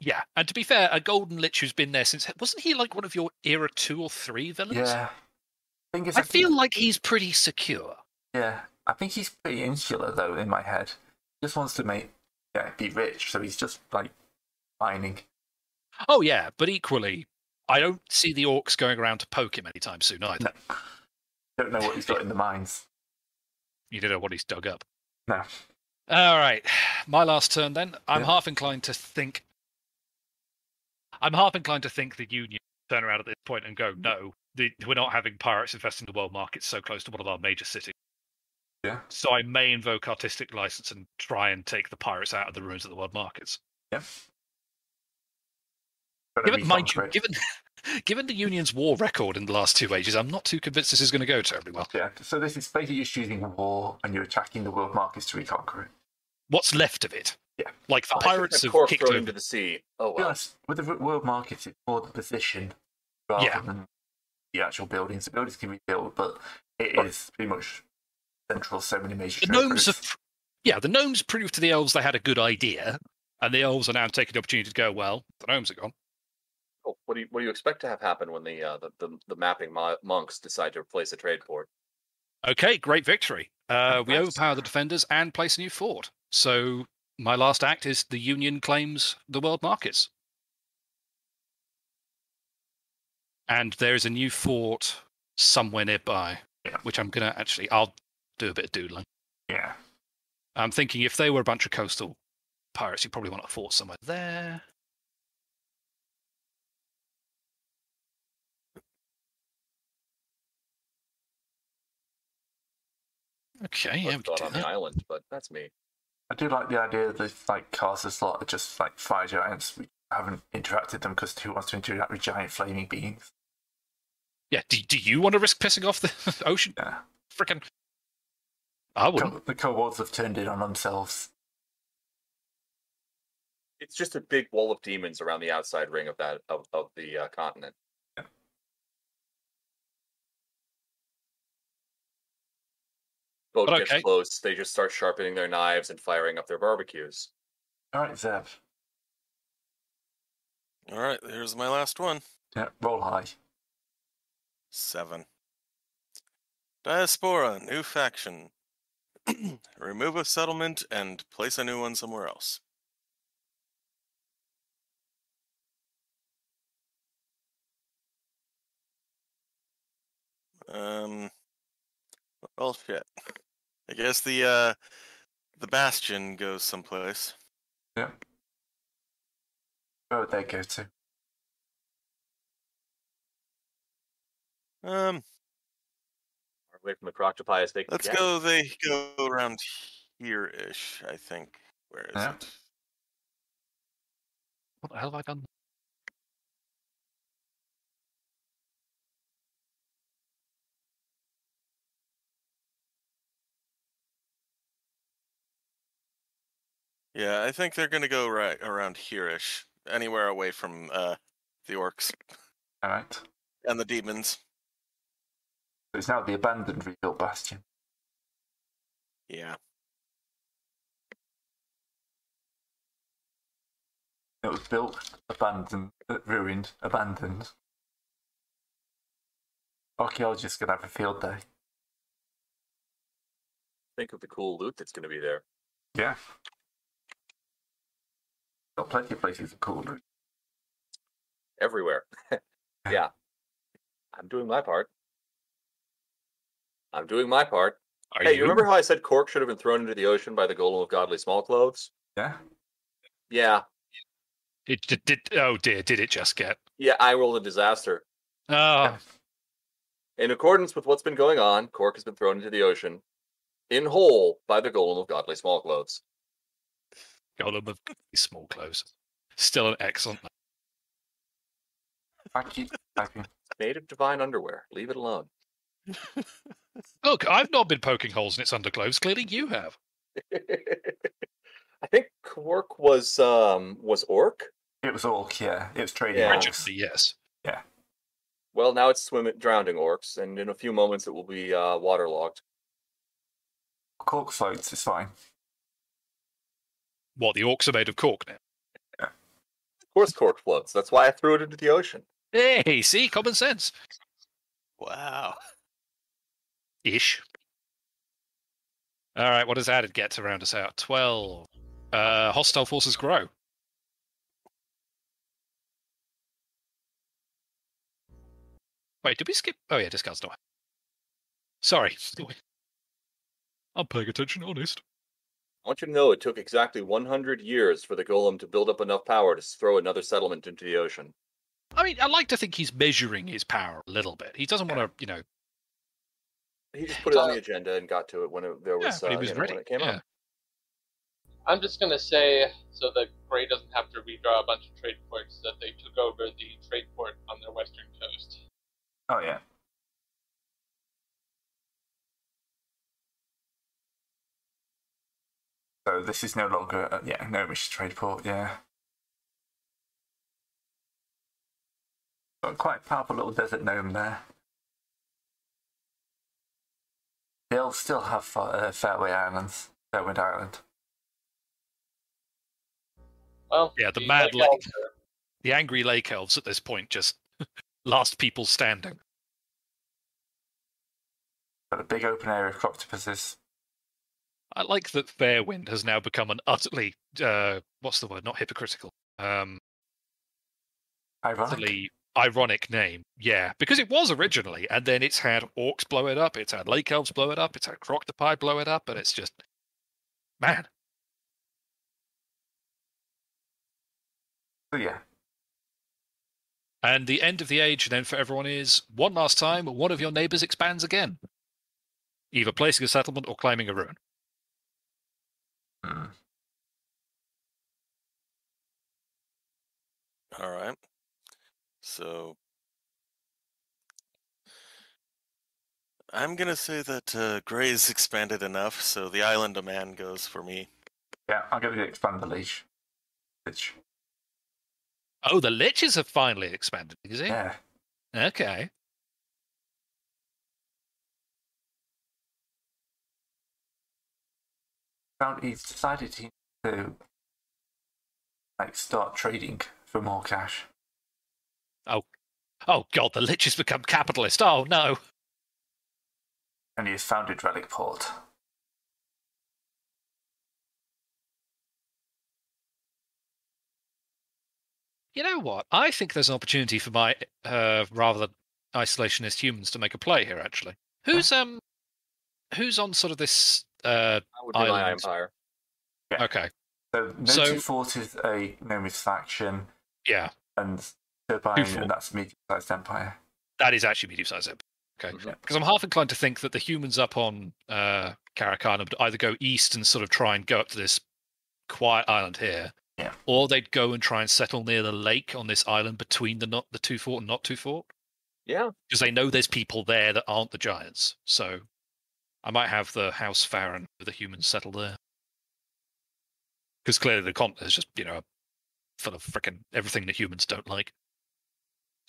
Speaker 8: Yeah, and to be fair, a golden lich who's been there since wasn't he like one of your era two or three villains?
Speaker 2: Yeah, I think it's
Speaker 8: I
Speaker 2: think-
Speaker 8: feel like he's pretty secure.
Speaker 2: yeah, I think he's pretty insular though in my head. Just wants to make yeah, be rich. So he's just like mining.
Speaker 8: Oh yeah, but equally, I don't see the orcs going around to poke him anytime soon either.
Speaker 2: No. Don't know what he's got in the mines.
Speaker 8: You don't know what he's dug up.
Speaker 2: No.
Speaker 8: All right, my last turn then. I'm
Speaker 2: Yeah.
Speaker 8: half inclined to think. I'm half inclined to think the Union turn around at this point and go,
Speaker 2: Mm.
Speaker 8: no, the, we're not having pirates infesting the world markets so close to one of our major cities.
Speaker 2: Yeah.
Speaker 8: So I may invoke artistic license and try and take the pirates out of the ruins of the world markets.
Speaker 2: Yeah. Got a
Speaker 8: Given, mind
Speaker 2: refund
Speaker 8: you,
Speaker 2: for it.
Speaker 8: given given the Union's war record in the last two ages, I'm not too convinced this is going to go terribly well.
Speaker 2: Yeah, so this is basically you're choosing war and you're attacking the world markets to reconquer it.
Speaker 8: What's left of it?
Speaker 2: Yeah.
Speaker 8: Like the
Speaker 5: I shouldn't
Speaker 8: pirates
Speaker 5: have
Speaker 8: have
Speaker 5: cork
Speaker 8: kicked
Speaker 5: thrown
Speaker 8: over.
Speaker 5: into the sea. Oh
Speaker 2: To be
Speaker 5: well.
Speaker 2: honest, with the r- world markets, it's more the position rather
Speaker 8: Yeah.
Speaker 2: than the actual buildings. The buildings can be built, but it is pretty much central to so many major
Speaker 8: the
Speaker 2: trade
Speaker 8: gnomes have,
Speaker 2: routes.
Speaker 8: pr- yeah, the gnomes proved to the elves they had a good idea, and the elves are now taking the opportunity to go. Well, the gnomes are gone.
Speaker 5: Oh, what do you what do you expect to have happen when the uh, the, the the mapping mo- monks decide to replace a trade port?
Speaker 8: Okay, great victory. Uh, we
Speaker 5: Nice.
Speaker 8: overpower the defenders and place a new fort. So my last act is the Union claims the world markets, and there is a new fort somewhere nearby,
Speaker 2: Yeah.
Speaker 8: which I'm gonna actually I'll do a bit of doodling.
Speaker 2: Yeah,
Speaker 8: I'm thinking if they were a bunch of coastal pirates, you probably want a fort somewhere there. Okay, yeah, we
Speaker 5: What's going
Speaker 8: can
Speaker 5: on
Speaker 8: do
Speaker 5: the
Speaker 8: that.
Speaker 5: island, but that's me.
Speaker 2: I do like the idea of the like cars a slot are just like fire giants. We haven't interacted them because who wants to interact with giant flaming beings?
Speaker 8: Yeah, do, do you want to risk pissing off the ocean?
Speaker 2: Yeah,
Speaker 8: Frickin' I wouldn't.
Speaker 2: Co- the kobolds have turned in on themselves.
Speaker 5: It's just a big wall of demons around the outside ring of that of, of the uh, continent. Boat
Speaker 8: But
Speaker 5: gets
Speaker 8: okay.
Speaker 5: close. They just start sharpening their knives and firing up their barbecues.
Speaker 2: All right, Zeb,
Speaker 1: All right, here's my last one.
Speaker 2: yeah, roll high.
Speaker 1: Seven. Diaspora, new faction. Remove a settlement and place a new one somewhere else. Um. Well, shit. I guess the uh, the bastion goes someplace.
Speaker 2: Where would they go to?
Speaker 1: Um.
Speaker 5: Far Away from the croctopi as they can
Speaker 1: Let's
Speaker 5: get.
Speaker 1: go. They go around here ish, I think. Where is
Speaker 2: Yeah.
Speaker 1: it?
Speaker 8: What the hell have I done?
Speaker 1: Yeah, I think they're gonna go right around here ish. Anywhere away from uh the orcs
Speaker 2: All right, so
Speaker 1: and the demons.
Speaker 2: it's now the abandoned rebuilt bastion.
Speaker 1: Yeah.
Speaker 2: It was built, abandoned, uh, ruined, abandoned. Archaeologists gonna have a field day.
Speaker 5: Think of the cool loot that's going to be there.
Speaker 2: Yeah. Got plenty of places to call it.
Speaker 5: everywhere. yeah. I'm doing my part. I'm doing my part.
Speaker 8: Are
Speaker 5: hey, you remember how I said Cork should have been thrown into the ocean by the Golem of Godly Smallclothes?
Speaker 2: Yeah.
Speaker 5: Yeah.
Speaker 8: It did, did- Oh dear, did it just get?
Speaker 5: Yeah, I rolled a disaster.
Speaker 8: Oh,
Speaker 5: In accordance with what's been going on, Cork has been thrown into the ocean in whole by the Golem of Godly Smallclothes.
Speaker 8: golem of small clothes. Still an excellent.
Speaker 2: Thank you. Thank you.
Speaker 5: Made of divine underwear. Leave it alone.
Speaker 8: Look, I've not been poking holes in its underclothes. Clearly, you have.
Speaker 5: I think Cork was um was orc.
Speaker 2: It was orc, yeah. It was trading
Speaker 5: Yeah.
Speaker 2: orcs.
Speaker 8: Tragically, yes.
Speaker 5: Well, now it's swimming drowning orcs, and in a few moments it will be uh, waterlogged.
Speaker 2: Cork floats, it's fine.
Speaker 8: What the orcs are made of cork now.
Speaker 5: Of course, cork floats. That's why I threw it into the ocean.
Speaker 8: Hey, see, common sense.
Speaker 1: Wow.
Speaker 8: ish. All right, what does added get to round us out? 12. Uh, hostile forces grow. Wait, did we skip? Oh yeah, discards die. Sorry. I'm paying attention, honest.
Speaker 5: I want you to know it took exactly 100 years for the golem to build up enough power to throw another settlement into the ocean.
Speaker 8: I mean, I like to think he's measuring his power a little bit. He doesn't want to, you know.
Speaker 5: He just put it on the agenda and got to it when it, there
Speaker 8: Yeah,
Speaker 5: was,
Speaker 8: but he
Speaker 5: uh,
Speaker 8: was
Speaker 5: you know,
Speaker 8: ready,
Speaker 5: when it came
Speaker 8: yeah.
Speaker 5: up.
Speaker 3: I'm just gonna say, so that Gray doesn't have to redraw a bunch of trade ports, that they took over the trade port on their western coast.
Speaker 2: Oh yeah. So this is no longer uh, yeah no British trade port yeah. Got quite powerful little desert gnome there. They'll still have Fa- uh, Fairway Islands, Fairwind Island.
Speaker 3: Well,
Speaker 8: Yeah, the
Speaker 3: Lake
Speaker 8: Mad Lake.
Speaker 3: Elf are-
Speaker 8: The angry lake elves at this point just last people standing.
Speaker 2: Got a big open area of octopuses.
Speaker 8: I like that Fairwind has now become an utterly uh, what's the word? Not hypocritical. Um,
Speaker 2: Ironic.
Speaker 8: utterly ironic name. Yeah, because it was originally, and then it's had orcs blow it up, it's had lake elves blow it up, it's had croctopie blow it up, and it's just man.
Speaker 2: So Oh, yeah,
Speaker 8: And the end of the age then for everyone is one last time, one of your neighbors expands again. Either placing a settlement or climbing a ruin.
Speaker 2: Hmm.
Speaker 1: All right. So I'm gonna say that uh, Gray's expanded enough, so the island of man goes for me.
Speaker 2: yeah. I'll give you the expand the leash. Leash.
Speaker 8: Oh, the liches have finally expanded, is it?
Speaker 2: Yeah.
Speaker 8: Okay.
Speaker 2: found he's decided he to like start trading for more cash.
Speaker 8: Oh god, the liches become capitalist. Oh no.
Speaker 2: And he has founded Relic Port.
Speaker 8: You know what? I think there's an opportunity for my uh, rather than isolationist humans to make a play here. Actually, who's um, who's on sort of this? Uh,
Speaker 5: I would be my
Speaker 8: Islands.
Speaker 5: empire.
Speaker 2: Yeah.
Speaker 8: okay,
Speaker 2: So
Speaker 8: So-
Speaker 2: Noted Fort is a Gnomish faction
Speaker 8: yeah,
Speaker 2: and Turbine
Speaker 8: Two Fort.
Speaker 2: and that's a medium sized empire.
Speaker 8: that is actually medium-sized. empire. Okay,
Speaker 5: Mhm.
Speaker 8: because I'm half inclined to think that the humans up on uh, Karakana would either go east and sort of try and go up to this quiet island here,
Speaker 2: Yeah.
Speaker 8: or they'd go and try and settle near the lake on this island between the not the two fort and not two fort.
Speaker 5: Yeah.
Speaker 8: because they know there's people there that aren't the giants. So I might have the House Farron with the humans settle there. Because clearly the continent is just, you know, full of frickin' everything that humans don't like.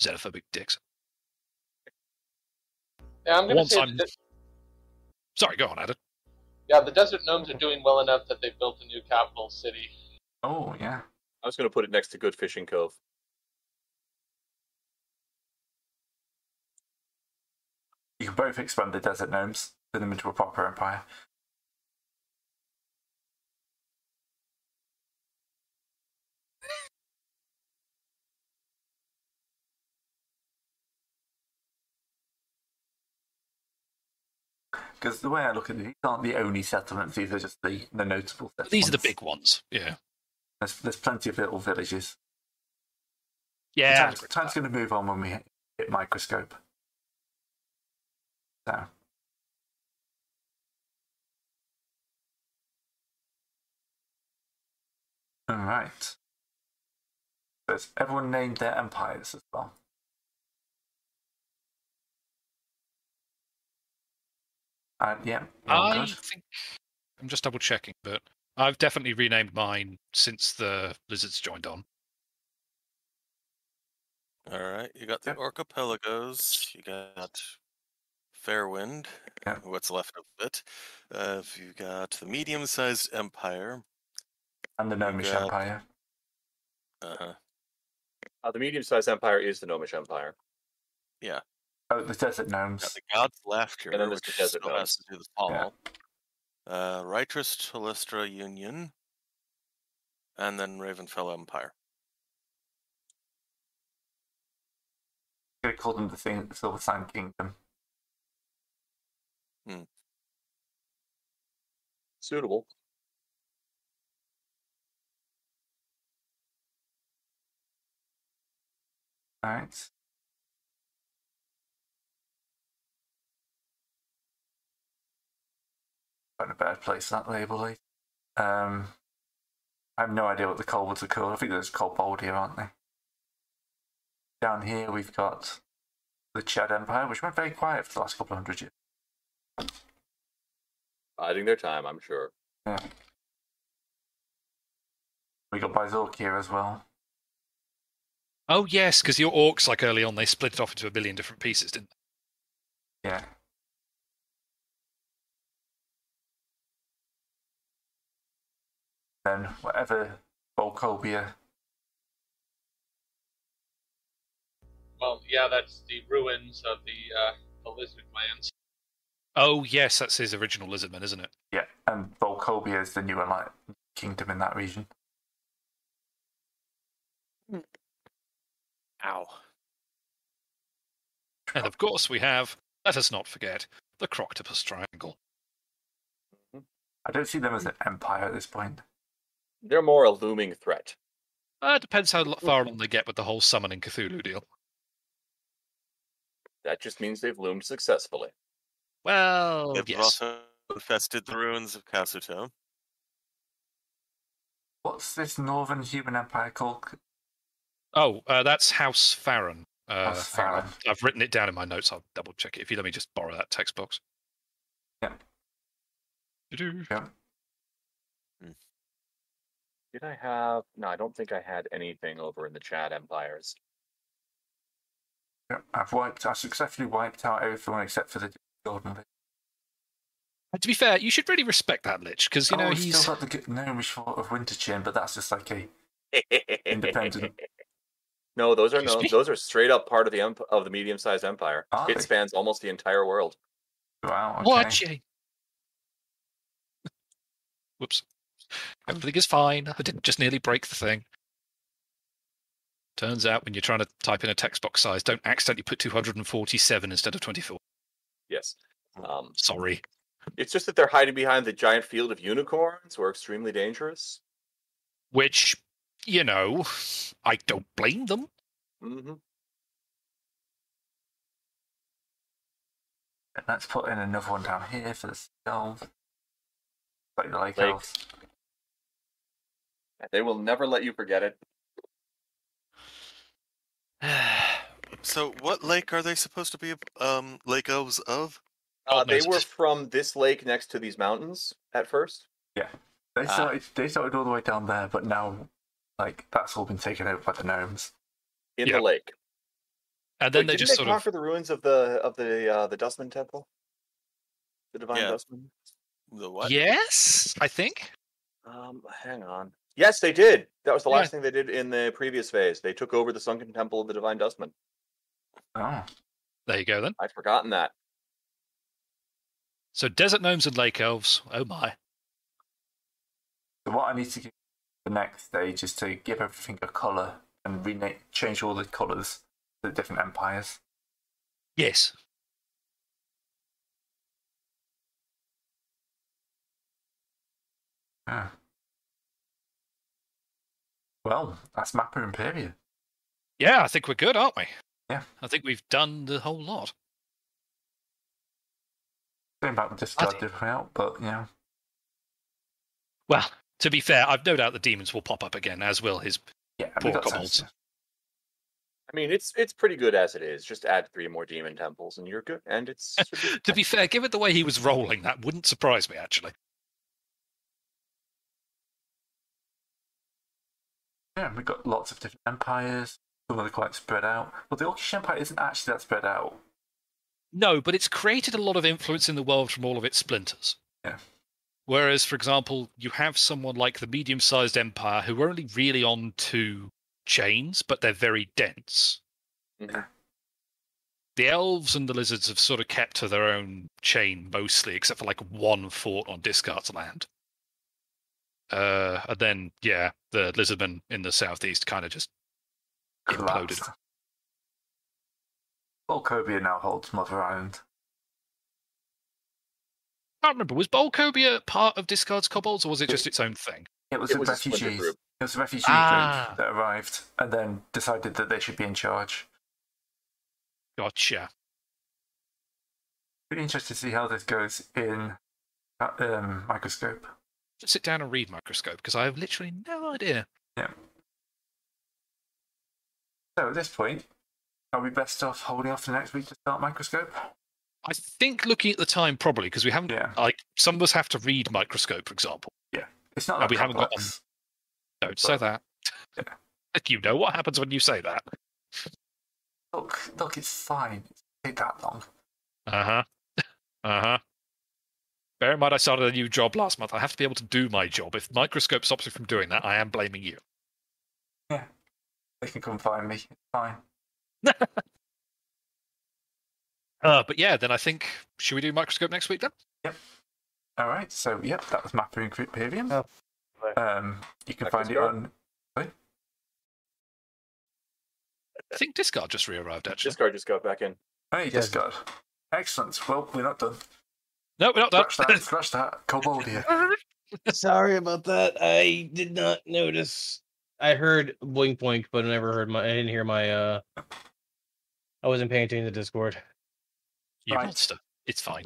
Speaker 8: Xenophobic dicks.
Speaker 3: Yeah, I'm gonna
Speaker 8: Once
Speaker 3: say
Speaker 8: I'm-
Speaker 3: that
Speaker 8: Sorry, go on, Adam.
Speaker 3: Yeah, the desert gnomes are doing well enough that they built a new capital city.
Speaker 2: Oh yeah.
Speaker 5: I was going to put it next to Good Fishing Cove.
Speaker 2: You can both expand the desert gnomes, turn them into a proper empire. Because the way I look at it, these aren't the only settlements, these are just the, the notable settlements.
Speaker 8: These are the big ones. Yeah.
Speaker 2: There's, there's plenty of little villages.
Speaker 8: Yeah.
Speaker 2: Time's, time's going to move on when we hit hit microscope. So. All right. So it's everyone named their empires as well. And yeah, we're all
Speaker 8: I
Speaker 2: good.
Speaker 8: think I'm just double checking, but I've definitely renamed mine since the lizards joined on.
Speaker 1: All right, you got the
Speaker 2: Yep.
Speaker 1: archipelagos. You got Fairwind.
Speaker 2: Yeah.
Speaker 1: What's left of it? Uh, you got the medium-sized empire.
Speaker 2: and the Gnomish
Speaker 1: got-
Speaker 2: Empire.
Speaker 1: Uh huh.
Speaker 5: Uh, the medium sized empire is the Gnomish Empire.
Speaker 2: Oh, the Desert
Speaker 1: Got
Speaker 2: Gnomes.
Speaker 1: the God's Laughter,
Speaker 5: And then there's
Speaker 1: which
Speaker 5: the Desert
Speaker 1: still has to do with Paul. Uh, Righteous Telestra Union. and then Ravenfell Empire.
Speaker 2: Could have called them the thing, Silver Sand Kingdom.
Speaker 5: Suitable.
Speaker 2: Alright. Not a bad place that label is. Um, I have no idea what the Coldwoods are called. I think there's Coldbold here, aren't they? Down here we've got the Chad Empire, which went very quiet for the last couple of hundred years.
Speaker 5: Biding their time, I'm sure.
Speaker 2: Yeah. We got Byzork here as well.
Speaker 8: Oh yes, because your orcs, like early on, they split it off into a billion different pieces, didn't they?
Speaker 2: Yeah. Then whatever Volcobia.
Speaker 3: Well, yeah, that's the ruins of the uh, the lizard lands.
Speaker 8: Oh yes, that's his original lizardman, isn't it?
Speaker 2: Yeah, and Volcobia is the new enlightened kingdom in that region.
Speaker 1: Ow.
Speaker 8: And of course, we have. Let us not forget the Croctopus Triangle.
Speaker 2: I don't see them as an empire at this point.
Speaker 5: They're more a looming threat.
Speaker 8: Uh, depends how lo- far along they get with the whole summoning Cthulhu deal.
Speaker 5: That just means they've loomed successfully.
Speaker 8: Well,
Speaker 1: They've
Speaker 8: yes.
Speaker 1: also infested the ruins of Kazuto.
Speaker 2: What's this northern human empire called?
Speaker 8: Oh, uh, that's House Farron. Uh,
Speaker 2: House
Speaker 8: hang on.
Speaker 2: Farron.
Speaker 8: I've written it down in my notes. I'll double check it. If you let me just borrow that text box.
Speaker 2: Yeah.
Speaker 8: Do-do.
Speaker 2: Yeah.
Speaker 5: Did I have? No, I don't think I had anything over in the Chad empires.
Speaker 2: Yeah, I've wiped. I successfully wiped out everyone except for the golden. Lich.
Speaker 8: And To be fair, you should really respect that lich because you
Speaker 2: oh,
Speaker 8: know
Speaker 2: we
Speaker 8: he's
Speaker 2: still got the g- gnomish fort of Winterchin, but that's just like a Independent.
Speaker 5: No, those are
Speaker 8: Excuse
Speaker 5: no,
Speaker 8: me?
Speaker 5: those are straight up part of the emp- of the medium sized empire.
Speaker 2: Are
Speaker 5: it
Speaker 2: they?
Speaker 5: spans almost the entire world.
Speaker 2: wow. Okay.
Speaker 8: watching. Whoops. Everything is fine. I didn't just nearly break the thing. Turns out when you're trying to type in a text box size, don't accidentally put 247 instead of 24.
Speaker 5: Yes. Um,
Speaker 8: Sorry.
Speaker 5: it's just that they're hiding behind the giant field of unicorns, who are extremely dangerous.
Speaker 8: Which, you know, I don't blame them.
Speaker 5: hmm
Speaker 2: And let's put in another one down here for the elves. Like the lake
Speaker 5: Lake.
Speaker 2: elves.
Speaker 5: They will never let you forget it.
Speaker 1: So, what lake are they supposed to be um, lake elves of?
Speaker 5: Uh,
Speaker 8: God
Speaker 5: they
Speaker 8: knows.
Speaker 5: were from this lake next to these mountains at first.
Speaker 2: They
Speaker 8: uh,
Speaker 5: Ah.
Speaker 2: started. They started all the way down there, but now, like that's all been taken over by the gnomes.
Speaker 5: In
Speaker 8: Yeah.
Speaker 5: the lake.
Speaker 8: And then
Speaker 5: Wait,
Speaker 8: they
Speaker 5: didn't
Speaker 8: just
Speaker 5: they
Speaker 8: sort of.
Speaker 5: conquer the ruins of the of the uh, the Dustman Temple, the Divine
Speaker 1: Yeah.
Speaker 5: Dustman.
Speaker 1: The what?
Speaker 8: Yes, I think.
Speaker 5: Um, hang on. Yes, they did. That was the
Speaker 8: Yeah.
Speaker 5: last thing they did in the previous phase. They took over the sunken temple of the Divine Dustman.
Speaker 2: Oh,
Speaker 8: There you go then.
Speaker 5: I'd forgotten that.
Speaker 8: So desert gnomes and lake elves. Oh my.
Speaker 2: so what I need to do the next stage is to give everything a color and rename, change all the colors to the different empires.
Speaker 8: Yes.
Speaker 2: Ah. Well, that's Mappa Imperia.
Speaker 8: Yeah, I think we're good, aren't we?
Speaker 2: Yeah.
Speaker 8: I think we've done the whole lot.
Speaker 2: Don't about discard everything out, but you know,
Speaker 8: Well, to be fair, I've no doubt the demons will pop up again, as will his.
Speaker 2: yeah, we
Speaker 8: Poor
Speaker 2: got
Speaker 8: kobolds.
Speaker 2: sense.
Speaker 5: I mean, it's it's pretty good as it is. Just add three more demon temples, and you're good. And it's should be
Speaker 8: To be fair, given the way he was rolling, that wouldn't surprise me actually.
Speaker 2: Yeah, we've got lots of different empires. Some of them are quite spread out. Well, the Orcish Empire isn't actually that spread out.
Speaker 8: No, but it's created a lot of influence in the world from all of its splinters.
Speaker 2: Yeah.
Speaker 8: Whereas, for example, you have someone like the medium sized empire who are only really on two chains, but they're very dense.
Speaker 5: Mhm.
Speaker 8: The elves and the lizards have sort of kept to their own chain mostly, except for like one fort on Discard's land. Uh, and then, yeah, the lizardmen in the southeast kind of just imploded.
Speaker 2: Collapsed. Volcobia now holds Mother Island.
Speaker 8: I can't remember. Was Bolcobia part of Discards Kobolds, or was it just its own thing?
Speaker 2: It was
Speaker 5: It
Speaker 2: a
Speaker 5: was a splinter
Speaker 2: refugees.
Speaker 5: group.
Speaker 2: It was a refugee
Speaker 8: Ah.
Speaker 2: group that arrived and then decided that they should be in charge.
Speaker 8: Gotcha.
Speaker 2: Really interested to see how this goes in uh, um, microscope.
Speaker 8: Just sit down and read Microscope because I have literally no idea.
Speaker 2: So at this point, are we best off holding off to next week to start microscope?
Speaker 8: I think looking at the time probably because we haven't
Speaker 2: Yeah,
Speaker 8: like some of us have to read Microscope, for example.
Speaker 2: it's not
Speaker 8: Uh,
Speaker 2: that
Speaker 8: we haven't got
Speaker 2: complex.
Speaker 8: Don't say that. you know what happens when you say that.
Speaker 2: Look, look, it's fine. It didn't take that long.
Speaker 8: Uh huh. Uh huh. Bear in mind, I started a new job last month. I have to be able to do my job. If Microscope stops me from doing that, I am blaming you.
Speaker 2: They can come find me. It's fine.
Speaker 8: Uh, but yeah, then I think should we do Microscope next week then?
Speaker 2: All right. So yep, that was Mapping Imperium.
Speaker 6: Oh,
Speaker 2: um, you can find it
Speaker 5: Microscope?
Speaker 2: on
Speaker 8: I think Discard just re-arrived actually.
Speaker 5: Discard just got back in.
Speaker 2: Hey,
Speaker 6: Yes.
Speaker 2: Discard. Excellent. Well, we're not done.
Speaker 8: No, we're not done.
Speaker 2: Scratch that. Scratch that. Coboldia.
Speaker 6: Sorry about that. I did not notice.
Speaker 4: I heard blink blink, but I never heard my. I didn't hear my. uh I wasn't paying attention to Discord.
Speaker 8: you
Speaker 2: Right.
Speaker 8: monster. It's fine.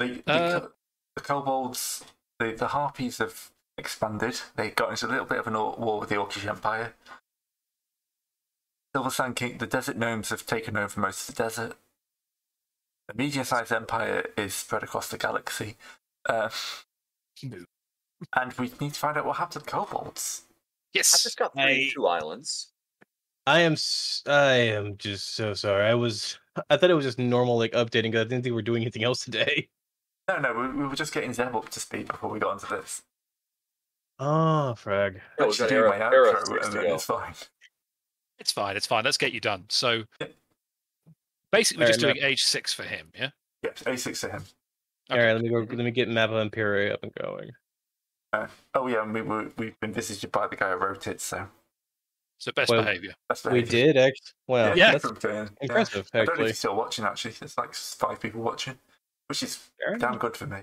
Speaker 2: The, the,
Speaker 8: Uh,
Speaker 2: co- the kobolds, the, the harpies have expanded. They got into a little bit of an or- war with the Orcish Empire. Silver Sand King, the desert gnomes have taken over most of the desert. The medium sized empire is spread across the galaxy. Uh,
Speaker 8: No.
Speaker 2: and we need to find out what happened to the kobolds.
Speaker 5: I've
Speaker 8: Yes.
Speaker 5: just got three
Speaker 4: I-
Speaker 5: two islands.
Speaker 4: I am. s- I am just so sorry. I was. I thought it was just normal like updating because I didn't think we were doing anything else today.
Speaker 2: No, no, we, we were just getting Zeb up to speed before we got onto this.
Speaker 4: Oh, frag.
Speaker 5: Oh, we've
Speaker 2: Actually,
Speaker 5: got
Speaker 2: do my
Speaker 5: Era, Era
Speaker 2: outro
Speaker 5: six
Speaker 2: and
Speaker 5: to
Speaker 2: then
Speaker 5: go.
Speaker 2: it's fine.
Speaker 8: It's fine. It's fine. Let's get you done. So
Speaker 2: Yeah.
Speaker 8: basically, we're
Speaker 4: Alright,
Speaker 8: just
Speaker 4: no.
Speaker 8: doing age six for him. Yeah.
Speaker 2: Yep, A6 to him.
Speaker 4: All
Speaker 8: Okay.
Speaker 4: right, let me go. Let me get Mappa Imperia up and going.
Speaker 2: Oh yeah, and we were, we've been visited by the guy who wrote it, so
Speaker 8: So best
Speaker 4: Well-
Speaker 8: behavior.
Speaker 2: that's
Speaker 4: We did actually. Wow,
Speaker 8: Yeah.
Speaker 4: that's
Speaker 2: from Dan, Oh, yeah.
Speaker 4: impressive.
Speaker 2: I don't know if
Speaker 4: Actually,
Speaker 2: he's still watching. Actually, there's like five people watching, which is
Speaker 4: Fair
Speaker 2: damn good for me.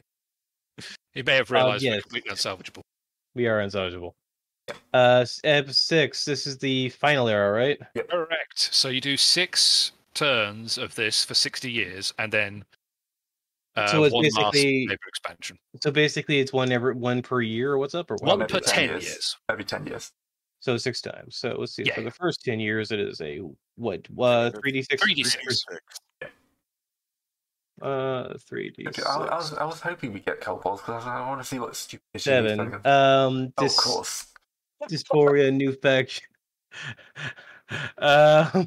Speaker 8: He may have realized we're
Speaker 4: um, yes.
Speaker 8: completely unsalvageable.
Speaker 4: we are unsalvageable. Uh, s- ep six. This is the final era, right?
Speaker 8: Correct. So you do six turns of this for sixty years, and then uh,
Speaker 4: So it's
Speaker 8: one last
Speaker 4: basically-
Speaker 8: neighbor expansion.
Speaker 4: So basically, it's one every one per year, or what's up, or what?
Speaker 8: One
Speaker 2: maybe
Speaker 8: per
Speaker 2: ten
Speaker 8: ten
Speaker 2: years.
Speaker 8: years.
Speaker 2: Every ten years,
Speaker 4: So six times. So let's see.
Speaker 8: Yeah,
Speaker 4: for
Speaker 8: yeah.
Speaker 4: the first ten years, it is a what? Uh,
Speaker 1: that's
Speaker 4: three d six.
Speaker 8: 3d6.
Speaker 4: Uh, three d
Speaker 2: okay, I, I was I was hoping we get cold balls because I, want to see what stupid issue
Speaker 4: seven.
Speaker 2: Is. Like,
Speaker 4: Um,
Speaker 2: oh, of
Speaker 4: dys-
Speaker 2: course,
Speaker 4: dysphoria, new faction. uh,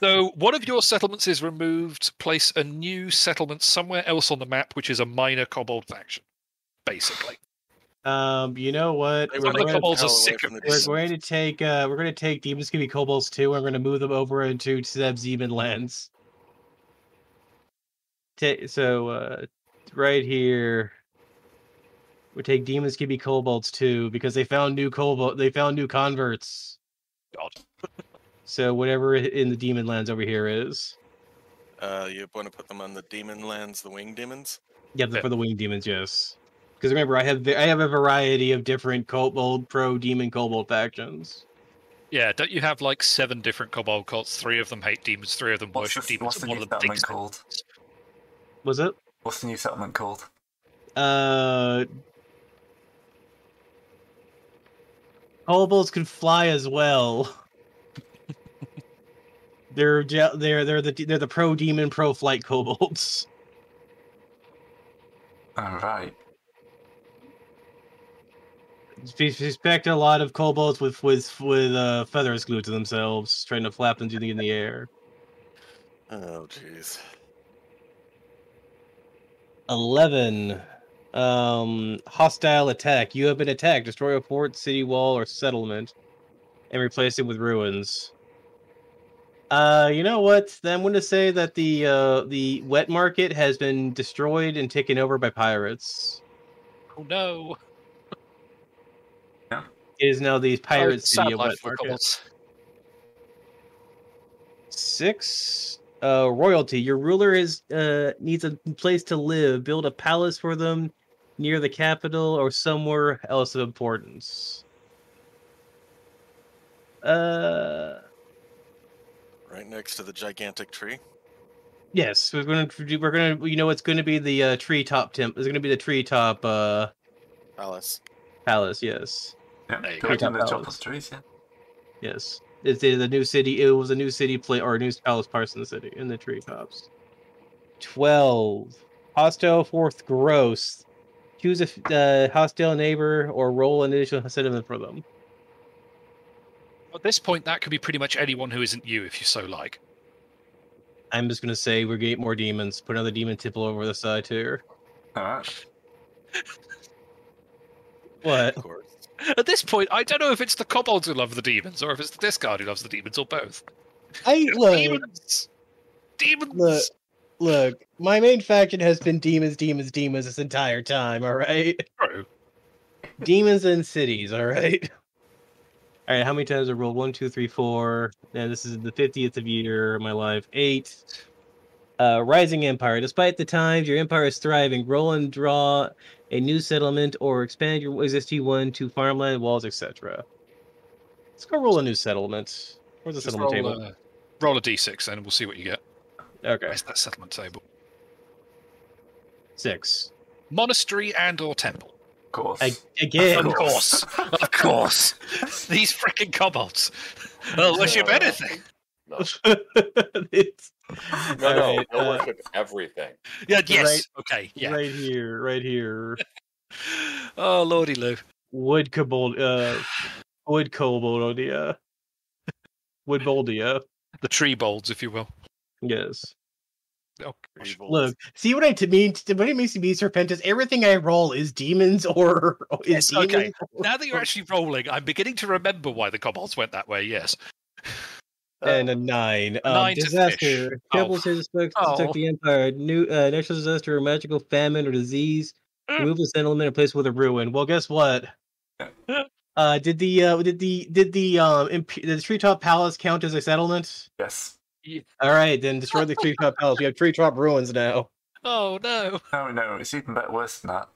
Speaker 8: So one of your settlements is removed. Place a new settlement somewhere else on the map, which is a minor kobold faction. Basically,
Speaker 4: um, you know what?
Speaker 1: They
Speaker 4: We're
Speaker 8: Some of
Speaker 1: wanna
Speaker 8: the
Speaker 1: get
Speaker 4: going,
Speaker 1: kobold-
Speaker 8: kobolds are
Speaker 1: hell away
Speaker 8: sick
Speaker 1: from
Speaker 8: of
Speaker 1: the
Speaker 4: we're
Speaker 8: this.
Speaker 1: demons.
Speaker 4: going to take uh, we're going to take demons can be kobolds too. and We're going to move them over into Seb's even lands. Ta- so uh, right here, we take demons can be kobolds too because they found new kobold. They found new converts.
Speaker 8: God.
Speaker 4: So whatever i- in the demon lands over here is.
Speaker 1: Uh, you want to put them on the demon lands, the wing demons?
Speaker 4: Yep, they're
Speaker 8: Yeah.
Speaker 4: for the winged demons, yes. Because remember, I have the- I have a variety of different kobold, pro demon, kobold factions.
Speaker 8: Yeah, don't you have like seven different kobold cults? Three of them hate demons, three of them
Speaker 2: what's
Speaker 8: worship
Speaker 2: the,
Speaker 8: demons,
Speaker 2: what's the
Speaker 8: and one
Speaker 2: new
Speaker 8: of them
Speaker 2: settlement
Speaker 8: thinks.
Speaker 2: called?
Speaker 4: Was it?
Speaker 2: What's the new settlement called?
Speaker 4: Uh, kobolds can fly as well. they're je- they're they're the they're the pro demon, pro flight kobolds.
Speaker 2: All right,
Speaker 4: We suspect a lot of kobolds with with with uh, feathers glued to themselves, trying to flap them to the in the air.
Speaker 1: Oh, jeez.
Speaker 4: Eleven. Um, hostile attack. You have been attacked. Destroy a fort, city wall, or settlement, and replace it with ruins. Uh, you know what? Then I'm going to say that the uh, the wet market has been destroyed and taken over by pirates.
Speaker 8: Oh no!
Speaker 4: It is now the pirate city of Wet
Speaker 8: Oh, for
Speaker 4: Market.
Speaker 8: couples.
Speaker 4: Six. Uh, royalty. Your ruler is uh needs a place to live. Build a palace for them near the capital or somewhere else of importance. Uh,
Speaker 1: right next to the gigantic tree.
Speaker 4: yes, we're gonna do- we're gonna you know it's gonna be the uh, treetop temp. It's gonna be the treetop uh
Speaker 1: Alice.
Speaker 4: palace. Yes.
Speaker 2: Yeah,
Speaker 8: There you
Speaker 2: built
Speaker 4: go.
Speaker 2: on the top of
Speaker 4: Palace.
Speaker 2: the trees, yeah.
Speaker 4: Yes. It's the, the new city. It was a new city play or a new palace parts in the city in the treetops. Twelve. Hostile fourth gross. Choose a f- uh, hostile neighbor or roll an initial sentiment for them.
Speaker 8: At this point, that could be pretty much anyone who isn't you, if you so like.
Speaker 4: I'm just gonna say we're getting more demons. Put another demon tipple over the side here.
Speaker 2: Alright.
Speaker 4: What?
Speaker 1: Of course.
Speaker 8: At this point, I don't know if it's the kobolds who love the demons or if it's the discard who loves the demons or both.
Speaker 10: I look,
Speaker 8: Demons! Demons!
Speaker 10: look, look. My main faction has been demons, demons, demons this entire time. All right,
Speaker 8: True.
Speaker 4: demons and cities. All right. All right. How many times I rolled? One, two, three, four. And this is the fiftieth of year of my life. Eight. Uh, rising empire. Despite the times, your empire is thriving. Roll and draw a new settlement or expand your existing one to farmland, walls, etc. Let's go roll a new settlement. Where's the
Speaker 8: Just
Speaker 4: settlement
Speaker 8: roll,
Speaker 4: table?
Speaker 8: a, roll a d6 and we'll see what you get.
Speaker 4: Okay,
Speaker 8: Where's that settlement table?
Speaker 4: six.
Speaker 8: Monastery and or temple.
Speaker 2: Of course.
Speaker 4: I, again,
Speaker 8: Of course. Of course. These freaking kobolds. They'll worship
Speaker 5: Uh,
Speaker 8: anything.
Speaker 5: No,
Speaker 4: it's
Speaker 5: no, no.
Speaker 4: Alright,
Speaker 5: they'll
Speaker 4: uh,
Speaker 5: worship everything.
Speaker 8: Yeah, yes. Okay. Yeah.
Speaker 4: right here, right here.
Speaker 8: Oh, lordy loo.
Speaker 4: wood kobold uh wood koboldia wood boldia
Speaker 8: The tree bolds, if you will.
Speaker 4: yes
Speaker 8: Oh, gosh.
Speaker 4: look
Speaker 10: see what I t- mean? What it means to be serpentis. Everything I roll is demons or is
Speaker 8: Yes, okay.
Speaker 10: demons
Speaker 8: now that you're actually rolling, I'm beginning to remember why the kobolds went that way. Yes.
Speaker 10: Uh,
Speaker 4: and a nine um,
Speaker 8: nine to fish.
Speaker 4: disaster
Speaker 8: Oh.
Speaker 4: devils oh. destruct
Speaker 8: Oh.
Speaker 4: the empire new uh, natural disaster or magical famine or disease
Speaker 8: Mm.
Speaker 4: remove a settlement and place with a ruin well guess what
Speaker 8: Yeah.
Speaker 4: uh did the uh did the did the um imp- did the treetop palace count as a settlement
Speaker 2: yes.
Speaker 4: all right then destroy the treetop palace we have treetop ruins now
Speaker 8: Oh, no.
Speaker 2: No, no, it's even better worse than that.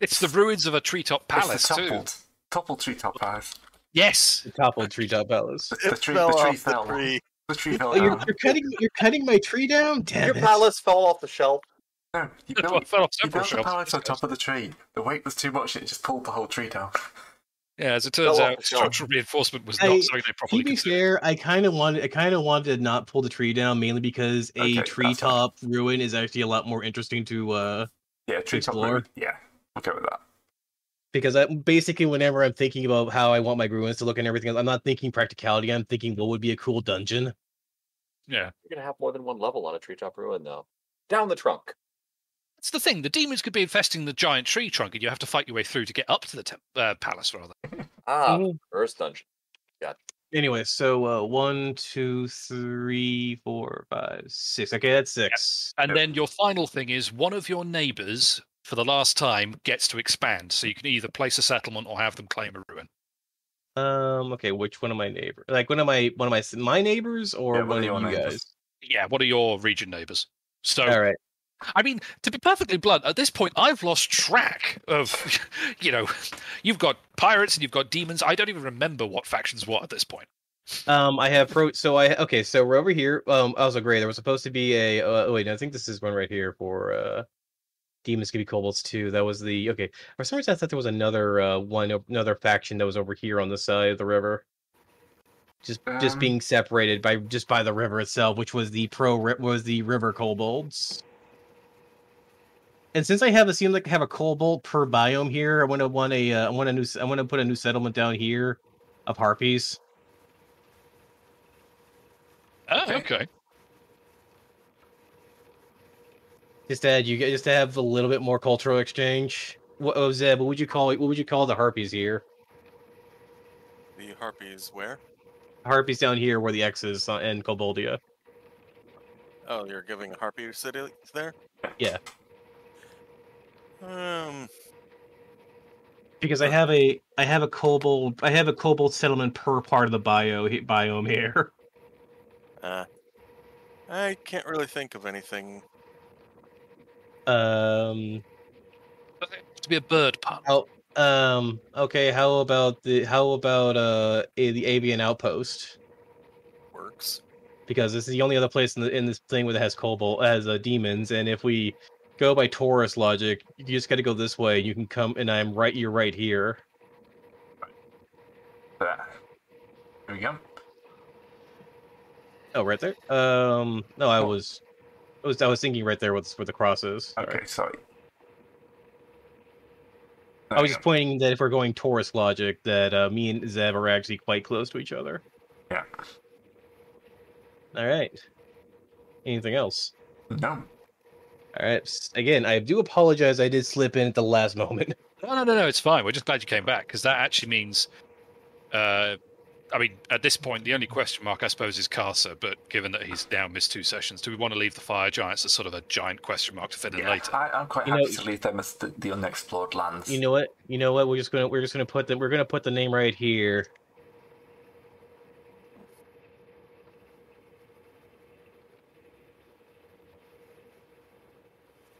Speaker 8: It's the ruins of a treetop
Speaker 2: it's
Speaker 8: palace,
Speaker 2: the
Speaker 8: too.
Speaker 2: toppled, toppled treetop palace.
Speaker 8: Yes.
Speaker 4: the toppled treetop palace
Speaker 2: The, the tree,
Speaker 1: fell
Speaker 2: the tree
Speaker 1: off
Speaker 2: fell.
Speaker 1: The tree.
Speaker 2: The tree fell
Speaker 10: Oh, you're,
Speaker 2: down.
Speaker 10: you're cutting you're cutting my tree down. Damn
Speaker 5: Your
Speaker 10: it.
Speaker 5: palace fell off the shelf.
Speaker 2: No, you
Speaker 8: Well,
Speaker 2: built,
Speaker 8: it fell off
Speaker 2: you
Speaker 8: several
Speaker 2: built the
Speaker 8: shelves.
Speaker 2: palace on top of the tree. The weight was too much, it just pulled the whole tree down.
Speaker 8: Yeah, as it
Speaker 5: Fell
Speaker 8: turns
Speaker 2: Oh,
Speaker 5: off
Speaker 8: out,
Speaker 5: the shelf.
Speaker 8: structural reinforcement was
Speaker 4: I-
Speaker 8: not something they properly
Speaker 4: to be
Speaker 8: considered.
Speaker 4: fair, I kind of wanted I kind of wanted to not pull the tree down mainly because a
Speaker 2: Okay, that's fine.
Speaker 4: treetop ruin is actually a lot more interesting to uh
Speaker 2: Yeah, treetop
Speaker 4: Explore.
Speaker 2: ruin. Yeah, we'll go with that.
Speaker 4: because I basically whenever I'm thinking about how I want my ruins to look and everything, else, I'm not thinking practicality. I'm thinking what would be a cool dungeon.
Speaker 8: Yeah.
Speaker 5: You're gonna have more than one level on a treetop ruin, though. Down the trunk.
Speaker 8: That's the thing. The demons could be infesting the giant tree trunk, and you have to fight your way through to get up to the temp- uh, palace, rather.
Speaker 5: Ah,
Speaker 4: Mhm.
Speaker 5: first dungeon.
Speaker 4: Anyway, so uh one, two, three, four, five, six. Okay, that's six.
Speaker 8: And
Speaker 2: Yep.
Speaker 8: then your final thing is one of your neighbors, for the last time, gets to expand. So you can either place a settlement or have them claim a ruin.
Speaker 4: Um, okay, which one of my neighbor? Like one of my one of my s- my neighbors or
Speaker 2: Yeah,
Speaker 4: one, of you
Speaker 2: your neighbours.
Speaker 4: guys?
Speaker 8: Yeah, what are your region neighbors? So,
Speaker 4: All right.
Speaker 8: I mean, to be perfectly blunt, at this point, I've lost track of, you know, you've got pirates and you've got demons. I don't even remember what factions what at this point.
Speaker 4: Um, I have pro. So I okay. So we're over here. Um, also great. There was supposed to be a. Uh, oh wait, no, I think this is one right here for uh, demons could be kobolds too. That was the okay. For some reason, I thought there was another uh one o- another faction that was over here on the side of the river. Just just
Speaker 2: Um,
Speaker 4: being separated by just by the river itself, which was the pro ri- was the river kobolds. And since I have a seem like I have a kobold per biome here, I want to want a uh, I want a new s- I want to put a new settlement down here of harpies.
Speaker 8: Oh,
Speaker 2: Okay.
Speaker 8: okay.
Speaker 4: Just to add, you get- just to have a little bit more cultural exchange. What oh, Zeb? What would you call it? What would you call the harpies here?
Speaker 1: The harpies where?
Speaker 4: Harpies down here, where the X is, uh, and Koboldia.
Speaker 1: Oh, you're giving a harpy city there?
Speaker 4: Yeah.
Speaker 1: Um
Speaker 4: because I have a I have a kobold I have a kobold settlement per part of the bio he- biome here.
Speaker 1: Uh, I can't really think of anything.
Speaker 4: Um.
Speaker 8: To be a bird pun.
Speaker 4: Um. Okay. How about the How about uh a, the avian outpost?
Speaker 1: Works.
Speaker 4: Because this is the only other place in the in this thing where it has kobold has uh, demons, and if we go by Taurus logic, you just got to go this way. You can come, and I'm right. You're right here.
Speaker 2: There. Here we go.
Speaker 4: Oh, right there. Um. No, I
Speaker 2: Oh.
Speaker 4: was. I was, I was thinking right there with where the cross is. Sorry.
Speaker 2: Okay, sorry. There
Speaker 4: I
Speaker 2: we
Speaker 4: was
Speaker 2: go.
Speaker 4: just pointing that if we're going Taurus logic, that uh, me and Zev are actually quite close to each other.
Speaker 2: Yeah.
Speaker 4: All right. Anything else?
Speaker 2: No.
Speaker 4: All right. s- Again, I do apologize. I did slip in at the last moment.
Speaker 8: No, no, no, no. It's fine. We're just glad you came back because that actually means. Uh, I mean, at this point, the only question mark, I suppose, is Carcer. But given that he's now missed two sessions, do we want to leave the fire giants as sort of a giant question mark to fit in
Speaker 2: Yeah,
Speaker 8: later?
Speaker 2: I, I'm quite
Speaker 4: You
Speaker 2: happy
Speaker 4: know-
Speaker 2: to leave them as the, the unexplored lands.
Speaker 4: You know what? You know what? We're just gonna we're just gonna put the we're gonna put the name right here.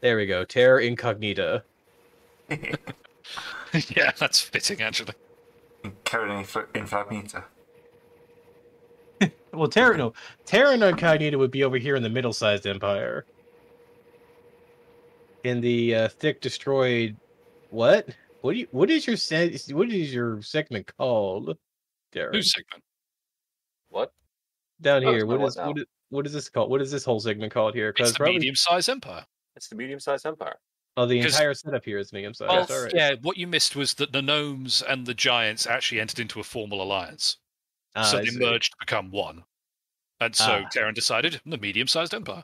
Speaker 4: There we go. Terra Incognita.
Speaker 8: yeah, that's fitting actually.
Speaker 2: Carrying inf- incognita.
Speaker 4: Well, Terra no, Terra Incognita would be over here in the middle-sized empire. In the uh, thick destroyed, what? What do you? What is your se- What is your segment called? Darren?
Speaker 8: New segment.
Speaker 5: What?
Speaker 4: down
Speaker 5: Oh, it's
Speaker 4: here.
Speaker 5: my
Speaker 4: What
Speaker 5: what
Speaker 4: is
Speaker 5: now?
Speaker 4: what is what is this called? What is this whole segment called here?
Speaker 8: It's
Speaker 4: Because
Speaker 8: the
Speaker 4: probably
Speaker 8: medium-sized empire.
Speaker 5: It's the medium-sized empire.
Speaker 4: oh, the
Speaker 8: 'cause-
Speaker 4: entire setup here is medium sized.
Speaker 8: Well,
Speaker 4: All right.
Speaker 8: yeah. What you missed was that the gnomes and the giants actually entered into a formal alliance,
Speaker 4: Ah,
Speaker 8: so
Speaker 4: I
Speaker 8: they
Speaker 4: see.
Speaker 8: merged to become one. And so
Speaker 4: Ah.
Speaker 8: Terran decided the medium-sized empire.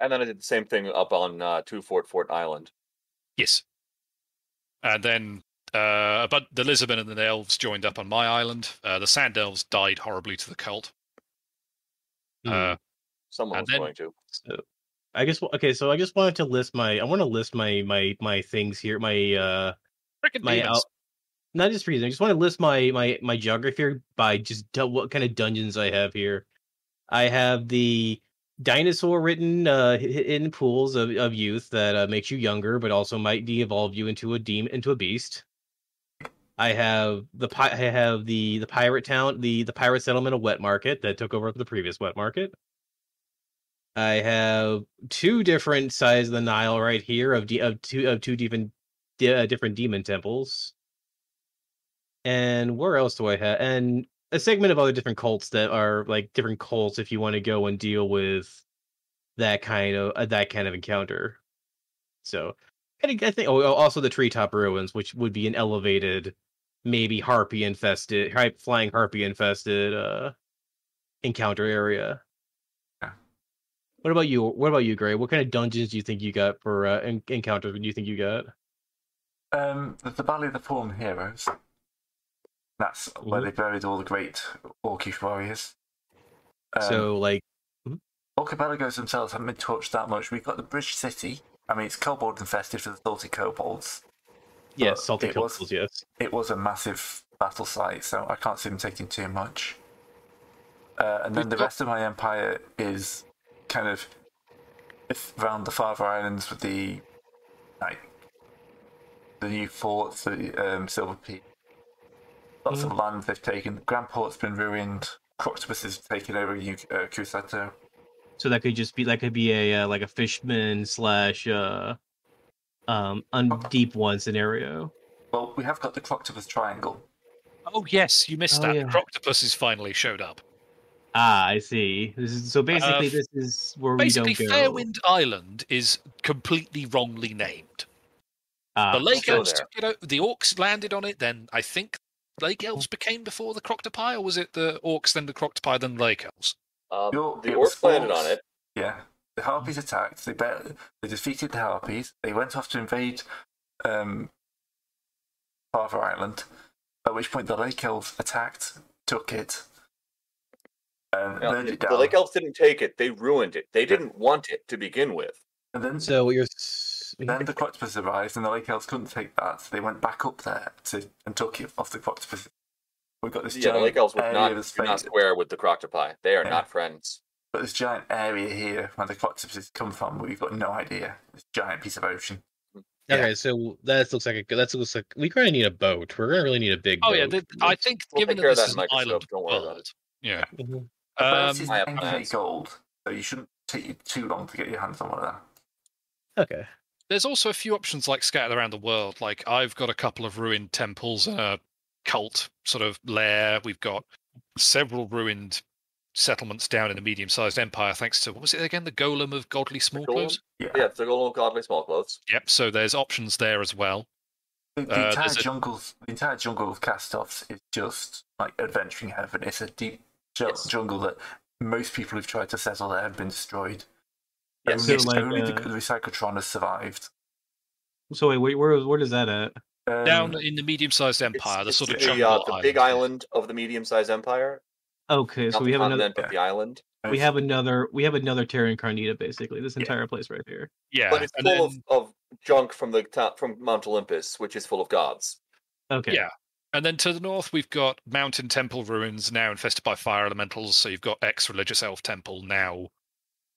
Speaker 5: And then I did the same thing up on uh, Two Fort Fort Island.
Speaker 8: Yes. And then uh, but the Lisbon and the elves joined up on my island. Uh, the sand elves died horribly to the cult.
Speaker 4: Hmm.
Speaker 8: Uh,
Speaker 5: Someone
Speaker 8: And
Speaker 5: was
Speaker 8: then-
Speaker 5: going to.
Speaker 4: So, I guess okay. So I just wanted to list my. I want to list my my my things here. My uh
Speaker 8: frickin'
Speaker 4: my
Speaker 8: demons.
Speaker 4: out. Not just reason. I just want to list my my my geography by just du- what kind of dungeons I have here. I have the dinosaur written uh, hi- hidden pools of, of youth that uh, makes you younger, but also might de-evolve you into a demon into a beast. I have the pi- I have the the pirate town the the pirate settlement of Wet Market that took over the previous Wet Market. I have two different sides of the Nile right here of de- of two of two different di- uh, different demon temples. And where else do I have? And a segment of other different cults that are like different cults if you want to go and deal with that kind of uh, that kind of encounter. So I think I think oh, oh, also the treetop ruins, which would be an elevated, maybe harpy infested, hy- flying harpy infested uh encounter area.
Speaker 2: Yeah.
Speaker 4: What about you? What about you, Gray? What kind of dungeons do you think you got for uh, en- encounters? Do you think you got?
Speaker 2: Um, the Valley of the Fallen Heroes. That's where they buried all the great Orcish warriors. Um,
Speaker 4: so like
Speaker 2: Archipelagos themselves haven't been touched that much. We've got the Bridge City. I mean, it's kobold infested for the salty kobolds.
Speaker 4: yes,
Speaker 2: but
Speaker 4: salty
Speaker 2: it was-
Speaker 4: pills, yes.
Speaker 2: It was a massive battle site, so I can't see them taking too much. Uh, and then the rest of my empire is kind of if around the Farther Islands with the like the new forts, the um, Silver Peak. Lots of land they've taken. Grandport's been ruined. Croctopus has taken over U- uh, Cusato.
Speaker 4: So that could just be that could be a uh, like a fishman slash uh um un- deep one scenario.
Speaker 2: Well, we have got the Croctopus Triangle.
Speaker 8: Oh yes, you missed
Speaker 4: Oh,
Speaker 8: that.
Speaker 4: yeah.
Speaker 8: Croctopuses finally showed up.
Speaker 4: Ah, I see. This is so basically
Speaker 8: f-
Speaker 4: this is where we
Speaker 8: Uh, Basically,
Speaker 4: don't go.
Speaker 8: Fairwind Island is completely wrongly named.
Speaker 4: Ah,
Speaker 8: The Lake
Speaker 5: still
Speaker 8: Elves
Speaker 5: there.
Speaker 8: took it o- The Orcs landed on it. Then I think Lake Elves became before the Croctopi, or was it the Orcs then the Croctopi then Lake Elves?
Speaker 5: Um,
Speaker 2: Your-
Speaker 5: the
Speaker 2: it was
Speaker 5: orcs landed
Speaker 2: false.
Speaker 5: on it.
Speaker 2: Yeah. The Harpies attacked. They bet- they defeated the Harpies. They went off to invade um, Father Island. At which point the Lake Elves attacked, took it, and
Speaker 5: No,
Speaker 2: burned
Speaker 5: the,
Speaker 2: it down.
Speaker 5: the Lake Elves didn't take it. They ruined it. They didn't want it to begin with.
Speaker 2: and then
Speaker 4: So what you're s- Yes.
Speaker 2: Then the Quoctopus arrived, and the Lake Elves couldn't take that, so they went back up there to and took it off the Quoctopus. We got this
Speaker 5: Yeah, the
Speaker 2: giant
Speaker 5: Lake Elves would
Speaker 2: area
Speaker 5: not,
Speaker 2: that's
Speaker 5: do not
Speaker 2: fake-
Speaker 5: square with the Croctopie. They are
Speaker 2: Yeah.
Speaker 5: not friends.
Speaker 2: got this giant area here where the Quoctopus has come from. We've got no idea. This giant piece of ocean. Yeah.
Speaker 4: Okay, so that looks like a that looks like we kind of need a boat. We're gonna really need a big.
Speaker 8: Oh
Speaker 4: boat.
Speaker 8: yeah, the, I think
Speaker 5: We'll take
Speaker 8: given that
Speaker 5: care of
Speaker 8: this
Speaker 5: that
Speaker 8: is
Speaker 5: in
Speaker 8: an
Speaker 5: Microscope,
Speaker 8: island
Speaker 5: don't worry about
Speaker 8: world, yeah.
Speaker 4: Mhm.
Speaker 2: But
Speaker 8: Um,
Speaker 2: this is
Speaker 5: I have
Speaker 2: mainly
Speaker 5: plans.
Speaker 2: gold, so you shouldn't take you too long to get your hands on one of them.
Speaker 4: Okay.
Speaker 8: there's also a few options like scattered around the world. Like I've got a couple of ruined temples and a cult sort of lair. We've got several ruined settlements down in the medium-sized empire, thanks to what was it again? The Golem of Godly Smallclothes.
Speaker 2: Yeah.
Speaker 5: Yeah, they're all godly small clothes.
Speaker 8: Yep. So there's options there as well.
Speaker 2: The, the
Speaker 8: Uh,
Speaker 2: entire
Speaker 8: there's a-
Speaker 2: jungles, the entire jungle of cast-offs is just like adventuring heaven. It's a deep ju-
Speaker 5: Yes.
Speaker 2: jungle that most people who've tried to settle there have been destroyed.
Speaker 4: Yeah,
Speaker 2: only
Speaker 4: so, like,
Speaker 2: only the,
Speaker 4: uh,
Speaker 2: the Recyclotron has survived.
Speaker 4: So wait, wait, where where is that at?
Speaker 2: Um,
Speaker 8: down in the medium-sized empire, the
Speaker 5: It's-
Speaker 8: sort of
Speaker 5: it's
Speaker 2: the,
Speaker 8: jungle
Speaker 5: uh, the big
Speaker 8: island.
Speaker 5: island of the medium-sized empire.
Speaker 4: Okay, so
Speaker 5: Not
Speaker 4: we
Speaker 5: the
Speaker 4: have another.
Speaker 5: continent, but the island.
Speaker 4: We have another. We have another Terra Incarnata, basically. This entire place right here.
Speaker 8: Yeah,
Speaker 5: but it's
Speaker 8: and
Speaker 5: full
Speaker 8: then-
Speaker 5: of, of junk from the top, from Mount Olympus, which is full of gods.
Speaker 4: Okay.
Speaker 8: Yeah. And then to the north, we've got mountain temple ruins now infested by fire elementals. So you've got ex religious elf temple now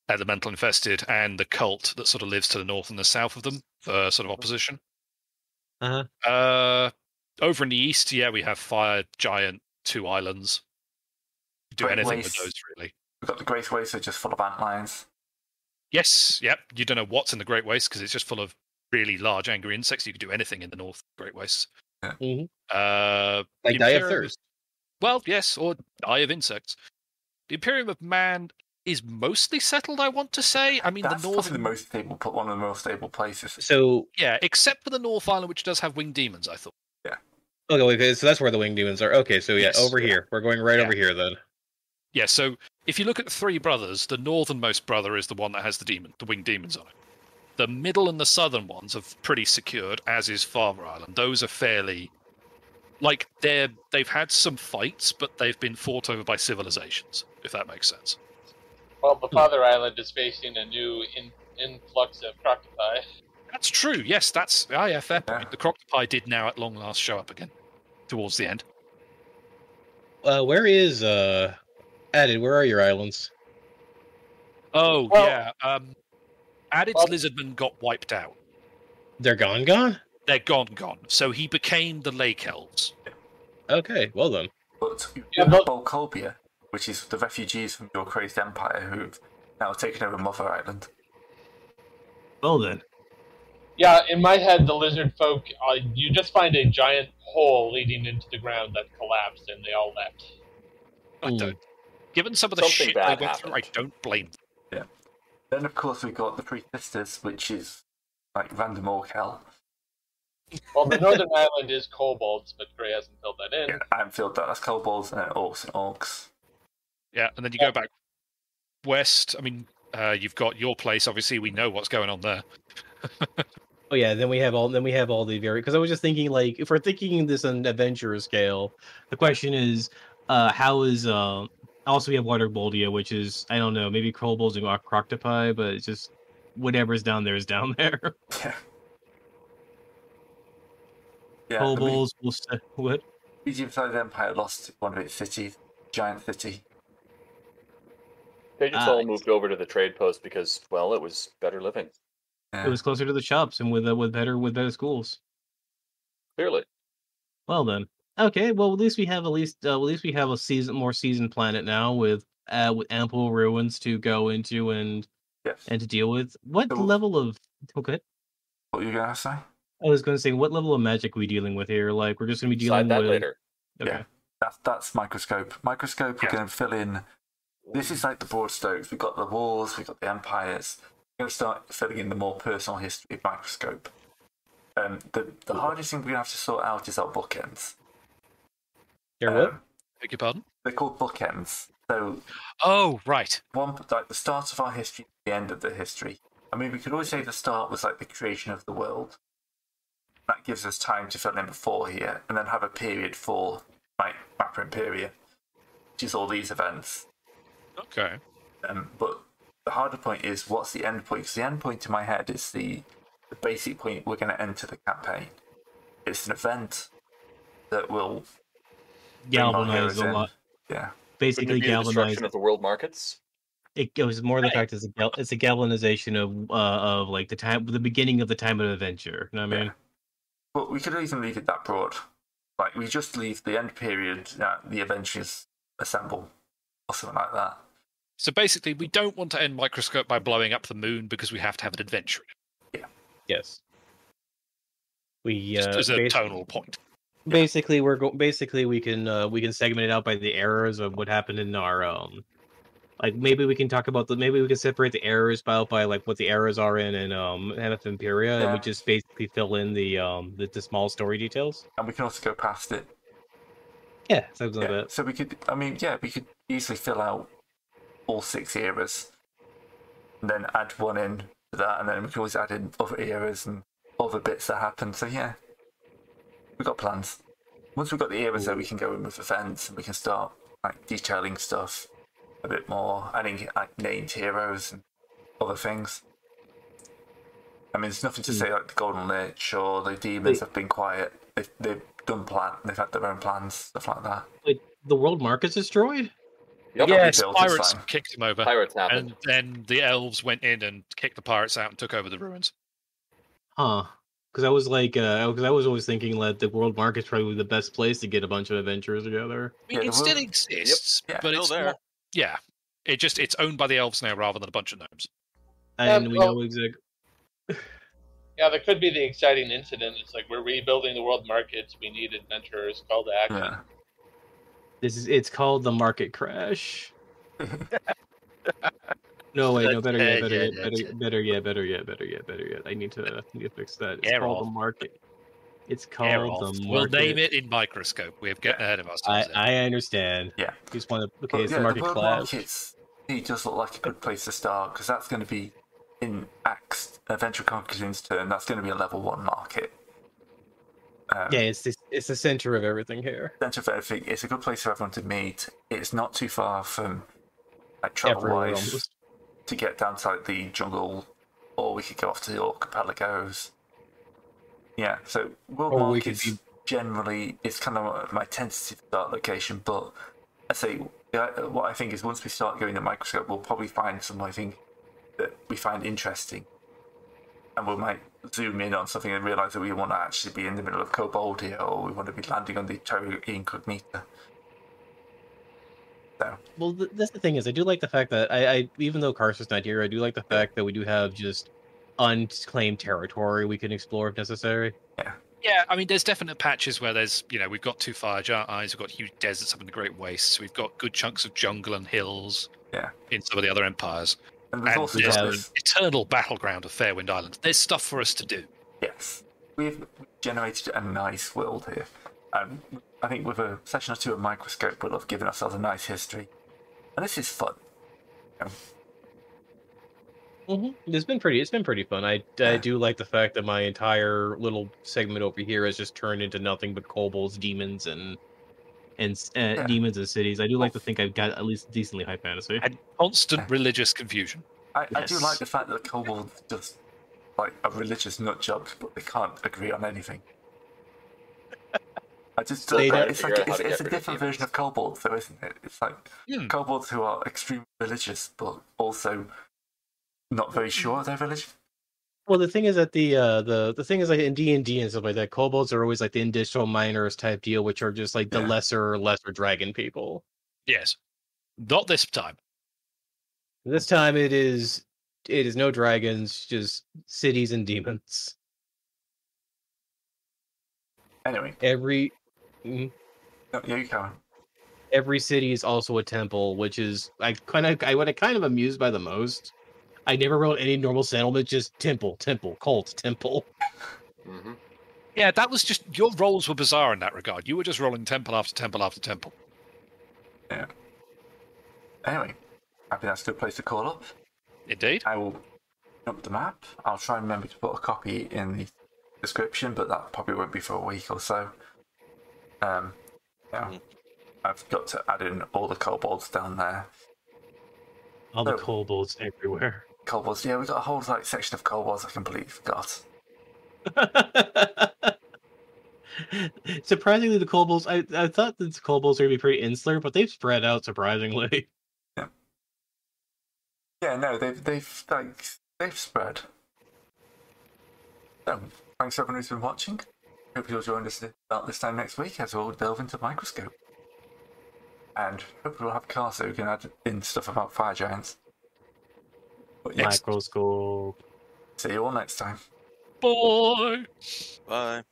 Speaker 8: elemental infested, and the cult that sort of lives to the north and the south of them for sort of opposition.
Speaker 4: Uh-huh.
Speaker 8: Uh, over in the east, yeah, we have fire giant two islands. Do
Speaker 2: Great
Speaker 8: anything with
Speaker 2: Waste.
Speaker 8: those, really.
Speaker 2: We've got the Great Waste, which is full of ant lions.
Speaker 8: Yes, yep. You don't know what's in the Great Waste because it's just full of really large, angry insects. You could do anything in the North Great Waste.
Speaker 2: Yeah.
Speaker 10: Mhm.
Speaker 8: Uh,
Speaker 10: Like die of
Speaker 8: Imperium
Speaker 10: thirst.
Speaker 8: Well, yes, or Eye of Insects. The Imperium of Man is mostly settled, I want to say. I mean,
Speaker 2: That's
Speaker 8: the
Speaker 2: probably
Speaker 8: North.
Speaker 2: the most stable, pl- one of the most stable places.
Speaker 10: So
Speaker 8: Yeah, except for the North Island, which does have winged demons, I thought.
Speaker 10: okay, wait, so that's where the winged demons are. Okay, so yeah,
Speaker 8: Yes.
Speaker 10: over here. We're going right
Speaker 8: Yeah.
Speaker 10: over here then.
Speaker 8: Yeah, so if you look at the three brothers, the northernmost brother is the one that has the demon, the winged demons on it. The middle and the southern ones are pretty secured, as is Farmer Island. Those are fairly, like they're they've had some fights, but they've been fought over by civilizations. If that makes sense.
Speaker 3: Well, the
Speaker 8: Hmm.
Speaker 3: Father Island is facing a new in- influx of crocodile.
Speaker 8: That's true. Yes, that's ah, yeah, fair
Speaker 2: Yeah.
Speaker 8: point. The Croctopie did now at long last show up again, towards the end.
Speaker 10: Uh, where is uh, added? Where are your islands?
Speaker 8: Oh
Speaker 3: Well-
Speaker 8: yeah, um, Addid's
Speaker 3: Well-
Speaker 8: lizardman got wiped out.
Speaker 10: They're gone, gone.
Speaker 8: They're gone, gone. So he became the Lake Elves.
Speaker 10: Okay, well then.
Speaker 2: But you
Speaker 3: Yeah,
Speaker 2: have
Speaker 3: but-
Speaker 2: Bolkolbia, which is the refugees from your crazed empire who've now taken over Mother Island.
Speaker 4: Well then.
Speaker 3: Yeah, in my head, the lizard folk, uh, you just find a giant hole leading into the ground that collapsed and they all left.
Speaker 8: I
Speaker 10: Hmm.
Speaker 8: don't. Given some of the
Speaker 5: Something
Speaker 8: shit they
Speaker 5: bad
Speaker 8: went through, I
Speaker 5: happened.
Speaker 8: don't blame them.
Speaker 2: Then, of course, we've got the Three Sisters, which is like random orc hell.
Speaker 3: Well, the northern island is kobolds, but Gray hasn't filled that in.
Speaker 2: Yeah, I'm filled that. That's kobolds and orcs and orcs.
Speaker 8: Yeah, and then you go back west. I mean, uh, you've got your place. Obviously, we know what's going on there.
Speaker 4: Oh yeah, then we have all then we have all the very because I was just thinking like if we're thinking this on an adventurer scale, the question is uh how is um also we have water boldia, which is I don't know, maybe kobolds and croc- croctopi, but it's just whatever's down there is down there.
Speaker 2: Yeah. Yeah, the me-
Speaker 4: Kobolds will st- what?
Speaker 2: medium-sized empire lost one of its cities, giant city.
Speaker 5: They just
Speaker 4: Ah,
Speaker 5: all moved over to the trade post because, well, it was better living.
Speaker 2: Yeah.
Speaker 4: It was closer to the shops and with uh, with better with better schools.
Speaker 5: Clearly,
Speaker 4: Well then. Okay, well at least we have at least uh, at least we have a season more seasoned planet now with uh with ample ruins to go into and
Speaker 2: yes.
Speaker 4: and to deal with. What
Speaker 2: So-
Speaker 4: level of okay?
Speaker 2: What were you gonna say?
Speaker 4: I was going to say, what level of magic are we dealing with here? Like, we're just going to be dealing
Speaker 5: decide that
Speaker 4: with.
Speaker 5: later.
Speaker 4: Okay.
Speaker 2: Yeah. That's that's microscope. Microscope. We're
Speaker 8: Yeah.
Speaker 2: gonna fill in. This is like the broad strokes. We've got the wars. We've got the empires. We're gonna start filling in the more personal history of microscope. Um, the the hardest thing we're gonna have to sort out is our bookends.
Speaker 10: Your what?
Speaker 2: Um,
Speaker 8: Beg your pardon?
Speaker 2: they're called bookends. So
Speaker 8: Oh, right.
Speaker 2: one like the start of our history, the end of the history. I mean, we could always say the start was like the creation of the world. That gives us time to fill in before here, and then have a period for like Mapper Imperia, which is all these events.
Speaker 8: Okay.
Speaker 2: Um, but the harder point is what's the end point? Because the end point in my head is the, the the basic point we're going to enter the campaign. It's an event that will bring our heroes
Speaker 4: galvanized a
Speaker 2: in.
Speaker 4: lot.
Speaker 2: Yeah,
Speaker 5: Wouldn't
Speaker 4: Basically
Speaker 5: it be the
Speaker 4: galvanized.
Speaker 5: destruction of the world markets?
Speaker 4: It, it was more the fact it's a gal- it's a galvanization of uh, of like the time the beginning of the time of adventure. You know what I
Speaker 2: Yeah.
Speaker 4: mean?
Speaker 2: but we could even leave it that broad. Like we just leave the end period. Uh, the Avengers assemble, or something like that.
Speaker 8: So basically, we don't want to end Microscope by blowing up the moon because we have to have an adventure.
Speaker 11: Yes.
Speaker 4: We
Speaker 8: Just
Speaker 4: uh,
Speaker 8: as a
Speaker 4: basi-
Speaker 8: tonal point.
Speaker 4: basically we're go- basically we can uh, we can segment it out by the errors of what happened in our um like maybe we can talk about the maybe we can separate the errors by by like what the errors are in in um NF Imperia and we
Speaker 2: Yeah.
Speaker 4: just basically fill in the um the, the small story details.
Speaker 2: And we can also go past it.
Speaker 4: Yeah, sounds like
Speaker 2: Yeah.
Speaker 4: that.
Speaker 2: So we could. I mean, yeah, we could easily fill out all six eras, and then add one in to that, and then we can always add in other eras and other bits that happen. So yeah, we got plans. Once we've got the eras, there we can go in with events, and we can start like detailing stuff a bit more, adding like named heroes and other things. I mean, there's nothing to say like the Golden Lich or the demons have been quiet. They've, they've done plan. They've had their own plans, stuff like that.
Speaker 4: The world market's destroyed.
Speaker 5: Yep.
Speaker 8: Yes,
Speaker 2: built this
Speaker 8: pirates
Speaker 2: time.
Speaker 8: kicked him over,
Speaker 5: Pirates happened.
Speaker 8: and then the elves went in and kicked the pirates out and took over the ruins.
Speaker 4: Huh. Because I was like, uh, because I was always thinking like the world market's probably the best place to get a bunch of adventurers together.
Speaker 8: I mean,
Speaker 2: Yeah,
Speaker 8: it
Speaker 2: the
Speaker 8: still
Speaker 2: ruin-
Speaker 8: exists,
Speaker 2: Yeah,
Speaker 8: but
Speaker 1: still
Speaker 8: it's
Speaker 1: there.
Speaker 8: not- yeah, it just it's owned by the elves now rather than a bunch of gnomes.
Speaker 3: Yeah,
Speaker 4: And we
Speaker 3: well-
Speaker 4: know exactly.
Speaker 3: Yeah, there could be the exciting incident. It's like we're rebuilding the world markets. We need adventurers. Call to action.
Speaker 2: Yeah.
Speaker 4: This is it's called the market crash. No wait, no better yet,
Speaker 8: Uh,
Speaker 4: better
Speaker 8: yeah,
Speaker 4: yet,
Speaker 8: yeah,
Speaker 4: better,
Speaker 8: yeah.
Speaker 4: better yet, better yet, better yet, better yet. I need to, I need to fix that. It's
Speaker 8: Yeah,
Speaker 4: called
Speaker 8: Rolf.
Speaker 4: the market. It's called
Speaker 8: Errolf.
Speaker 4: the market.
Speaker 8: We'll name it in microscope. We're getting ahead of
Speaker 4: I,
Speaker 8: ourselves. there.
Speaker 4: I understand.
Speaker 2: Yeah.
Speaker 4: Just want to.
Speaker 2: But
Speaker 4: Okay, it's
Speaker 2: yeah,
Speaker 4: the market
Speaker 2: world
Speaker 4: clash.
Speaker 2: markets. It does look like a good place to start because that's going to be in Axe Adventure Conqueror's turn. That's going to be a level one market. Um,
Speaker 4: Yeah, it's the, it's the center of everything here.
Speaker 2: Center for everything. It's a good place for everyone to meet. It's not too far from like travel wise
Speaker 4: almost.
Speaker 2: to get down to like the jungle, or we could go off to the archipelagos. Yeah, so world
Speaker 4: Or we could
Speaker 2: markets generally it's kind of my tentative start location, but I say yeah, what I think is once we start going to microscope, we'll probably find some I think that we find interesting, and we might zoom in on something and realize that we want to actually be in the middle of Cobalt here, or we want to be landing on the Terra Incognita. So
Speaker 4: Well, th- that's the thing is, I do like the fact that I, I even though Carcer's not here, I do like the fact that we do have just unclaimed territory we can explore if necessary.
Speaker 8: Yeah, I mean, there's definite patches where there's, you know, we've got two fire giant eyes, we've got huge deserts up in the Great Wastes, we've got good chunks of jungle and hills.
Speaker 2: Yeah.
Speaker 8: In some of the other empires,
Speaker 2: and we've
Speaker 8: And
Speaker 2: also
Speaker 8: there's
Speaker 2: got
Speaker 4: the-
Speaker 2: this.
Speaker 8: eternal battleground of Fairwind Island. There's stuff for us to do.
Speaker 2: Yes, we've generated a nice world here. Um, I think with a session or two of Microscope, we'll have given ourselves a nice history, and this is fun.
Speaker 4: hmm It's been pretty. It's been pretty fun. I,
Speaker 2: Yeah.
Speaker 4: I do like the fact that my entire little segment over here has just turned into nothing but kobolds, demons, and and s- uh,
Speaker 2: Yeah.
Speaker 4: demons and cities. I do like to think I've got at least decently high fantasy.
Speaker 8: And constant religious confusion.
Speaker 2: I, I do
Speaker 4: Yes.
Speaker 2: like the fact that the kobolds just like are religious nut jobs, but they can't agree on anything. I just
Speaker 5: Still
Speaker 2: don't
Speaker 5: trying
Speaker 2: know.
Speaker 5: to
Speaker 2: it's
Speaker 5: figure
Speaker 2: like
Speaker 5: out how
Speaker 2: it's,
Speaker 5: to
Speaker 2: it's
Speaker 5: get
Speaker 2: a
Speaker 5: rid of
Speaker 2: different
Speaker 5: demons.
Speaker 2: version of kobolds, though, isn't it? It's like
Speaker 8: Hmm.
Speaker 2: kobolds who are extremely religious, but also not very sure of their religion.
Speaker 4: Well, the thing is that the uh, the the thing is like in D and D and stuff like that, kobolds are always like the industrial miners type deal, which are just like the
Speaker 2: Yeah.
Speaker 4: lesser lesser dragon people.
Speaker 8: Yes. Not this time.
Speaker 4: This time it is it is no dragons, just cities and demons.
Speaker 2: Anyway,
Speaker 4: Every
Speaker 2: no, yeah, you can.
Speaker 4: every city is also a temple, which is I kind of I what I kind of amused by the most. I never wrote any normal settlement, just temple, temple, cult, temple.
Speaker 5: hmm
Speaker 8: Yeah, that was just your roles were bizarre in that regard. You were just rolling temple after temple after temple.
Speaker 2: Anyway, I think that's a good place to call up.
Speaker 8: Indeed.
Speaker 2: I will jump the map. I'll try and remember to put a copy in the description, but that probably won't be for a week or so. Um, yeah. I've got to add in all the kobolds down there.
Speaker 4: All the
Speaker 2: Oh.
Speaker 4: kobolds everywhere.
Speaker 2: Kobolds, yeah, we've got a whole like section of kobolds I completely forgot.
Speaker 4: Surprisingly, the kobolds. I, I thought that the kobolds were gonna be pretty insular, but they've spread out surprisingly.
Speaker 2: Yeah, no, they've they've like they've spread. So, thanks everyone who's been watching. Hope you'll join us about this time next week as we'll delve into the microscope. And hopefully we'll have Carl so we can add in stuff about fire giants. But yeah,
Speaker 8: Next.
Speaker 4: Microscope.
Speaker 2: see you all next time.
Speaker 8: Boy.
Speaker 1: Bye.